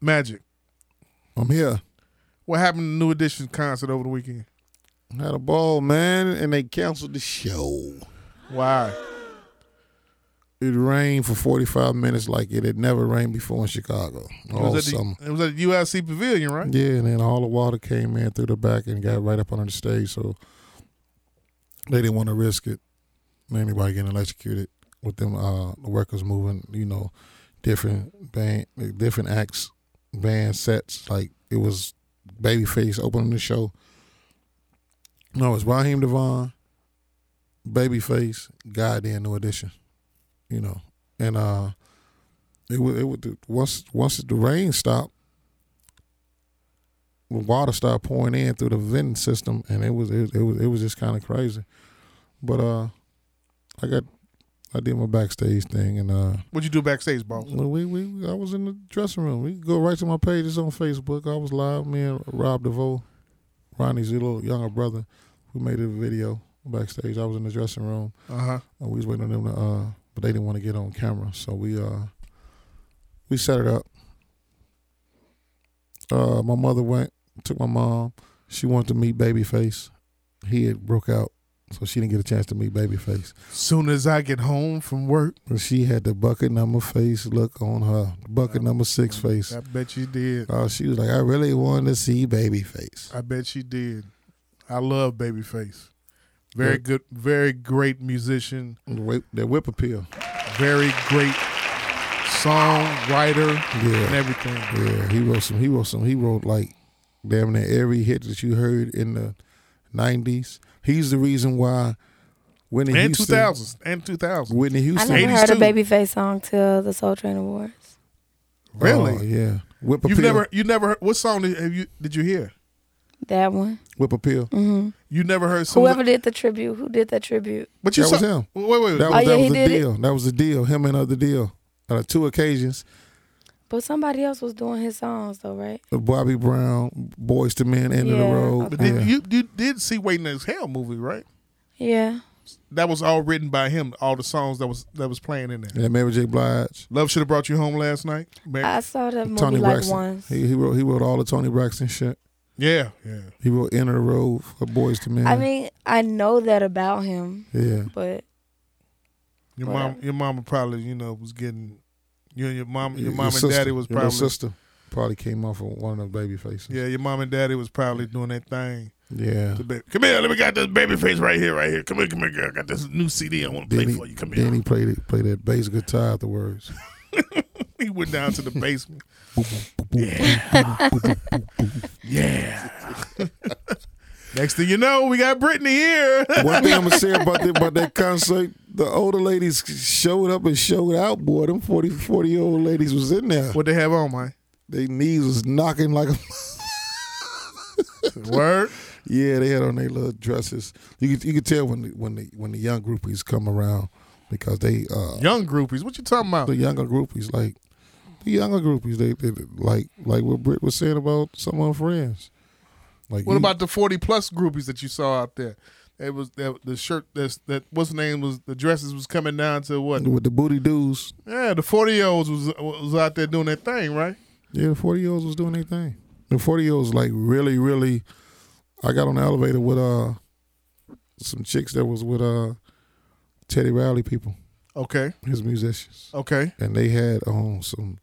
Speaker 5: Magic.
Speaker 4: I'm here.
Speaker 5: What happened to New Edition concert over the weekend?
Speaker 4: Had a ball, man, and they canceled the show.
Speaker 5: Why?
Speaker 4: It rained for 45 minutes like it had never rained before in Chicago all
Speaker 5: It was, at
Speaker 4: summer.
Speaker 5: the, it was at the USC Pavilion, right?
Speaker 4: Yeah, and then all the water came in through the back and got right up under the stage, so they didn't want to risk it. Anybody getting electrocuted with them uh, the workers moving, you know, different band, different acts, band sets. Like it was Babyface opening the show. No, it's Raheem Devon, Babyface, Goddamn New Edition, you know, and uh, it was it would once once the rain stopped when water started pouring in through the venting system, and it was it, it was it was just kind of crazy. But uh, I got I did my backstage thing, and uh,
Speaker 5: What'd you do backstage, boss?
Speaker 4: well, we, we I was in the dressing room. We could go right to my page. It's on Facebook. I was live. Me and Rob DeVoe, Ronnie's little younger brother, we made a video backstage. I was in the dressing room.
Speaker 5: Uh huh.
Speaker 4: And we was waiting on them to, uh, but they didn't want to get on camera, so we uh, we set it up. Uh, my mother went, took my mom. She wanted to meet Babyface. He had broke out, so she didn't get a chance to meet Babyface.
Speaker 5: Soon as I get home from work,
Speaker 4: But she had the bucket number face look on her, bucket number six face.
Speaker 5: I bet you did.
Speaker 4: Uh, she was like, I really wanted to see Babyface.
Speaker 5: I bet she did. I love Babyface. Very good, very great musician,
Speaker 4: The whip, that whip appeal.
Speaker 5: very great songwriter,
Speaker 4: Yeah.
Speaker 5: and everything.
Speaker 4: Yeah, he wrote some. He wrote some. He wrote like damn near every hit that you heard in the '90s. He's the reason why Whitney
Speaker 5: And two
Speaker 4: Houston,
Speaker 5: thousands, and two thousands.
Speaker 4: Whitney
Speaker 6: I
Speaker 4: Houston,
Speaker 6: never heard a
Speaker 5: 82.
Speaker 6: Babyface song till the Soul Train Awards.
Speaker 5: Really?
Speaker 4: Oh, yeah, whip appeal.
Speaker 5: You've never, you never heard what song did have you did you hear?
Speaker 6: That one.
Speaker 4: whip appeal.
Speaker 6: Mm.
Speaker 5: You never heard Susan-
Speaker 6: Whoever did the tribute, who did that tribute?
Speaker 5: But you
Speaker 4: That
Speaker 5: saw,
Speaker 4: was him.
Speaker 5: Wait, wait, wait.
Speaker 4: That was,
Speaker 6: Oh, yeah,
Speaker 4: that
Speaker 6: he
Speaker 4: was the
Speaker 6: did it.
Speaker 4: deal. That was the deal. Him and other deal. On two occasions,
Speaker 6: But somebody else was doing his songs though, right?
Speaker 4: Bobby Brown, Boys to Men, End of the
Speaker 6: Yeah,
Speaker 4: Road.
Speaker 5: but
Speaker 6: okay.
Speaker 5: did,
Speaker 4: Yeah.
Speaker 5: you you did see Waiting as Hell movie, right?
Speaker 6: Yeah.
Speaker 5: That was all written by him. All the songs that was that was playing in there.
Speaker 4: and Mary J. Blige,
Speaker 5: Love should have brought you home last night. Mary-
Speaker 6: I saw that movie
Speaker 4: Tony
Speaker 6: like
Speaker 4: Braxton.
Speaker 6: once.
Speaker 4: He, he wrote he wrote all the Tony Braxton shit.
Speaker 5: yeah, yeah.
Speaker 4: He wrote End of the Road for Boys to Men.
Speaker 6: I mean, I know that about him,
Speaker 4: yeah.
Speaker 6: but
Speaker 5: Your
Speaker 6: Whatever.
Speaker 5: mom, your mama probably, you know, was getting. You and your mom, your, mom and
Speaker 4: sister-
Speaker 5: daddy was
Speaker 4: your little
Speaker 5: probably.
Speaker 4: sister probably came off of one of those baby faces.
Speaker 5: Yeah, your mom and daddy was probably doing that thing.
Speaker 4: yeah.
Speaker 5: The baby- Come here, let me got this baby face right here, right here. Come here, come here, girl. I got this new CD I want to play
Speaker 4: Then he,
Speaker 5: for you. Come
Speaker 4: then
Speaker 5: here.
Speaker 4: he played it, played that bass guitar afterwards.
Speaker 5: He went down to the basement. yeah. yeah. Next thing you know, we got Brittany here.
Speaker 4: One thing I'm gonna say about that about that concert, the older ladies showed up and showed out. Boy, them 40, 40 year old ladies was in there.
Speaker 5: what they have on, man?
Speaker 4: They knees was knocking like a
Speaker 5: Word.
Speaker 4: yeah. They had on their little dresses. You could you could tell when the, when the when the young groupies come around because they uh
Speaker 5: Young groupies. What you talking about?
Speaker 4: the younger groupies like the younger groupies they, they like like what Britt was saying about some of her friends. Like
Speaker 5: What
Speaker 4: you-
Speaker 5: about the forty plus groupies that you saw out there? It was that the shirt that's that what's the name was the dresses was coming down to what?
Speaker 4: with the booty dudes?
Speaker 5: Yeah, the forty year olds was was out there doing their thing, right?
Speaker 4: Yeah, the forty year olds was doing their thing. The forty year olds like really, really. I got on the elevator with uh some chicks that was with uh Teddy Riley people,
Speaker 5: Okay,
Speaker 4: his musicians,
Speaker 5: okay.
Speaker 4: and they had on some.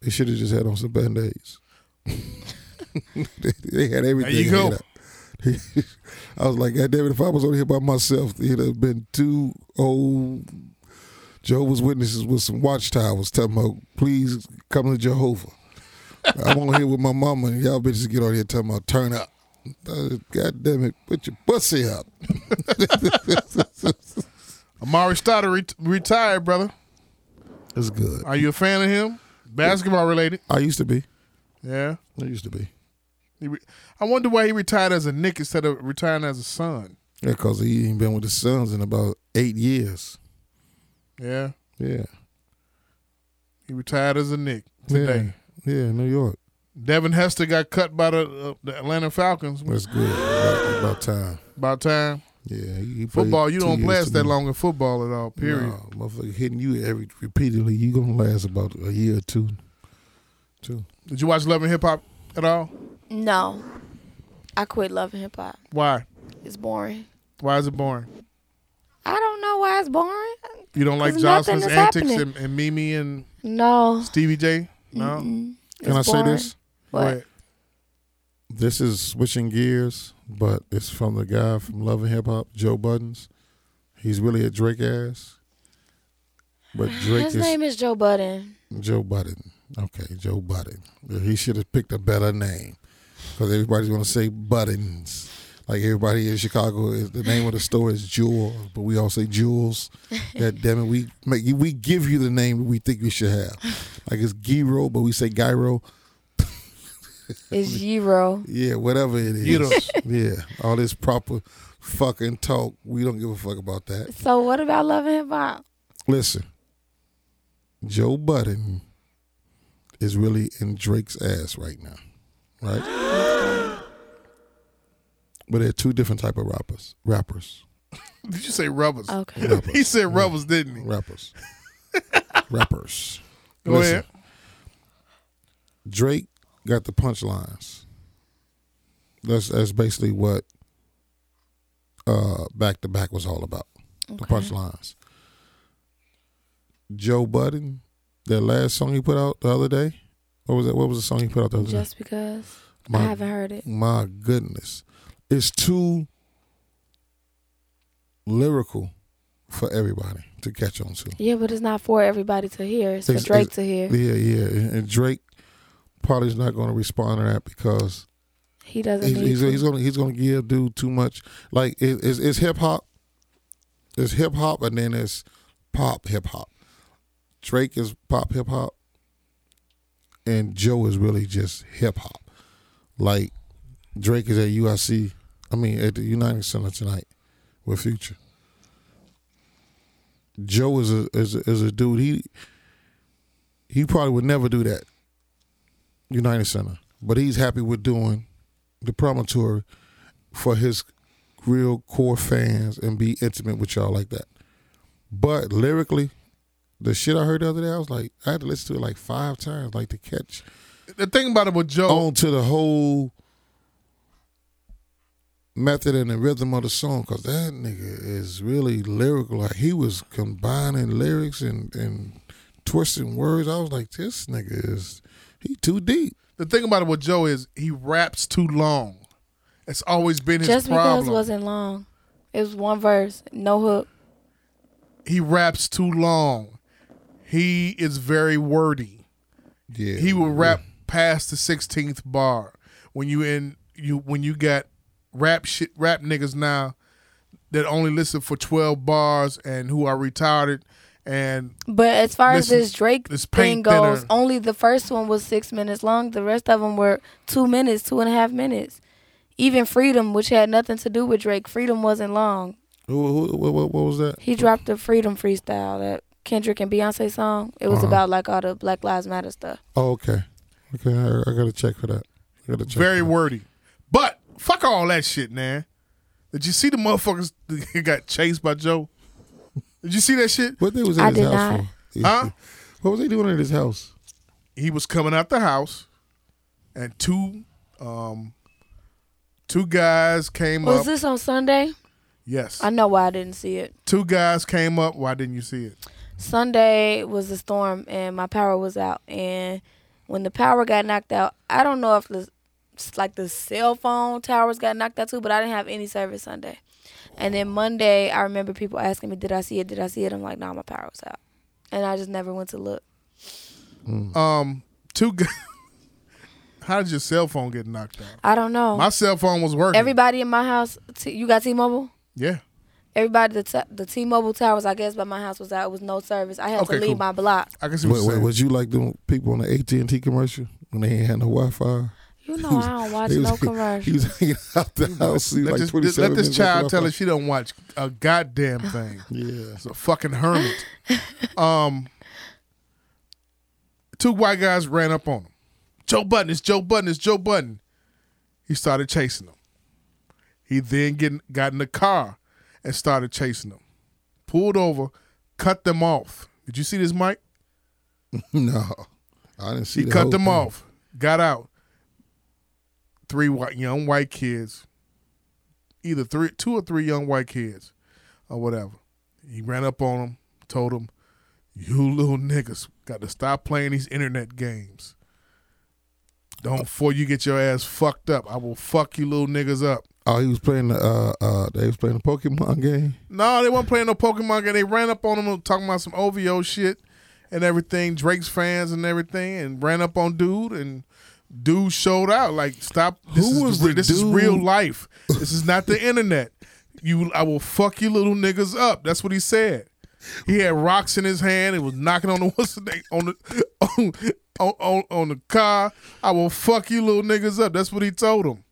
Speaker 4: They should have just had on some band aids. they, they had everything.
Speaker 5: you go.
Speaker 4: laid out. I was like, God damn it! If I was on here by myself, it'd have been two old Jehovah's Witnesses with some watchtowers talking about, please come to Jehovah. I'm on here with my mama, and y'all bitches get on here talking about turn up. Uh, God damn it, put your pussy up.
Speaker 5: Amari Stoddard ret- retired, brother.
Speaker 4: That's good.
Speaker 5: Are you a fan of him? Basketball related.
Speaker 4: I used to be.
Speaker 5: Yeah.
Speaker 4: I used to be.
Speaker 5: He re- I wonder why he retired as a Nick instead of retiring as a son.
Speaker 4: Yeah, because he ain't been with his sons in about eight years.
Speaker 5: Yeah.
Speaker 4: Yeah.
Speaker 5: He retired as a Nick
Speaker 4: Yeah.
Speaker 5: today.
Speaker 4: Yeah, New York.
Speaker 5: Devin Hester got cut by the, uh, the Atlanta Falcons.
Speaker 4: That's good. about, about time.
Speaker 5: About time.
Speaker 4: Yeah. he- he played
Speaker 5: Football, you
Speaker 4: two
Speaker 5: don't
Speaker 4: years
Speaker 5: last
Speaker 4: too
Speaker 5: that
Speaker 4: many.
Speaker 5: long in football at all, period.
Speaker 4: No, motherfucker hitting you every repeatedly, you gonna last about a year or two. Two.
Speaker 5: Did you watch Love and Hip Hop at all?
Speaker 6: no. I quit loving hip hop.
Speaker 5: Why?
Speaker 6: It's boring.
Speaker 5: Why is it boring?
Speaker 6: I don't know why it's boring.
Speaker 5: You don't like
Speaker 6: 'Cause nothing
Speaker 5: Jocelyn's
Speaker 6: is
Speaker 5: antics
Speaker 6: happening.
Speaker 5: and, and Mimi and
Speaker 6: No.
Speaker 5: Stevie J? No?
Speaker 4: Can I
Speaker 6: It's
Speaker 4: say
Speaker 6: boring.
Speaker 4: this?
Speaker 5: Go
Speaker 6: What?
Speaker 5: ahead.
Speaker 4: This is switching gears, but it's from the guy from Love and Hip Hop, Joe Buttons. He's really a Drake ass, but Drake
Speaker 6: His
Speaker 4: is
Speaker 6: name is Joe Budden.
Speaker 4: Joe Budden. Okay, Joe Budden. He should have picked a better name because everybody's going to say Buttons. Like everybody in Chicago, is, the name of the store is Jewel, but we all say Jewels. God damn it, we make you, we give you the name that we think you should have. Like it's Gyro, but we say Gyro.
Speaker 6: It's Giro.
Speaker 4: Yeah, whatever it is.
Speaker 5: Gyros.
Speaker 4: Yeah, all this proper fucking talk. We don't give a fuck about that.
Speaker 6: So what about loving hip hop?
Speaker 4: Listen, Joe Budden is really in Drake's ass right now, right? but they're two different type of rappers. Rappers.
Speaker 5: Did you say rubbers?
Speaker 6: Okay.
Speaker 5: He said rubbers, didn't he?
Speaker 4: Rappers. rappers.
Speaker 5: Go
Speaker 4: Listen,
Speaker 5: ahead.
Speaker 4: Drake got the punchlines. That's that's basically what uh back to back was all about. The punchlines. Joe Budden, that last song he put out the other day. What was that? What was the song he put out the other day?
Speaker 6: Just because
Speaker 4: My-
Speaker 6: I haven't heard it.
Speaker 4: My goodness. It's two lyrical for everybody to catch on to.
Speaker 6: Yeah, but it's not for everybody to hear. It's,
Speaker 4: It's-
Speaker 6: for Drake
Speaker 4: it's-
Speaker 6: to hear.
Speaker 4: Yeah, yeah. And, and Drake probably is not going to respond to that because
Speaker 6: He doesn't
Speaker 4: he's,
Speaker 6: need
Speaker 4: he's,
Speaker 6: to.
Speaker 4: he's gonna he's gonna give dude too much. Like it, it's, it's hip hop, it's hip hop, and then it's pop hip hop. Drake is pop hip hop, and Joe is really just hip hop. Like Drake is at UIC, I mean at the United Center tonight with Future. Joe is a is a, is a dude. He he probably would never do that. United Center, but he's happy with doing the promontory for his real core fans and be intimate with y'all like that. But lyrically, the shit I heard the other day, I was like, I had to listen to it like five times, like to catch
Speaker 5: The thing about it with Joe,
Speaker 4: on to the whole method and the rhythm of the song because that nigga is really lyrical. Like he was combining lyrics and and twisting words. I was like, this nigga is he too deep.
Speaker 5: the thing about it with Joe is he raps too long. It's always been his
Speaker 6: Just because it
Speaker 5: problem.
Speaker 6: wasn't long. It was one verse, no hook.
Speaker 5: he raps too long. He is very wordy.
Speaker 4: Yeah,
Speaker 5: He will rap past the sixteenth bar. When you in you when you got rap shit rap niggas now that only listen for twelve bars and who are retarded and
Speaker 6: But as far
Speaker 5: Listen,
Speaker 6: as this Drake
Speaker 5: this
Speaker 6: thing
Speaker 5: paint thinner.
Speaker 6: goes, only the first one was six minutes long. The rest of them were two minutes, two and a half minutes. Even Freedom, which had nothing to do with Drake, Freedom wasn't long.
Speaker 4: Who, who, what, what was that?
Speaker 6: He dropped the Freedom freestyle, that Kendrick and Beyonce song. It
Speaker 5: Uh-huh.
Speaker 6: was about like all the Black Lives Matter stuff.
Speaker 4: Oh, okay. Okay, I, I gotta check for that. I gotta check.
Speaker 5: very
Speaker 4: for that.
Speaker 5: wordy. But fuck all that shit, man. Did you see the motherfuckers that got chased by Joe? Did you see that shit?
Speaker 4: What they was
Speaker 6: I
Speaker 4: at his
Speaker 6: did
Speaker 4: house
Speaker 6: not.
Speaker 4: for?
Speaker 5: Huh?
Speaker 4: What was they doing at his house?
Speaker 5: he was coming out the house, and two, um, two guys came
Speaker 6: Was
Speaker 5: up.
Speaker 6: this on Sunday?
Speaker 5: Yes,
Speaker 6: I know why I didn't see it.
Speaker 5: two guys came up. Why didn't you see it?
Speaker 6: Sunday was a storm and my power was out. And when the power got knocked out, I don't know if the like the cell phone towers got knocked out too, but I didn't have any service Sunday. And then Monday, I remember people asking me, "Did I see it? Did I see it?" I'm like, "No, my power was out," and I just never went to look.
Speaker 5: Um, two. Guys, how did your cell phone get knocked out?
Speaker 6: I don't know.
Speaker 5: My cell phone was working.
Speaker 6: Everybody in my house, t- you got T-Mobile.
Speaker 5: yeah.
Speaker 6: Everybody, the t- the T-Mobile towers, I guess, by my house was out. It was no service. I had
Speaker 5: Okay,
Speaker 6: to leave
Speaker 5: cool.
Speaker 6: my block.
Speaker 5: I can see what
Speaker 4: Wait,
Speaker 5: you're
Speaker 4: wait,
Speaker 5: saying.
Speaker 4: was you like them people on the AT and T commercial when they ain't had no Wi Fi?
Speaker 6: You know, I don't watch no commercials.
Speaker 4: He was hanging out the house. He
Speaker 5: Let,
Speaker 4: like
Speaker 5: this,
Speaker 4: twenty
Speaker 5: let
Speaker 4: seven.
Speaker 5: this child tell us she don't watch a goddamn thing.
Speaker 4: Yeah.
Speaker 5: It's a fucking hermit. um, two white guys ran up on him. Joe Button, it's Joe Button, it's Joe Button. He started chasing them. He then get, got in the car and started chasing them. Pulled over, cut them off. Did you see this, Mike?
Speaker 4: No, I didn't see.
Speaker 5: He
Speaker 4: the
Speaker 5: cut
Speaker 4: whole
Speaker 5: them
Speaker 4: thing.
Speaker 5: off. Got out. Three white, young white kids, either three, two or three young white kids, or whatever. He ran up on them, told them, "You little niggas got to stop playing these internet games. Don't before you get your ass fucked up. I will fuck you little niggas up."
Speaker 4: Oh, he was playing the. Uh, uh, they was playing the Pokemon game.
Speaker 5: No, they weren't playing no Pokemon game. They ran up on him talking about some OVO shit and everything, Drake's fans and everything, and ran up on dude and dude showed out. Like, stop. This
Speaker 4: Who was
Speaker 5: is,
Speaker 4: the
Speaker 5: this is
Speaker 4: dude?
Speaker 5: real life. This is not the internet. You I will fuck you little niggas up. That's what he said. He had rocks in his hand and was knocking on the what's the name on the on, on, on, on the car. I will fuck you little niggas up. That's what he told him.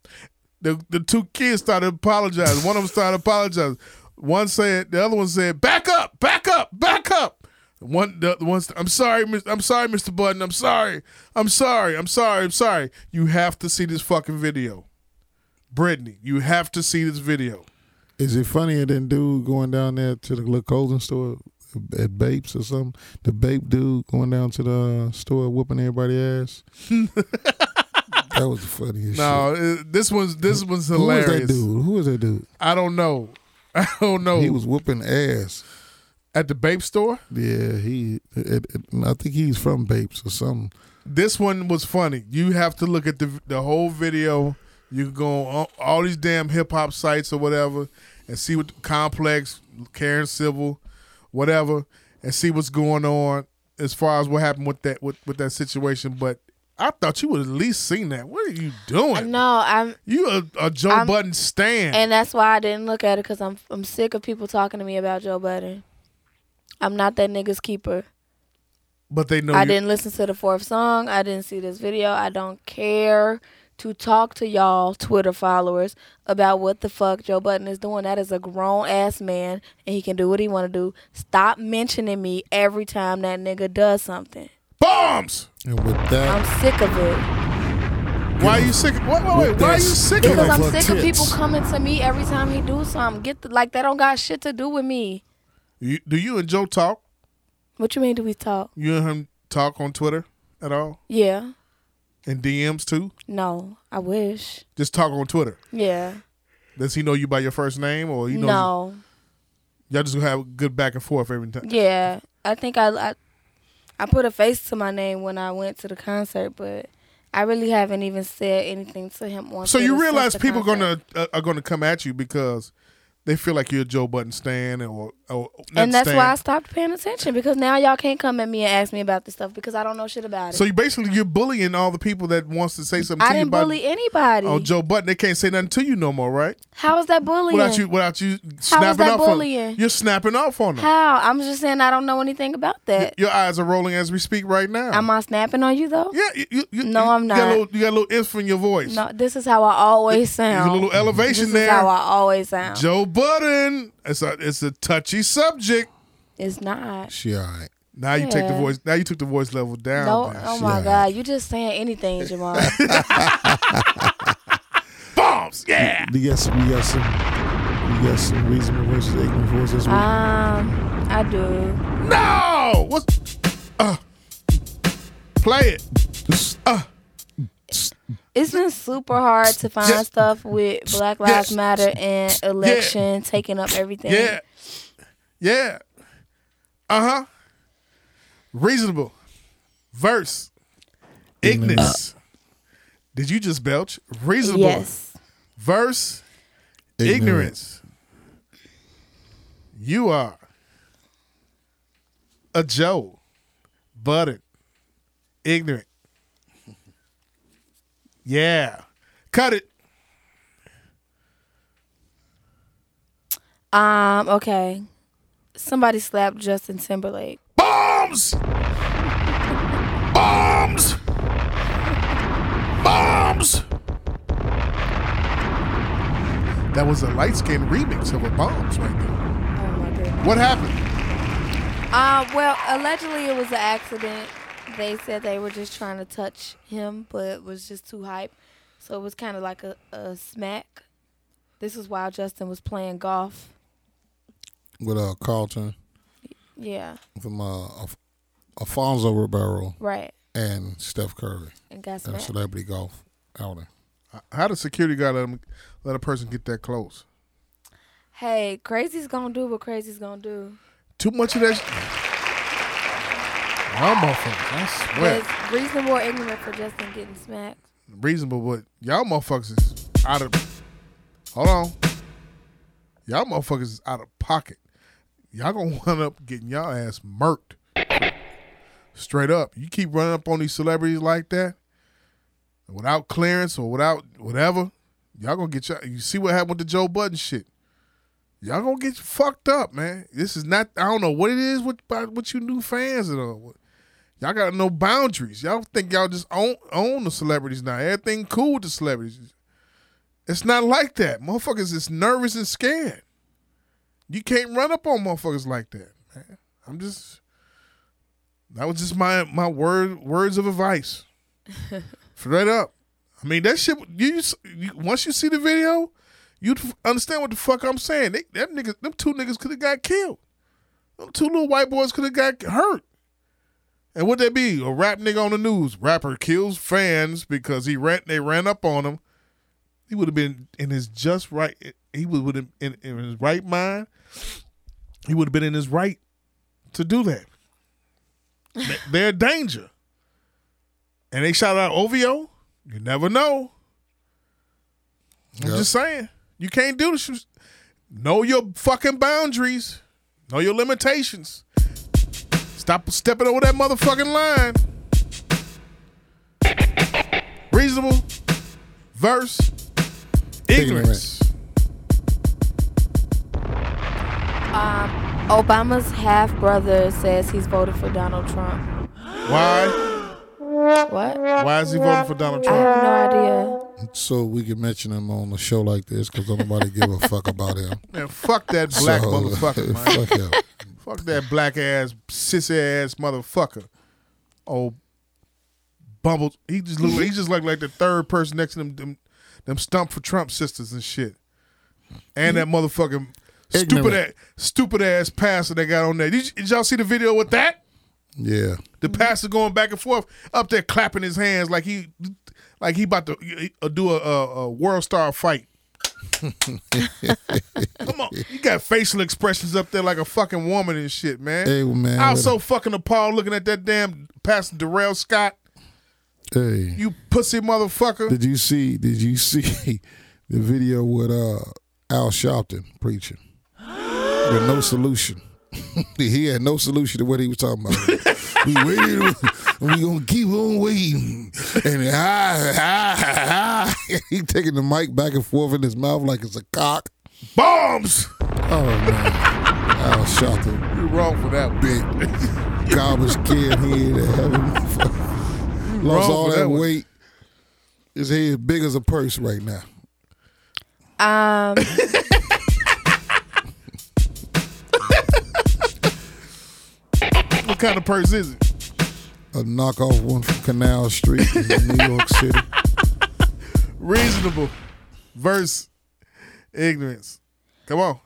Speaker 5: The the two kids started apologizing. One of them started apologizing. One said, the other one said, "Back up, back up, back up." One the the one, said, I'm sorry, Mis- I'm sorry, Mr. Button. I'm sorry, I'm sorry, I'm sorry, I'm sorry. You have to see this fucking video, Brittany. You have to see this video.
Speaker 4: Is it funnier than dude going down there to the little clothing store at Bapes or something? The Bape dude going down to the uh, store whooping everybody ass. that was the funniest. shit.
Speaker 5: No, uh, this one's this one's
Speaker 4: who was
Speaker 5: hilarious. Oh.
Speaker 4: that dude? Who was that dude?
Speaker 5: I don't know. I don't know.
Speaker 4: He was whooping ass.
Speaker 5: at the Bape store.
Speaker 4: Yeah, he. It, it, I think he's from Bapes or something.
Speaker 5: This one was funny. You have to look at the the whole video. You can go on all these damn hip hop sites or whatever, and see what complex, Karen Civil, whatever, and see what's going on as far as what happened with that with, with that situation. But I thought you would at least seen that. What are you doing?
Speaker 6: No, I'm
Speaker 5: You a, a Joe
Speaker 6: I'm-
Speaker 5: Budden stand.
Speaker 6: And that's why I didn't look at it because I'm I'm sick of people talking to me about Joe Budden. I'm not that nigga's keeper.
Speaker 5: but they know
Speaker 6: I
Speaker 5: you-
Speaker 6: didn't listen to the fourth song. I didn't see this video. I don't care to talk to y'all Twitter followers about what the fuck Joe Budden is doing. That is a grown ass man and he can do what he want to do. Stop mentioning me every time that nigga does something.
Speaker 5: bombs.
Speaker 4: And with that,
Speaker 6: I'm sick of it.
Speaker 5: Why are you sick? Wait, wait, wait. Why are you sick of
Speaker 6: Because
Speaker 5: it?
Speaker 6: I'm
Speaker 4: Fuck
Speaker 6: sick of
Speaker 4: tits.
Speaker 6: people coming to me every time he do something. Get the, like that don't got shit to do with me.
Speaker 5: You, do you and Joe talk?
Speaker 6: What you mean? Do we talk?
Speaker 5: You and him talk on Twitter at all?
Speaker 6: Yeah.
Speaker 5: And DMs too?
Speaker 6: No, I wish.
Speaker 5: Just talk on Twitter.
Speaker 6: Yeah.
Speaker 5: Does he know you by your first name or he knows
Speaker 6: no.
Speaker 5: y'all just gonna have good back and forth every time?
Speaker 6: Yeah. I think I, I I put a face to my name when I went to the concert, but I really haven't even said anything to him on.
Speaker 5: So you
Speaker 6: Twitter
Speaker 5: realize
Speaker 6: since the
Speaker 5: people
Speaker 6: concert.
Speaker 5: gonna uh, are gonna come at you because they feel like you're a Joe Button stan or, or not
Speaker 6: And that's
Speaker 5: stan.
Speaker 6: why I stopped paying attention because now y'all can't come at me and ask me about this stuff because I don't know shit about it.
Speaker 5: So you basically you're bullying all the people that wants to say something
Speaker 6: I
Speaker 5: to you
Speaker 6: didn't
Speaker 5: about
Speaker 6: bully anybody.
Speaker 5: on Oh, Joe Button. They can't say nothing to you no more, right?
Speaker 6: How is that bullying?
Speaker 5: Without you without you snapping
Speaker 6: that
Speaker 5: up on them.
Speaker 6: bullying?
Speaker 5: You're snapping off on them.
Speaker 6: How? I'm just saying I don't know anything about that.
Speaker 5: Your eyes are rolling as we speak right now.
Speaker 6: Am I snapping on you though?
Speaker 5: yeah, you, you, you,
Speaker 6: No,
Speaker 5: you
Speaker 6: I'm
Speaker 5: Got a
Speaker 6: not.
Speaker 5: little, you got a little insp in your voice.
Speaker 6: No, this is how I always
Speaker 5: There's
Speaker 6: sound.
Speaker 5: a little
Speaker 6: this
Speaker 5: elevation
Speaker 6: is
Speaker 5: there.
Speaker 6: how I always sound.
Speaker 5: Joe Budden. It's a it's a touchy subject.
Speaker 6: It's not.
Speaker 4: she all right.
Speaker 5: Now you take the
Speaker 6: Yeah.
Speaker 5: voice. Now you took the voice level down.
Speaker 6: No,
Speaker 5: man.
Speaker 6: oh my
Speaker 4: shit.
Speaker 6: God, you just saying anything, Jamal.
Speaker 5: Bombs. Yeah.
Speaker 4: We got some, we got some, we got some reasonable versus ignorant voice this week.
Speaker 6: um, I do.
Speaker 5: No. What's Uh, play it.
Speaker 4: Just-
Speaker 6: It's been super hard to find
Speaker 5: Yes.
Speaker 6: stuff with Black Lives
Speaker 5: Yes.
Speaker 6: Matter and election taking up everything.
Speaker 5: Yeah. Yeah. Uh huh. Reasonable. Verse. Ignis. Did you just belch? Reasonable.
Speaker 6: Yes.
Speaker 5: Verse.
Speaker 4: Ignorant.
Speaker 5: ignorance. You are a Joe Budden. Ignorant. Yeah. Cut it.
Speaker 6: Um. Okay. Somebody slapped Justin Timberlake.
Speaker 5: Bombs! Bombs! Bombs! That was a light skin remix of a bombs right there.
Speaker 6: Oh my goodness.
Speaker 5: What happened?
Speaker 6: Uh, well, allegedly it was an accident. They said they were just trying to touch him, but it was just too hype. So it was kind of like a, a smack. This is while Justin was playing golf.
Speaker 4: with uh, Carlton
Speaker 6: Yeah,
Speaker 4: from uh, Af- Alfonso Ribeiro
Speaker 6: right.
Speaker 4: and Steph Curry
Speaker 6: And got
Speaker 4: at a
Speaker 6: smacked.
Speaker 4: celebrity golf outing.
Speaker 5: How did security guard let, him, let a person get that close?
Speaker 6: Hey, crazy's gonna do what crazy's gonna do.
Speaker 5: Too much of that. Sh- y'all motherfuckers, I swear.
Speaker 6: It's reasonable or ignorant for Justin getting smacked.
Speaker 5: Reasonable, but y'all motherfuckers is out of. Hold on. Y'all motherfuckers is out of pocket. Y'all gonna wind up getting y'all ass murked. Straight up. You keep running up on these celebrities like that without clearance or without whatever. Y'all gonna get y'all. You see what happened with the Joe Budden shit. Y'all gonna get fucked up, man. This is not. I don't know what it is with about what you new fans and all. Y'all got no boundaries. Y'all think y'all just own own the celebrities now. Everything cool with the celebrities. It's not like that. Motherfuckers is nervous and scared. You can't run up on motherfuckers like that, man. I'm just that was just my my word words of advice. Straight up. I mean that shit. You, you once you see the video, you understand what the fuck I'm saying. They, that nigga, them two niggas could have got killed. Them two little white boys could have got hurt. And would that be? A rap nigga on the news. Rapper kills fans because he ran they ran up on him. He would have been in his just right he would would have in, in his right mind. He would have been in his right to do that. They- They're a danger. And they shout out OVO. You never know. I'm
Speaker 4: Yeah.
Speaker 5: just saying. You can't do this. Know your fucking boundaries. Know your limitations. Stop stepping over that motherfucking line. Reasonable verse ignorance.
Speaker 6: Obama's half brother says he's voted for Donald Trump.
Speaker 5: Why?
Speaker 6: What?
Speaker 5: Why is he voting for Donald
Speaker 6: I
Speaker 5: Trump?
Speaker 6: have no idea.
Speaker 4: so we can mention him on a show like this because don't nobody give a fuck about him.
Speaker 5: Man, fuck that black
Speaker 4: So,
Speaker 5: motherfucker, man.
Speaker 4: Fuck him.
Speaker 5: Fuck that black ass, sissy ass motherfucker. Oh, bumble. He just look. He just look like the third person next to them, them, them stump for Trump sisters and shit. And that motherfucking stupid ass,
Speaker 4: Ignorant.
Speaker 5: stupid ass pastor they got on there. Did, y- did y'all see the video with that?
Speaker 4: Yeah.
Speaker 5: The pastor going back and forth up there clapping his hands like he, like he about to uh, do a, a, a world star fight. Come on, you got facial expressions up there like a fucking woman and shit, man.
Speaker 4: Hey man.
Speaker 5: I
Speaker 4: what-
Speaker 5: was so fucking appalled looking at that damn Pastor Darrell Scott.
Speaker 4: hey.
Speaker 5: You pussy motherfucker.
Speaker 4: Did you see? Did you see the video with uh, Al Sharpton preaching with no solution? he had no solution to what he was talking about. we waited. We we gonna keep on waiting. And ah, ah, ah. he taking the mic back and forth in his mouth like it's a cock.
Speaker 5: Bombs.
Speaker 4: Oh man, Al Sharpton,
Speaker 5: You're wrong for that.
Speaker 4: big garbage kid here to heaven. Lost
Speaker 5: wrong
Speaker 4: all
Speaker 5: for
Speaker 4: that
Speaker 5: that one.
Speaker 4: weight. His head big as a purse right now.
Speaker 6: Um,
Speaker 5: What kind of purse is it?
Speaker 4: a knockoff one from Canal Street in New York City.
Speaker 5: Reasonable versus ignorance. Come on.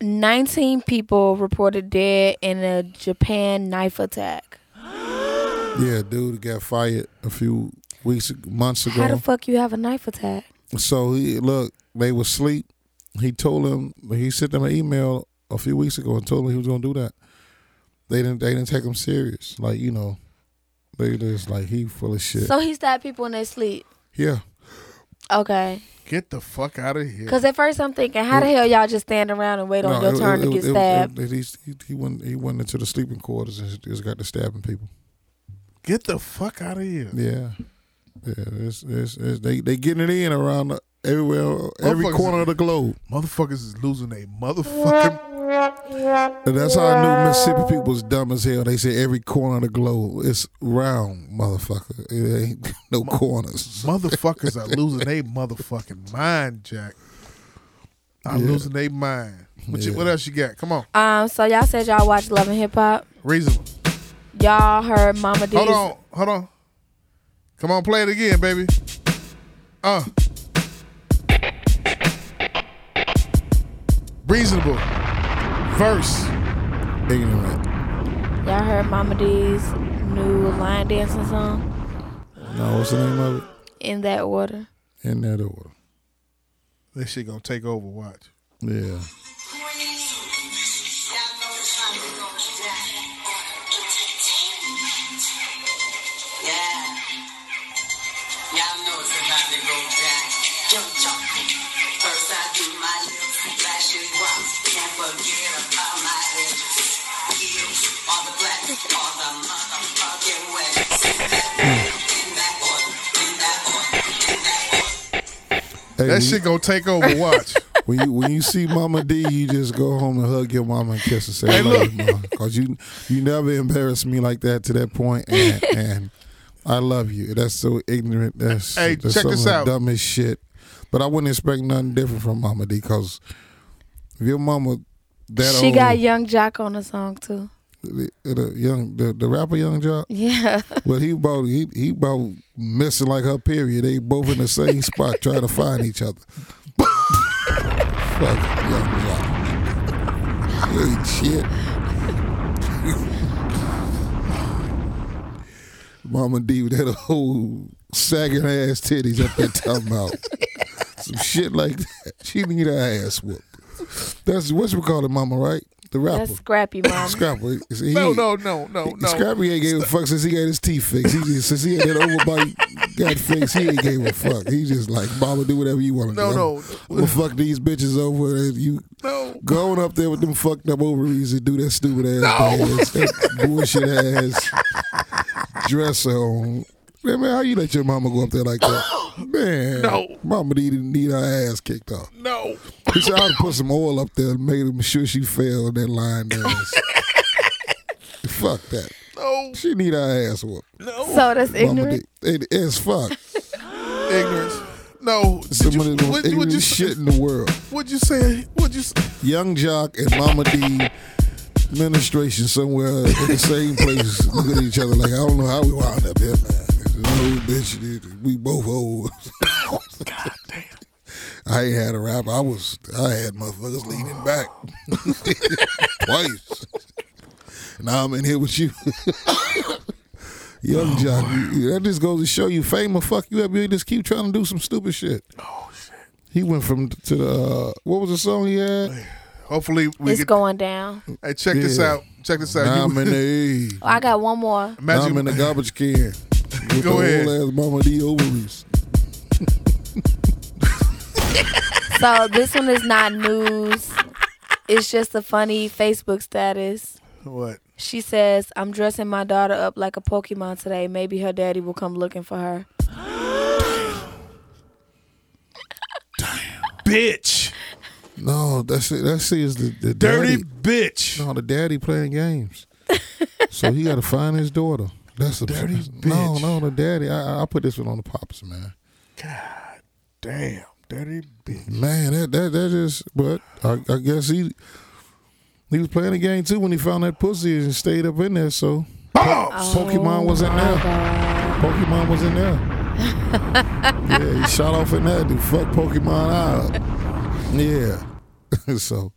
Speaker 6: 19 people reported dead in a Japan knife attack.
Speaker 4: Yeah, dude got fired a few weeks months
Speaker 6: How the
Speaker 4: ago.
Speaker 6: fuck you have a knife attack?
Speaker 4: So he look, they was sleep. He told him he sent them an email a few weeks ago and told him he was gonna do that. They didn't they didn't take him serious. Like, you know, they just like he full of shit.
Speaker 6: So he stabbed people in their sleep.
Speaker 4: yeah.
Speaker 6: Okay.
Speaker 5: Get the fuck out of here.
Speaker 6: Because at first I'm thinking, how the hell y'all just stand around and wait on your
Speaker 4: it-
Speaker 6: turn
Speaker 4: it-
Speaker 6: to
Speaker 4: it-
Speaker 6: get
Speaker 4: it-
Speaker 6: stabbed?
Speaker 4: it- it- he's- he, he went he went into the sleeping quarters and just got to stabbing people.
Speaker 5: Get the fuck out of here.
Speaker 4: Yeah, yeah. It's, it's, it's, they they getting it in around the, everywhere, every
Speaker 5: Motherfuckers-
Speaker 4: corner of the globe.
Speaker 5: Motherfuckers is losing a motherfucking.
Speaker 4: And that's how I knew Mississippi people was dumb as hell. They said every corner of the globe. It's round, motherfucker. It ain't no corners.
Speaker 5: motherfuckers are losing their motherfucking mind, Jack. Are losing their mind. What, you,
Speaker 4: Yeah.
Speaker 5: what else you got? Come on.
Speaker 6: Um, so y'all said y'all watched Love and Hip Hop.
Speaker 5: Reasonable.
Speaker 6: Y'all heard Mama D's.
Speaker 5: Hold on, hold on. Come on, play it again, baby. Uh. Reasonable. Verse.
Speaker 4: Ignorant.
Speaker 6: Y'all heard Mama D's new line dancing song
Speaker 4: No, what's the name of it?
Speaker 6: in that order.
Speaker 4: In that order.
Speaker 5: This shit gonna take over. Watch.
Speaker 4: Yeah. Hey, when,
Speaker 5: That shit gonna take over. Watch.
Speaker 4: when you when you see Mama D, you just go home and hug your mama and kiss her, say I
Speaker 5: Hey,
Speaker 4: love you, mama, because you you never embarrassed me like that to that point, and, and I love you. That's so ignorant. That's
Speaker 5: Hey,
Speaker 4: that's
Speaker 5: check
Speaker 4: some
Speaker 5: this
Speaker 4: of the
Speaker 5: out.
Speaker 4: dumbest shit. But I wouldn't expect nothing different from Mama D, because if your mama that
Speaker 6: She
Speaker 4: old,
Speaker 6: got Young Jock on the song too.
Speaker 4: the, the young the, the rapper Young Jock,
Speaker 6: Yeah.
Speaker 4: well he about he he about missing like her period. They both in the same spot trying to find each other. Fuck young Jock. Hey, shit. Mama D with that whole sagging ass titties up there talking about some shit like that. She need her ass whooped. That's what you call it, mama, right? the rapper.
Speaker 6: That's scrappy, mom.
Speaker 4: Scrapper. He,
Speaker 5: No, no, no, no, no.
Speaker 4: Scrappy ain't gave a fuck since he got his teeth fixed. He just, since he had that overbite got fixed, he ain't gave a fuck. He just like, Mama, do whatever you want to
Speaker 5: No,
Speaker 4: do.
Speaker 5: no.
Speaker 4: I'm gonna fuck these bitches over and you
Speaker 5: No.
Speaker 4: going up there with them fucked up ovaries and do that stupid ass dance, that bullshit ass dress on. Man, man, how you let your mama go up there like that? Man,
Speaker 5: No.
Speaker 4: mama need need her ass kicked off.
Speaker 5: No.
Speaker 4: He said, I'd put some oil up there and made sure she fell in that line dance. fuck that.
Speaker 5: No.
Speaker 4: She need her ass whooped.
Speaker 6: So that's
Speaker 4: Mama
Speaker 6: ignorant.
Speaker 4: did. It is fuck.
Speaker 5: Ignorance. No. Did
Speaker 4: Some
Speaker 5: you-
Speaker 4: of the most
Speaker 5: what- what'd you
Speaker 4: ignorant
Speaker 5: say?
Speaker 4: shit in the world.
Speaker 5: What'd you say? What'd you say?
Speaker 4: Young Jock and Mama D administration somewhere in the same place look at each other like, I don't know how we wound up here, man. This old bitch, we both old. God damn. I ain't had a rap. I was, I had motherfuckers leaning back twice. Now I'm in here with you. Young Jock, you- that just goes to show you fame will fuck you up. You just keep trying to do some stupid shit. Oh, shit. He went from to the, uh, what was the song he had?
Speaker 5: Hopefully we
Speaker 6: It's
Speaker 5: get.
Speaker 6: going down.
Speaker 5: hey, check this
Speaker 4: Yeah.
Speaker 5: out. Check this out.
Speaker 4: Now
Speaker 5: You-
Speaker 4: I'm in the
Speaker 6: Oh, I got one more.
Speaker 4: now I'm
Speaker 5: Magic-
Speaker 4: in the garbage can. With
Speaker 5: Go
Speaker 4: the
Speaker 5: ahead.
Speaker 4: Old ass mama D ovaries.
Speaker 6: So this one is not news. It's just a funny Facebook status.
Speaker 5: What?
Speaker 6: She says, I'm dressing my daughter up like a Pokemon today. Maybe her daddy will come looking for her.
Speaker 5: Bitch.
Speaker 4: No, that's it. That's it. Is the, the
Speaker 5: Dirty
Speaker 4: daddy.
Speaker 5: bitch.
Speaker 4: No, the daddy playing games. so he got to find his daughter. That's the
Speaker 5: Dirty
Speaker 4: No,
Speaker 5: bitch.
Speaker 4: no, the daddy. I, I- I put this one on the pops, man.
Speaker 5: God damn. Dirty bitch.
Speaker 4: Man, that that that is. But I, I guess he he was playing the game too when he found that pussy and stayed up in there. So Uh,
Speaker 5: Bombs.
Speaker 4: Pokemon was in there. Pokemon was in there. yeah, he shot off in there. Dude, fuck Pokemon out. Yeah. so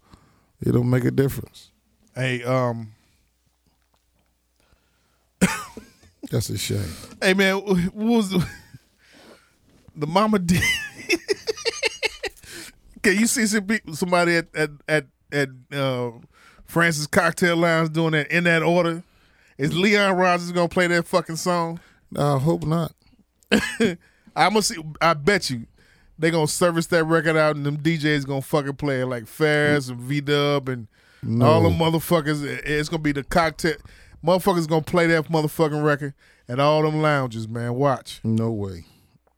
Speaker 4: it don't make a difference.
Speaker 5: Hey, um,
Speaker 4: That's a shame.
Speaker 5: hey man, what was the, the mama D? Can you see some people, somebody at at at at uh, Francis Cocktail Lounge doing that in that order? Is Leon Rogers gonna play that fucking song?
Speaker 4: I hope not.
Speaker 5: I'm gonna see. I bet you they gonna service that record out, and them DJs gonna fucking play it like Ferris and V Dub and all the motherfuckers. It- It's gonna be the cocktail. Motherfuckers gonna play that motherfucking record at all them lounges, man. Watch.
Speaker 4: No way.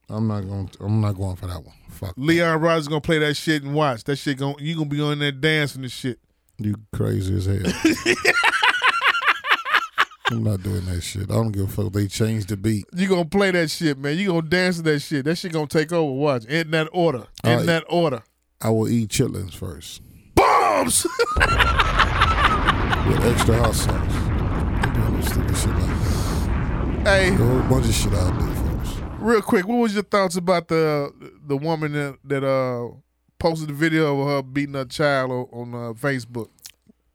Speaker 4: I'm not going. To, I'm not going for that one. Fuck.
Speaker 5: Leon Rogers gonna play that shit and watch. That shit going you gonna be on there dancing and shit.
Speaker 4: You crazy as hell. I'm not doing that shit. I don't give a fuck. if They changed the beat.
Speaker 5: You gonna play that shit, man. You gonna dance to that shit. That shit gonna take over. Watch. In that order. In
Speaker 4: Alright.
Speaker 5: that order.
Speaker 4: I will eat chitlins first
Speaker 5: Bombs!
Speaker 4: with extra hot sauce. I'm doing this stupid shit like that.
Speaker 5: hey.
Speaker 4: A whole bunch of shit out there first.
Speaker 5: Real quick, what was your thoughts about the the woman that, that uh posted the video of her beating her child o- on uh, Facebook?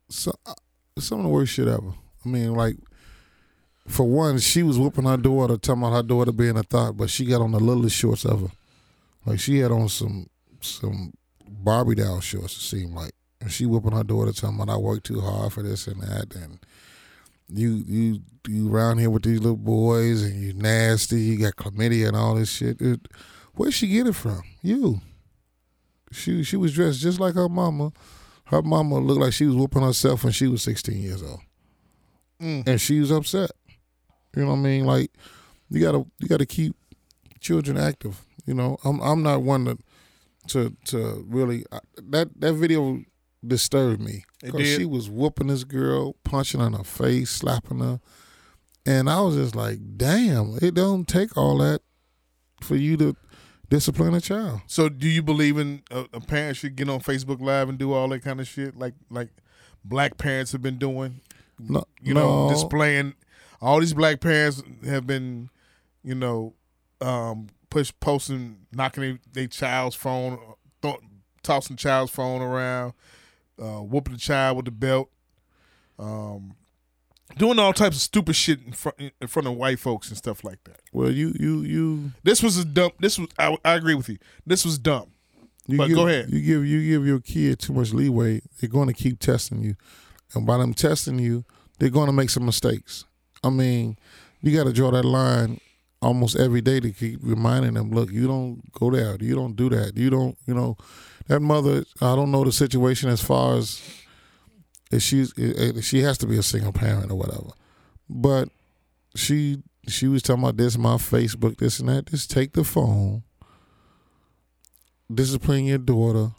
Speaker 4: so, uh, some of the worst shit ever. I mean, like, for one, she was whooping her daughter, talking about her daughter being a thought, but she got on the littlest shorts ever. Like, she had on some some Barbie doll shorts, it seemed like. And she whooping her daughter, talking about I worked too hard for this and that, and you you you around here with these little boys, and you nasty, you got chlamydia and all this shit. It, where'd she get it from? You. She she was dressed just like her mama her mama looked like she was whooping herself when she was 16 years old,
Speaker 5: Mm.
Speaker 4: and she was upset. You know what I mean? Like you gotta you gotta keep children active. You know, I'm I'm not one to to to really I, that that video disturbed me
Speaker 5: It
Speaker 4: because
Speaker 5: did.
Speaker 4: she was whooping this girl, punching her in her face, slapping her, and I was just like, damn, it don't take all that for you to discipline a child.
Speaker 5: So, do you believe in a, a parent should get on Facebook Live and do all that kind of shit like like black parents have been doing?
Speaker 4: No,
Speaker 5: You know,
Speaker 4: no.
Speaker 5: displaying all these black parents have been, you know, um, push posting, knocking their they child's phone, th- tossing child's phone around, uh, whooping the child with the belt, um, doing all types of stupid shit in front in front of white folks and stuff like that.
Speaker 4: Well, you you you
Speaker 5: This was a dumb. This was I, I agree with you. This was dumb.
Speaker 4: You
Speaker 5: But
Speaker 4: give,
Speaker 5: go ahead.
Speaker 4: You give you give your kid too much leeway. They're going to keep testing you. and by them testing you, they're going to make some mistakes. I mean, you got to draw that line almost every day to keep reminding them, look, you don't go there, you don't do that, you don't, you know, that mother. I don't know the situation as far as if she's if she has to be a single parent or whatever, but she she was talking about this, my Facebook, this and that. Just take the phone, discipline your daughter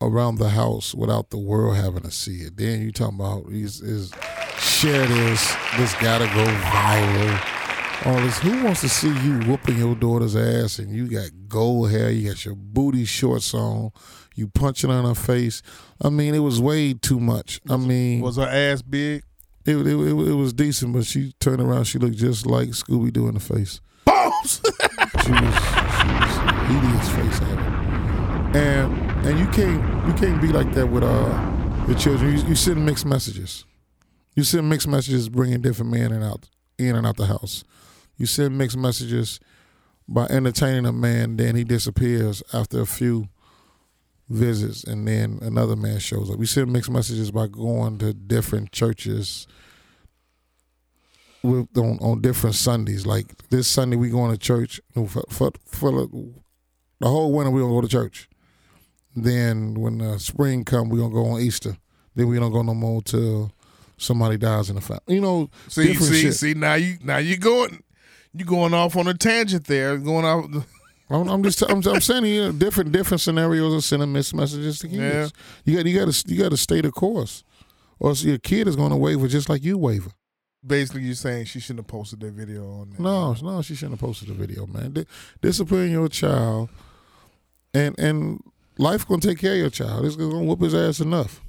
Speaker 4: around the house without the world having to see it. Then you talking about is is share this. This gotta go viral. All this. Who wants to see you whooping your daughter's ass and you got gold hair, you got your booty shorts on, you punching her in her face. I mean, it was way too much. I mean,
Speaker 5: Was her ass big?
Speaker 4: it, it, it, it was decent, but she turned around. She looked just like Scooby Doo in the face.
Speaker 5: Bombs.
Speaker 4: She was, she was hideous face at it. And and you can't you can't be like that with uh your children. You, you send mixed messages. You send mixed messages bringing different men in and out in and out the house. You send mixed messages by entertaining a man, then he disappears after a few visits, and then another man shows up. We send mixed messages by going to different churches with on, on different Sundays. Like this Sunday, we going to church for, for, for the the whole winter. We gonna go to church. Then when the spring come, we gonna go on Easter. Then we don't go no more till somebody dies in the family. You know,
Speaker 5: See,
Speaker 4: different
Speaker 5: see,
Speaker 4: shit.
Speaker 5: see. Now you, now you going, you going off on a tangent there. Going off.
Speaker 4: I'm, I'm just I'm, I'm saying you know, different different scenarios are sending mixed messages to kids. You got you got to you got to stay the course, or else your kid is going to waver just like you waver.
Speaker 5: Basically, you saying she shouldn't have posted that video on. That.
Speaker 4: No, no, she shouldn't have posted the video, man. Di- discipline your child, and and life gonna take care of your child. It's gonna whoop his ass enough.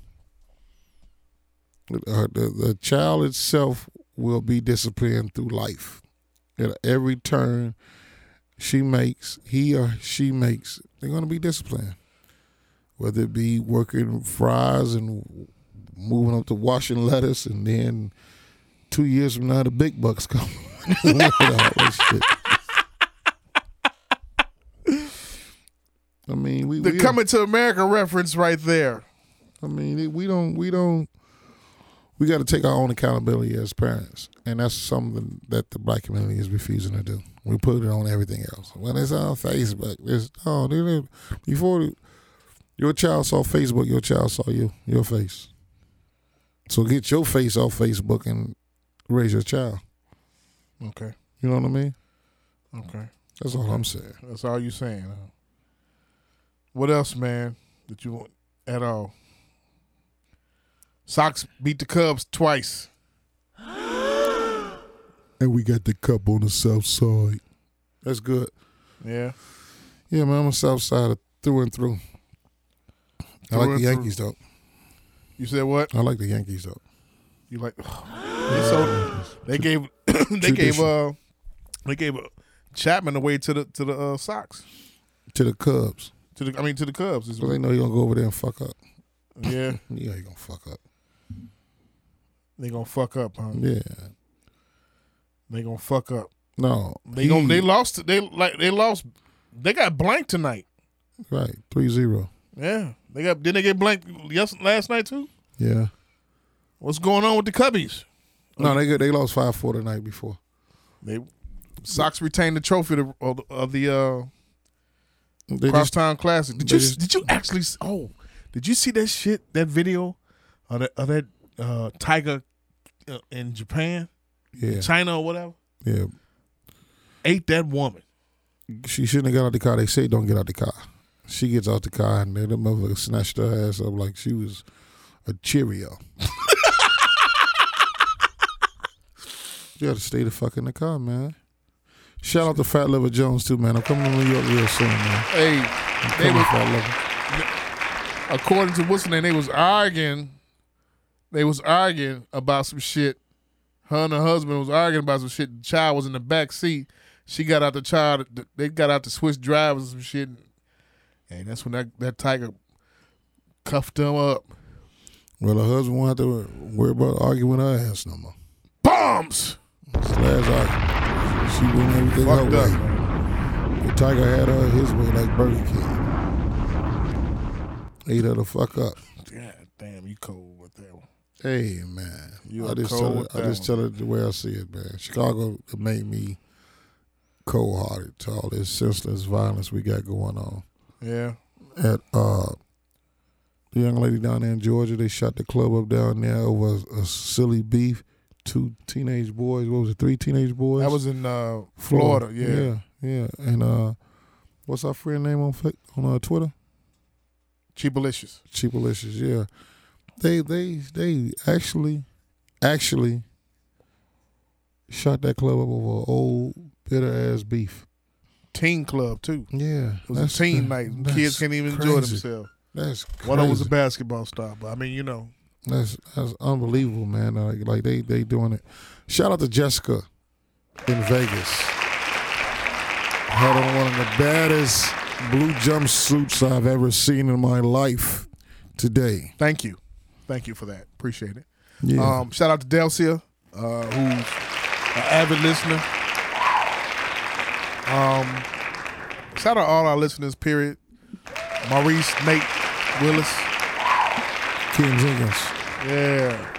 Speaker 4: Uh, the, the child itself will be disciplined through life. At every turn she makes, he or she makes, they're gonna be disciplined. Whether it be working fries and moving up to washing lettuce, and then two years from now the big bucks come. Look at all this shit. I mean, we,
Speaker 5: The
Speaker 4: we
Speaker 5: coming to America reference right there.
Speaker 4: I mean, it- we don't, we don't, we got to take our own accountability as parents, and that's something that the black community is refusing to do. We put it on everything else. When it's on Facebook, it's oh, they didn't- before your child saw Facebook, your child saw you, your face. So get your face off Facebook and raise your child.
Speaker 5: Okay,
Speaker 4: You know what I mean?
Speaker 5: okay.
Speaker 4: That's all I'm saying.
Speaker 5: That's all you saying. huh? What else, man? That you want at all? Sox beat the Cubs twice.
Speaker 4: And we got the cup on the south side. That's good.
Speaker 5: Yeah.
Speaker 4: Yeah, man, I'm a south sider through and through. I
Speaker 5: Through
Speaker 4: like
Speaker 5: and
Speaker 4: the Yankees though.
Speaker 5: You said what?
Speaker 4: I like the Yankees though.
Speaker 5: You like? They sold. They gave. they gave.
Speaker 4: Tradition.
Speaker 5: Uh, they gave uh, Chapman away to the to the uh, Sox.
Speaker 4: To the Cubs.
Speaker 5: To the I mean to the Cubs. is-
Speaker 4: So they know you're gonna go over there and fuck up.
Speaker 5: yeah.
Speaker 4: Yeah, you're gonna fuck up.
Speaker 5: They gonna fuck up, huh?
Speaker 4: Yeah.
Speaker 5: They gonna fuck up.
Speaker 4: No.
Speaker 5: They gonna they lost. They like they lost. They got blanked tonight.
Speaker 4: Right. Three zero.
Speaker 5: Yeah. They got. Did they get blanked yes last night too?
Speaker 4: Yeah.
Speaker 5: What's going on with the Cubbies?
Speaker 4: No, they good. They lost five four the night before.
Speaker 5: They Sox retained the trophy to- of the, of the uh,
Speaker 4: They just
Speaker 5: Crosstown Classic. Did
Speaker 4: they
Speaker 5: you
Speaker 4: just-
Speaker 5: did you actually? s- Oh, did you see that shit? That video of that, of that uh, tiger uh, in Japan,
Speaker 4: yeah
Speaker 5: China, or whatever
Speaker 4: yeah.
Speaker 5: ate that woman.
Speaker 4: She shouldn't have got out the car. They say don't get out the car. She gets out the car and then the motherfucker snatched her ass up like she was a Cheerio. you gotta stay the fuck in the car, man. Shout out to Fat Liver Jones too, man. I'm coming to New York real soon, man.
Speaker 5: Hey, they
Speaker 4: Coming,
Speaker 5: were
Speaker 4: Fat Liver.
Speaker 5: according to what's the name, they was arguing. They was arguing about some shit. Her and her husband was arguing about some shit. The child was in the back seat. She got out the child. They got out the switch drivers and some shit. And that's when that, that tiger cuffed them up.
Speaker 4: Well, her husband won't have to worry about arguing with her ass no more.
Speaker 5: Bombs.
Speaker 4: This last argument, she went everything
Speaker 5: Fucked
Speaker 4: her
Speaker 5: up.
Speaker 4: way. The tiger had her his way like Burger King. Ate her the fuck up.
Speaker 5: God damn, you cold with that one.
Speaker 4: Hey man,
Speaker 5: You
Speaker 4: I
Speaker 5: are
Speaker 4: just
Speaker 5: cold
Speaker 4: tell it,
Speaker 5: with
Speaker 4: I
Speaker 5: that
Speaker 4: just tell it the way I see it, man. Chicago made me cold hearted to all this senseless violence we got going on.
Speaker 5: Yeah.
Speaker 4: At uh, the young lady down there in Georgia, they shot the club up down there over a, a silly beef. Two teenage boys, what was it? Three teenage boys.
Speaker 5: That was in uh, Florida. Yeah.
Speaker 4: yeah, yeah. And uh, what's our friend name on Fa- on uh, Twitter?
Speaker 5: Cheapalicious.
Speaker 4: Cheapalicious, yeah. They they they actually actually shot that club up over old bitter ass beef.
Speaker 5: Teen club, too.
Speaker 4: Yeah,
Speaker 5: It was a teen night. Kids can't even enjoy themselves.
Speaker 4: That's crazy.
Speaker 5: One of them was a basketball star, but I mean, you know.
Speaker 4: That's that's unbelievable, man. Like, like they they doing it. Shout out to Jessica in Vegas. Had on one of the baddest blue jumpsuits I've ever seen in my life today.
Speaker 5: Thank you. Thank you for that. Appreciate it.
Speaker 4: Yeah,
Speaker 5: Um, shout out to Delcia, uh, who's an avid listener. Um, Um, shout out all our listeners, period. Maurice, Nate, Willis.
Speaker 4: Kim Jenkins.
Speaker 5: Yeah.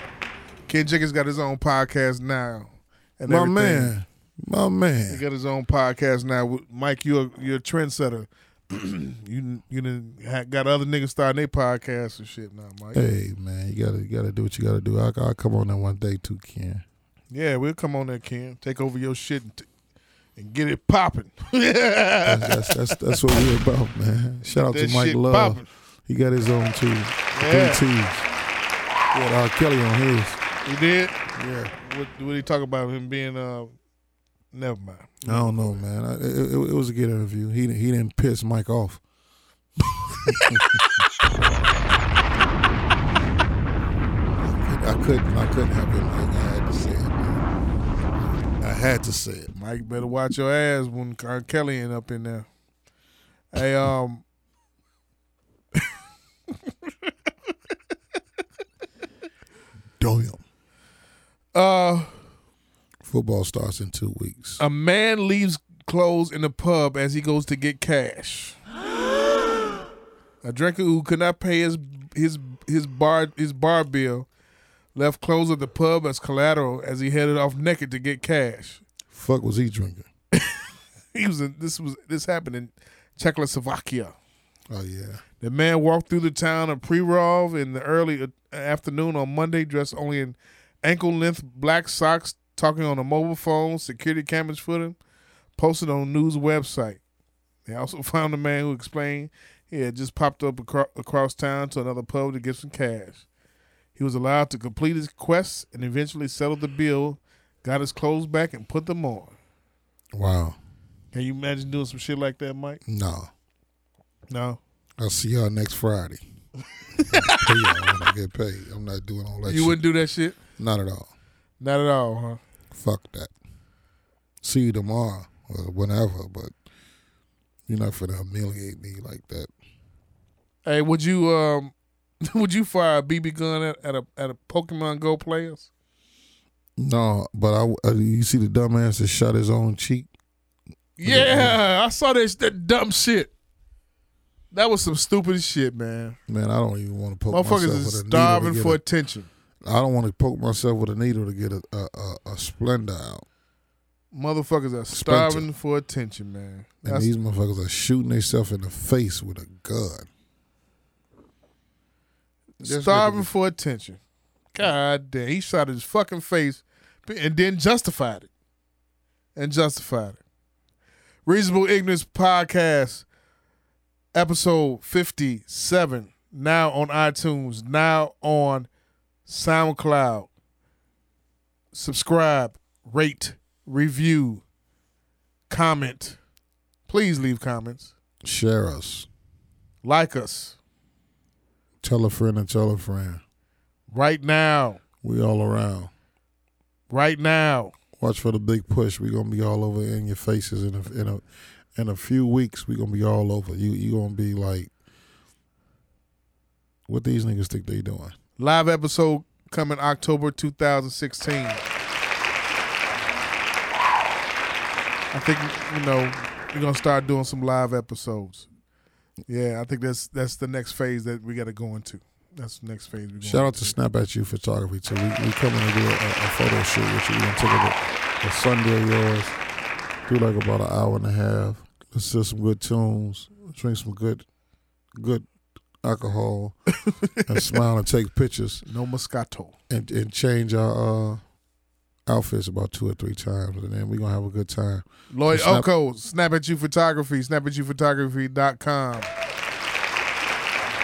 Speaker 5: Ken Jenkins got his own podcast now. And
Speaker 4: My
Speaker 5: everything.
Speaker 4: man, my
Speaker 5: He
Speaker 4: man.
Speaker 5: got his own podcast now. Mike, you're you're a trendsetter. you you done ha- got other niggas starting their podcasts and shit now, Mike.
Speaker 4: Hey man, you gotta you gotta do what you gotta do. I, I'll come on there one day too, Ken.
Speaker 5: Yeah, we'll come on there, Ken. Take over your shit and, t- and get it popping.
Speaker 4: That's that's that's, that's what we're about, man. Shout out to
Speaker 5: That
Speaker 4: Mike
Speaker 5: shit
Speaker 4: Love.
Speaker 5: poppin'.
Speaker 4: He got his own too.
Speaker 5: Yeah.
Speaker 4: Three T's. Yeah, R. Kelly on his.
Speaker 5: You did? Yeah. What, what he talk about him being? Uh, never mind.
Speaker 4: I don't know, man. I, it, it, it was a good interview. He didn't- he didn't piss Mike off. I couldn't I couldn't help it. Mike. I had to say it. Man. I had to say it.
Speaker 5: Mike, better watch your ass when R. Kelly ain't up in there. Hey, um,
Speaker 4: Damn.
Speaker 5: uh,
Speaker 4: Football starts in two weeks.
Speaker 5: a man leaves clothes in the pub as he goes to get cash. a drinker who could not pay his his his bar his bar bill left clothes at the pub as collateral as he headed off naked to get cash.
Speaker 4: Fuck was he drinking?
Speaker 5: He was in, this was this happened in Czechoslovakia.
Speaker 4: Oh yeah.
Speaker 5: The man walked through the town of Prerov in the early uh, afternoon on Monday, dressed only in ankle-length black socks, talking on a mobile phone. Security cameras for him, posted on news website. They also found a man who explained he had just popped up acro- across town to another pub to get some cash. He was allowed to complete his quest and eventually settled the bill, got his clothes back, and put them on.
Speaker 4: Wow.
Speaker 5: Can you imagine doing some shit like that, Mike?
Speaker 4: No.
Speaker 5: No.
Speaker 4: I'll see y'all next Friday. Pay y'all when I get paid. I'm not doing all that
Speaker 5: You
Speaker 4: shit.
Speaker 5: wouldn't do that shit?
Speaker 4: Not at all.
Speaker 5: Not at all, huh?
Speaker 4: Fuck that. See you tomorrow or whenever, but you're not finna humiliate me like that.
Speaker 5: Hey, would you um would you fire a BB gun at, at a at a Pokemon Go players?
Speaker 4: No, but I, uh, you see the dumbass that shot his own cheek.
Speaker 5: Yeah, I saw that that dumb shit. That was some stupid shit, man.
Speaker 4: Man, I don't even want to poke myself
Speaker 5: Motherfuckers
Speaker 4: with
Speaker 5: is
Speaker 4: a needle.
Speaker 5: starving
Speaker 4: To get
Speaker 5: for
Speaker 4: a-
Speaker 5: attention.
Speaker 4: I don't want to poke myself with a needle to get a a, a, a splendor out.
Speaker 5: Motherfuckers are starving for attention, man.
Speaker 4: And
Speaker 5: That's,
Speaker 4: these motherfuckers are shooting themselves in the face with a gun. That's
Speaker 5: starving
Speaker 4: ridiculous.
Speaker 5: for attention. God damn, he shot his fucking face and then justified it. And justified it. Reasonable Ignorance Podcast, episode 57, now on iTunes, now on SoundCloud. Subscribe, rate, review, comment. Please leave comments.
Speaker 4: Share us.
Speaker 5: Like us
Speaker 4: Tell a friend and tell a friend.
Speaker 5: right now.
Speaker 4: We all around.
Speaker 5: Right now.
Speaker 4: Watch for the big push. We're gonna be all over in your faces in a, in a in a few weeks. We're gonna be all over. You you gonna be like, what these niggas think they doing?
Speaker 5: Live episode coming October 2016. I think you know we're gonna start doing some live episodes. Yeah, I think that's that's the next phase that we got to go into. That's the next phase. We're going
Speaker 4: Shout out to Snap at You Photography too. We, we coming to do a, a photo shoot with you. We gonna take a, a Sunday of yours. Do like about an hour and a half. Let's do some good tunes. Drink some good, good alcohol, and smile and take pictures
Speaker 5: No Moscato.
Speaker 4: and, and change our uh, outfits about two or three times, and then we are gonna have a good time.
Speaker 5: Lloyd
Speaker 4: Snap-
Speaker 5: Oko, Snap at You Photography, snap at you photography.com.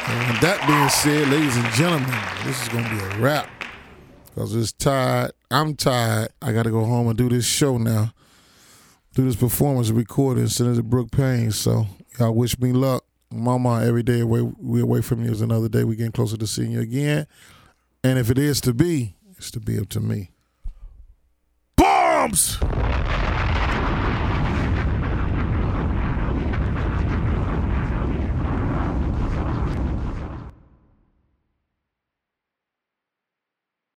Speaker 4: And with that being said, ladies and gentlemen, this is gonna be a wrap. Cause it's tired. I'm tired. I gotta go home and do this show now. Do this performance and record it and send it to Brooke Payne. So y'all wish me luck. Mama, every day away we away from you is another day. We getting closer to seeing you again. And if it is to be, it's to be up to me.
Speaker 5: Bombs!